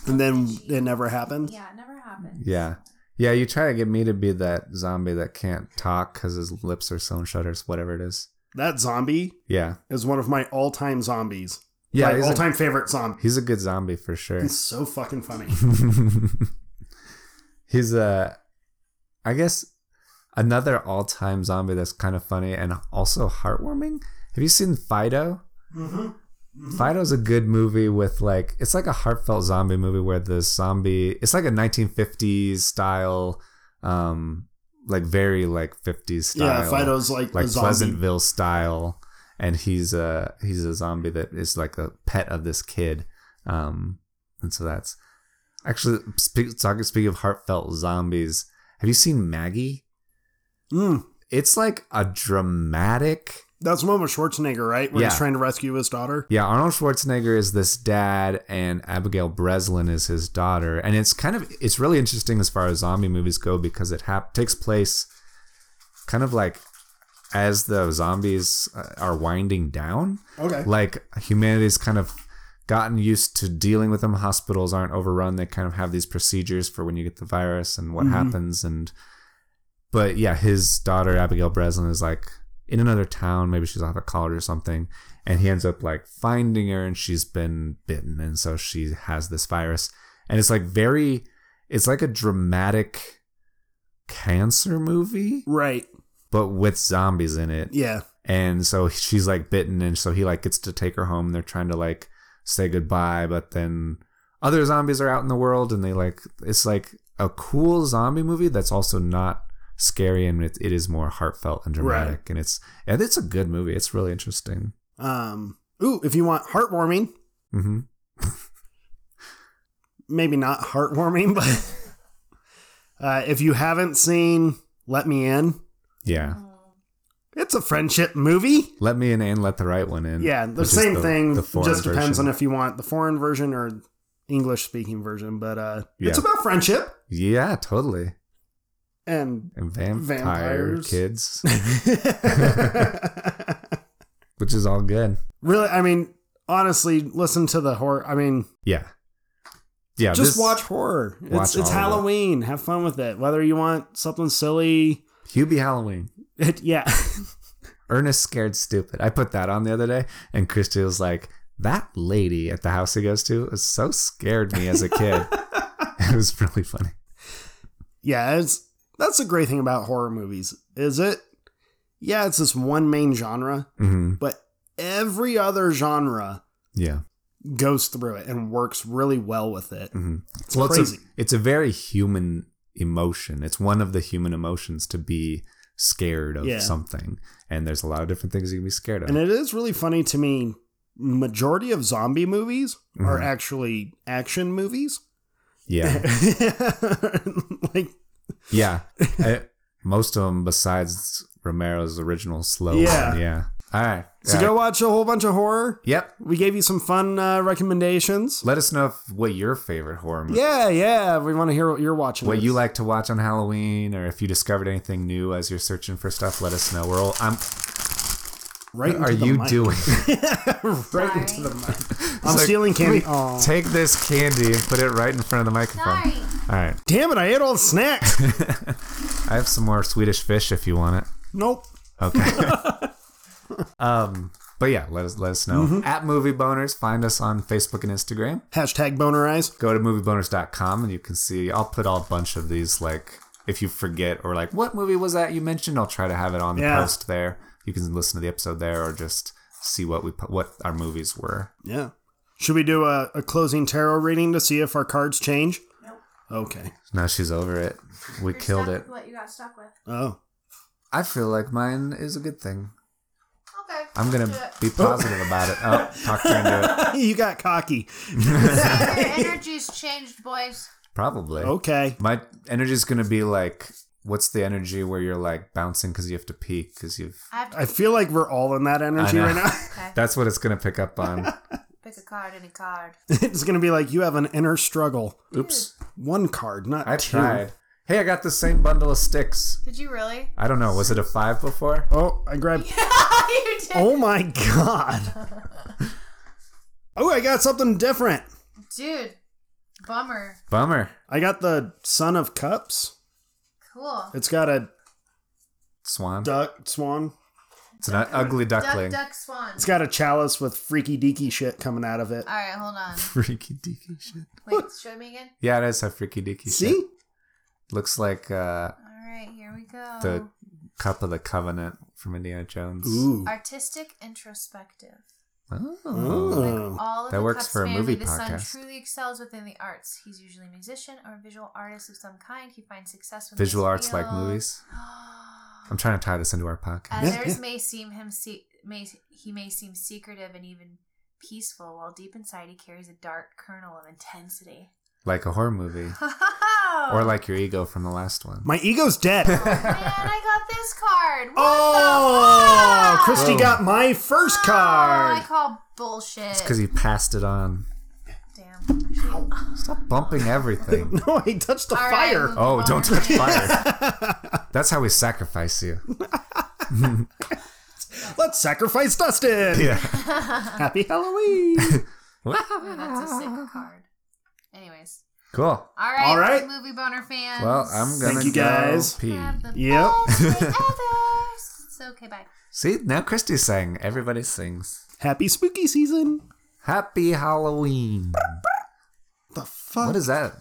Speaker 2: And then it never happened.
Speaker 5: Yeah, it never happened.
Speaker 1: yeah. Yeah, you try to get me to be that zombie that can't talk because his lips are sewn shutters, whatever it is.
Speaker 2: That zombie
Speaker 1: Yeah.
Speaker 2: is one of my all time zombies.
Speaker 1: Yeah,
Speaker 2: my
Speaker 1: he's
Speaker 2: all
Speaker 1: a,
Speaker 2: time favorite zombie.
Speaker 1: he's a good zombie for sure.
Speaker 2: He's so fucking funny.
Speaker 1: he's a, I guess, another all time zombie that's kind of funny and also heartwarming. Have you seen Fido? Fido's a good movie with like it's like a heartfelt zombie movie where the zombie it's like a 1950s style um like very like 50s style
Speaker 2: Yeah, Fido's like,
Speaker 1: like
Speaker 2: the zombie.
Speaker 1: Pleasantville style, and he's a he's a zombie that is like a pet of this kid, um, and so that's actually speak, talking. Speaking of heartfelt zombies, have you seen Maggie?
Speaker 2: Mm,
Speaker 1: It's like a dramatic.
Speaker 2: that's the one with Schwarzenegger, right? When
Speaker 1: Yeah.
Speaker 2: he's trying to rescue his daughter.
Speaker 1: Yeah, Arnold Schwarzenegger is this dad, and Abigail Breslin is his daughter, and it's kind of it's really interesting as far as zombie movies go because it hap- takes place kind of like as the zombies uh, are winding down
Speaker 2: Okay.
Speaker 1: like humanity's kind of gotten used to dealing with them hospitals aren't overrun they kind of have these procedures for when you get the virus and what happens and but yeah his daughter abigail breslin is like in another town maybe she's off a college or something and he ends up like finding her and she's been bitten and so she has this virus and it's like very it's like a dramatic cancer movie
Speaker 2: Right.
Speaker 1: but with zombies in it
Speaker 2: Yeah.
Speaker 1: and so she's like bitten and so he like gets to take her home they're trying to like say goodbye but then other zombies are out in the world and they like it's like a cool zombie movie that's also not scary and it, it is more heartfelt and dramatic and it's and it's a good movie it's really interesting
Speaker 2: Um. Ooh, if you want heartwarming,
Speaker 1: hmm
Speaker 2: maybe not heartwarming, but uh, if you haven't seen Let Me In,
Speaker 1: yeah
Speaker 5: Mm.
Speaker 2: it's a friendship movie.
Speaker 1: let me in and let the right one in
Speaker 2: Yeah, the
Speaker 1: which is
Speaker 2: same thing.
Speaker 1: foreign
Speaker 2: just depends on
Speaker 1: version.
Speaker 2: if you want the foreign version or English speaking version. But uh, it's
Speaker 1: Yeah.
Speaker 2: about friendship
Speaker 1: yeah totally
Speaker 2: and.
Speaker 1: and vampire
Speaker 2: Vampires.
Speaker 1: kids which is all good
Speaker 2: really, I mean, honestly, listen to the horror. I mean,
Speaker 1: yeah yeah
Speaker 2: just
Speaker 1: this-
Speaker 2: watch horror.
Speaker 1: Watch
Speaker 2: it's it's
Speaker 1: all of it.
Speaker 2: Halloween. Have fun with it. Whether you want something silly,
Speaker 1: hubie halloween
Speaker 2: it, yeah.
Speaker 1: Ernest Scared Stupid. I put that on the other day, and Christy was like, That lady at the house he goes to is so scared me as a kid. it was really funny.
Speaker 2: Yeah, it's that's the great thing about horror movies. Is it? Yeah, it's this one main genre,
Speaker 1: hmm
Speaker 2: but every other genre
Speaker 1: Yeah.
Speaker 2: goes through it and works really well with it.
Speaker 1: Mhm.
Speaker 2: It's
Speaker 1: Well, it's a-
Speaker 2: crazy.
Speaker 1: It's, a, very human emotion. It's one of the human emotions to be scared of
Speaker 2: Yeah.
Speaker 1: something. And there's a lot of different things you can be scared of.
Speaker 2: and it is really funny to me. Majority of zombie movies are
Speaker 1: Mhm.
Speaker 2: actually action movies.
Speaker 1: yeah.
Speaker 2: like
Speaker 1: Yeah. I- most of them, besides Romero's original slow
Speaker 2: Yeah.
Speaker 1: one. Yeah. All right.
Speaker 2: so
Speaker 1: Yeah.
Speaker 2: go watch a whole bunch of horror.
Speaker 1: Yep.
Speaker 2: We gave you some fun uh, recommendations.
Speaker 1: Let us know if, what your favorite horror movie
Speaker 2: Yeah, yeah. We want to hear what you're watching.
Speaker 1: what you
Speaker 2: is.
Speaker 1: like to watch on Halloween, or if you discovered anything new as you're searching for stuff, let us know. We're all. I'm,
Speaker 2: Right
Speaker 1: what are
Speaker 2: into the
Speaker 1: you
Speaker 2: mic.
Speaker 1: doing?
Speaker 2: right into the mic. I'm
Speaker 1: like,
Speaker 2: stealing candy.
Speaker 1: wait,
Speaker 2: Oh.
Speaker 1: Take this candy and put it right in front of the microphone.
Speaker 4: Sorry.
Speaker 1: All right,
Speaker 2: Damn it! I ate all the snacks.
Speaker 1: I have some more Swedish fish if you want it.
Speaker 2: nope.
Speaker 1: Okay. um, but yeah, let us let us know
Speaker 2: Mm-hmm.
Speaker 1: at Movie Boners. Find us on Facebook and Instagram.
Speaker 2: Hashtag boner eyes.
Speaker 1: Go to movieboners.com and you can see. I'll put all a bunch of these like. If you forget or like what movie was that you mentioned, I'll try to have it on the
Speaker 2: Yeah.
Speaker 1: post there. You can listen to the episode there or just see what we put, what our movies were.
Speaker 2: Yeah. Should we do a, a closing tarot reading to see if our cards change? Nope. Okay.
Speaker 1: Now she's over it. We killed
Speaker 4: stuck
Speaker 1: it.
Speaker 4: with What you got stuck with?
Speaker 2: Oh.
Speaker 1: I feel like mine is a good thing.
Speaker 4: Okay.
Speaker 1: I'm gonna
Speaker 4: do it.
Speaker 1: be positive about it. Oh, talk her into it.
Speaker 2: you got cocky.
Speaker 4: Your energy's changed, boys.
Speaker 1: Probably.
Speaker 2: Okay.
Speaker 1: My energy's gonna be like, what's the energy where you're like bouncing because you have to peak because you've.
Speaker 4: I have to
Speaker 2: I feel like we're all in that energy
Speaker 1: know.
Speaker 2: right now.
Speaker 1: That's what it's gonna pick up on.
Speaker 4: pick a card, any card.
Speaker 2: it's going to be like you have an inner struggle.
Speaker 1: Oops,
Speaker 2: One card, not
Speaker 1: I
Speaker 2: two.
Speaker 1: tried. Hey, I got the same bundle of sticks.
Speaker 4: Did you really?
Speaker 1: I don't know. Was it a five before?
Speaker 2: Oh, I grabbed.
Speaker 4: you did.
Speaker 2: Oh my god. Oh, I got something different.
Speaker 4: Dude, bummer.
Speaker 1: Bummer.
Speaker 2: I got the Son of Cups.
Speaker 4: Cool.
Speaker 2: It's got a
Speaker 1: Swan.
Speaker 2: duck swan.
Speaker 1: It's an u- ugly duckling.
Speaker 4: Duck, duck, swan.
Speaker 2: It's got a chalice with freaky deaky shit coming out of it.
Speaker 4: All right, hold on.
Speaker 1: Freaky deaky shit.
Speaker 4: Wait, show me again.
Speaker 1: Yeah, it is a freaky deaky shit.
Speaker 2: See?
Speaker 1: Looks like uh,
Speaker 4: All right, here we go.
Speaker 1: the cup of the covenant from Indiana Jones.
Speaker 2: Ooh.
Speaker 4: Artistic introspective.
Speaker 1: Oh.
Speaker 2: Ooh.
Speaker 4: All of
Speaker 1: That
Speaker 4: the
Speaker 1: works
Speaker 4: Cup's
Speaker 1: for a
Speaker 4: family,
Speaker 1: movie
Speaker 4: the son
Speaker 1: podcast.
Speaker 4: truly excels within the arts. He's usually a musician or a visual artist of some kind. He finds success with
Speaker 1: Visual arts like movies. I'm trying to tie this into our podcast.
Speaker 4: Others
Speaker 2: Yeah, yeah.
Speaker 4: Uh, may seem him se- may he may seem secretive and even peaceful, while deep inside he carries a dark kernel of intensity.
Speaker 1: Like a horror movie. Or like your ego from the last one.
Speaker 2: My ego's dead.
Speaker 4: Oh, Man, I got this card. What
Speaker 2: Oh,
Speaker 1: Oh,
Speaker 4: the fuck?
Speaker 2: Christy
Speaker 1: Boom.
Speaker 2: got my first
Speaker 4: Oh, I
Speaker 2: card.
Speaker 4: call bullshit.
Speaker 1: It's because you passed it on.
Speaker 4: Damn.
Speaker 1: Stop bumping everything.
Speaker 2: No, I touched the
Speaker 4: All right,
Speaker 2: fire.
Speaker 4: moving
Speaker 1: Oh,
Speaker 4: on.
Speaker 1: don't touch fire. That's how we sacrifice you.
Speaker 2: Let's sacrifice Dustin.
Speaker 1: Yeah.
Speaker 2: Happy Halloween.
Speaker 4: Ooh, oh, That's a sick card. Anyways,
Speaker 1: Cool.
Speaker 4: all right,
Speaker 2: All right.
Speaker 4: movie boner fans.
Speaker 1: Well, I'm gonna
Speaker 2: Thank you,
Speaker 1: go
Speaker 2: guys.
Speaker 1: pee.
Speaker 4: Have the
Speaker 2: Yep.
Speaker 4: best day ever. It's okay, bye.
Speaker 1: See, now Christy sang. Everybody sings.
Speaker 2: Happy spooky season.
Speaker 1: Happy Halloween.
Speaker 2: The fuck?
Speaker 1: What is that?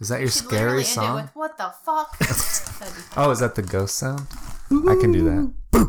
Speaker 1: Is that your
Speaker 4: Should literally
Speaker 1: scary
Speaker 4: end it
Speaker 1: song?
Speaker 4: with what the fuck. That'd be
Speaker 1: Oh, is that the ghost sound? I can do that.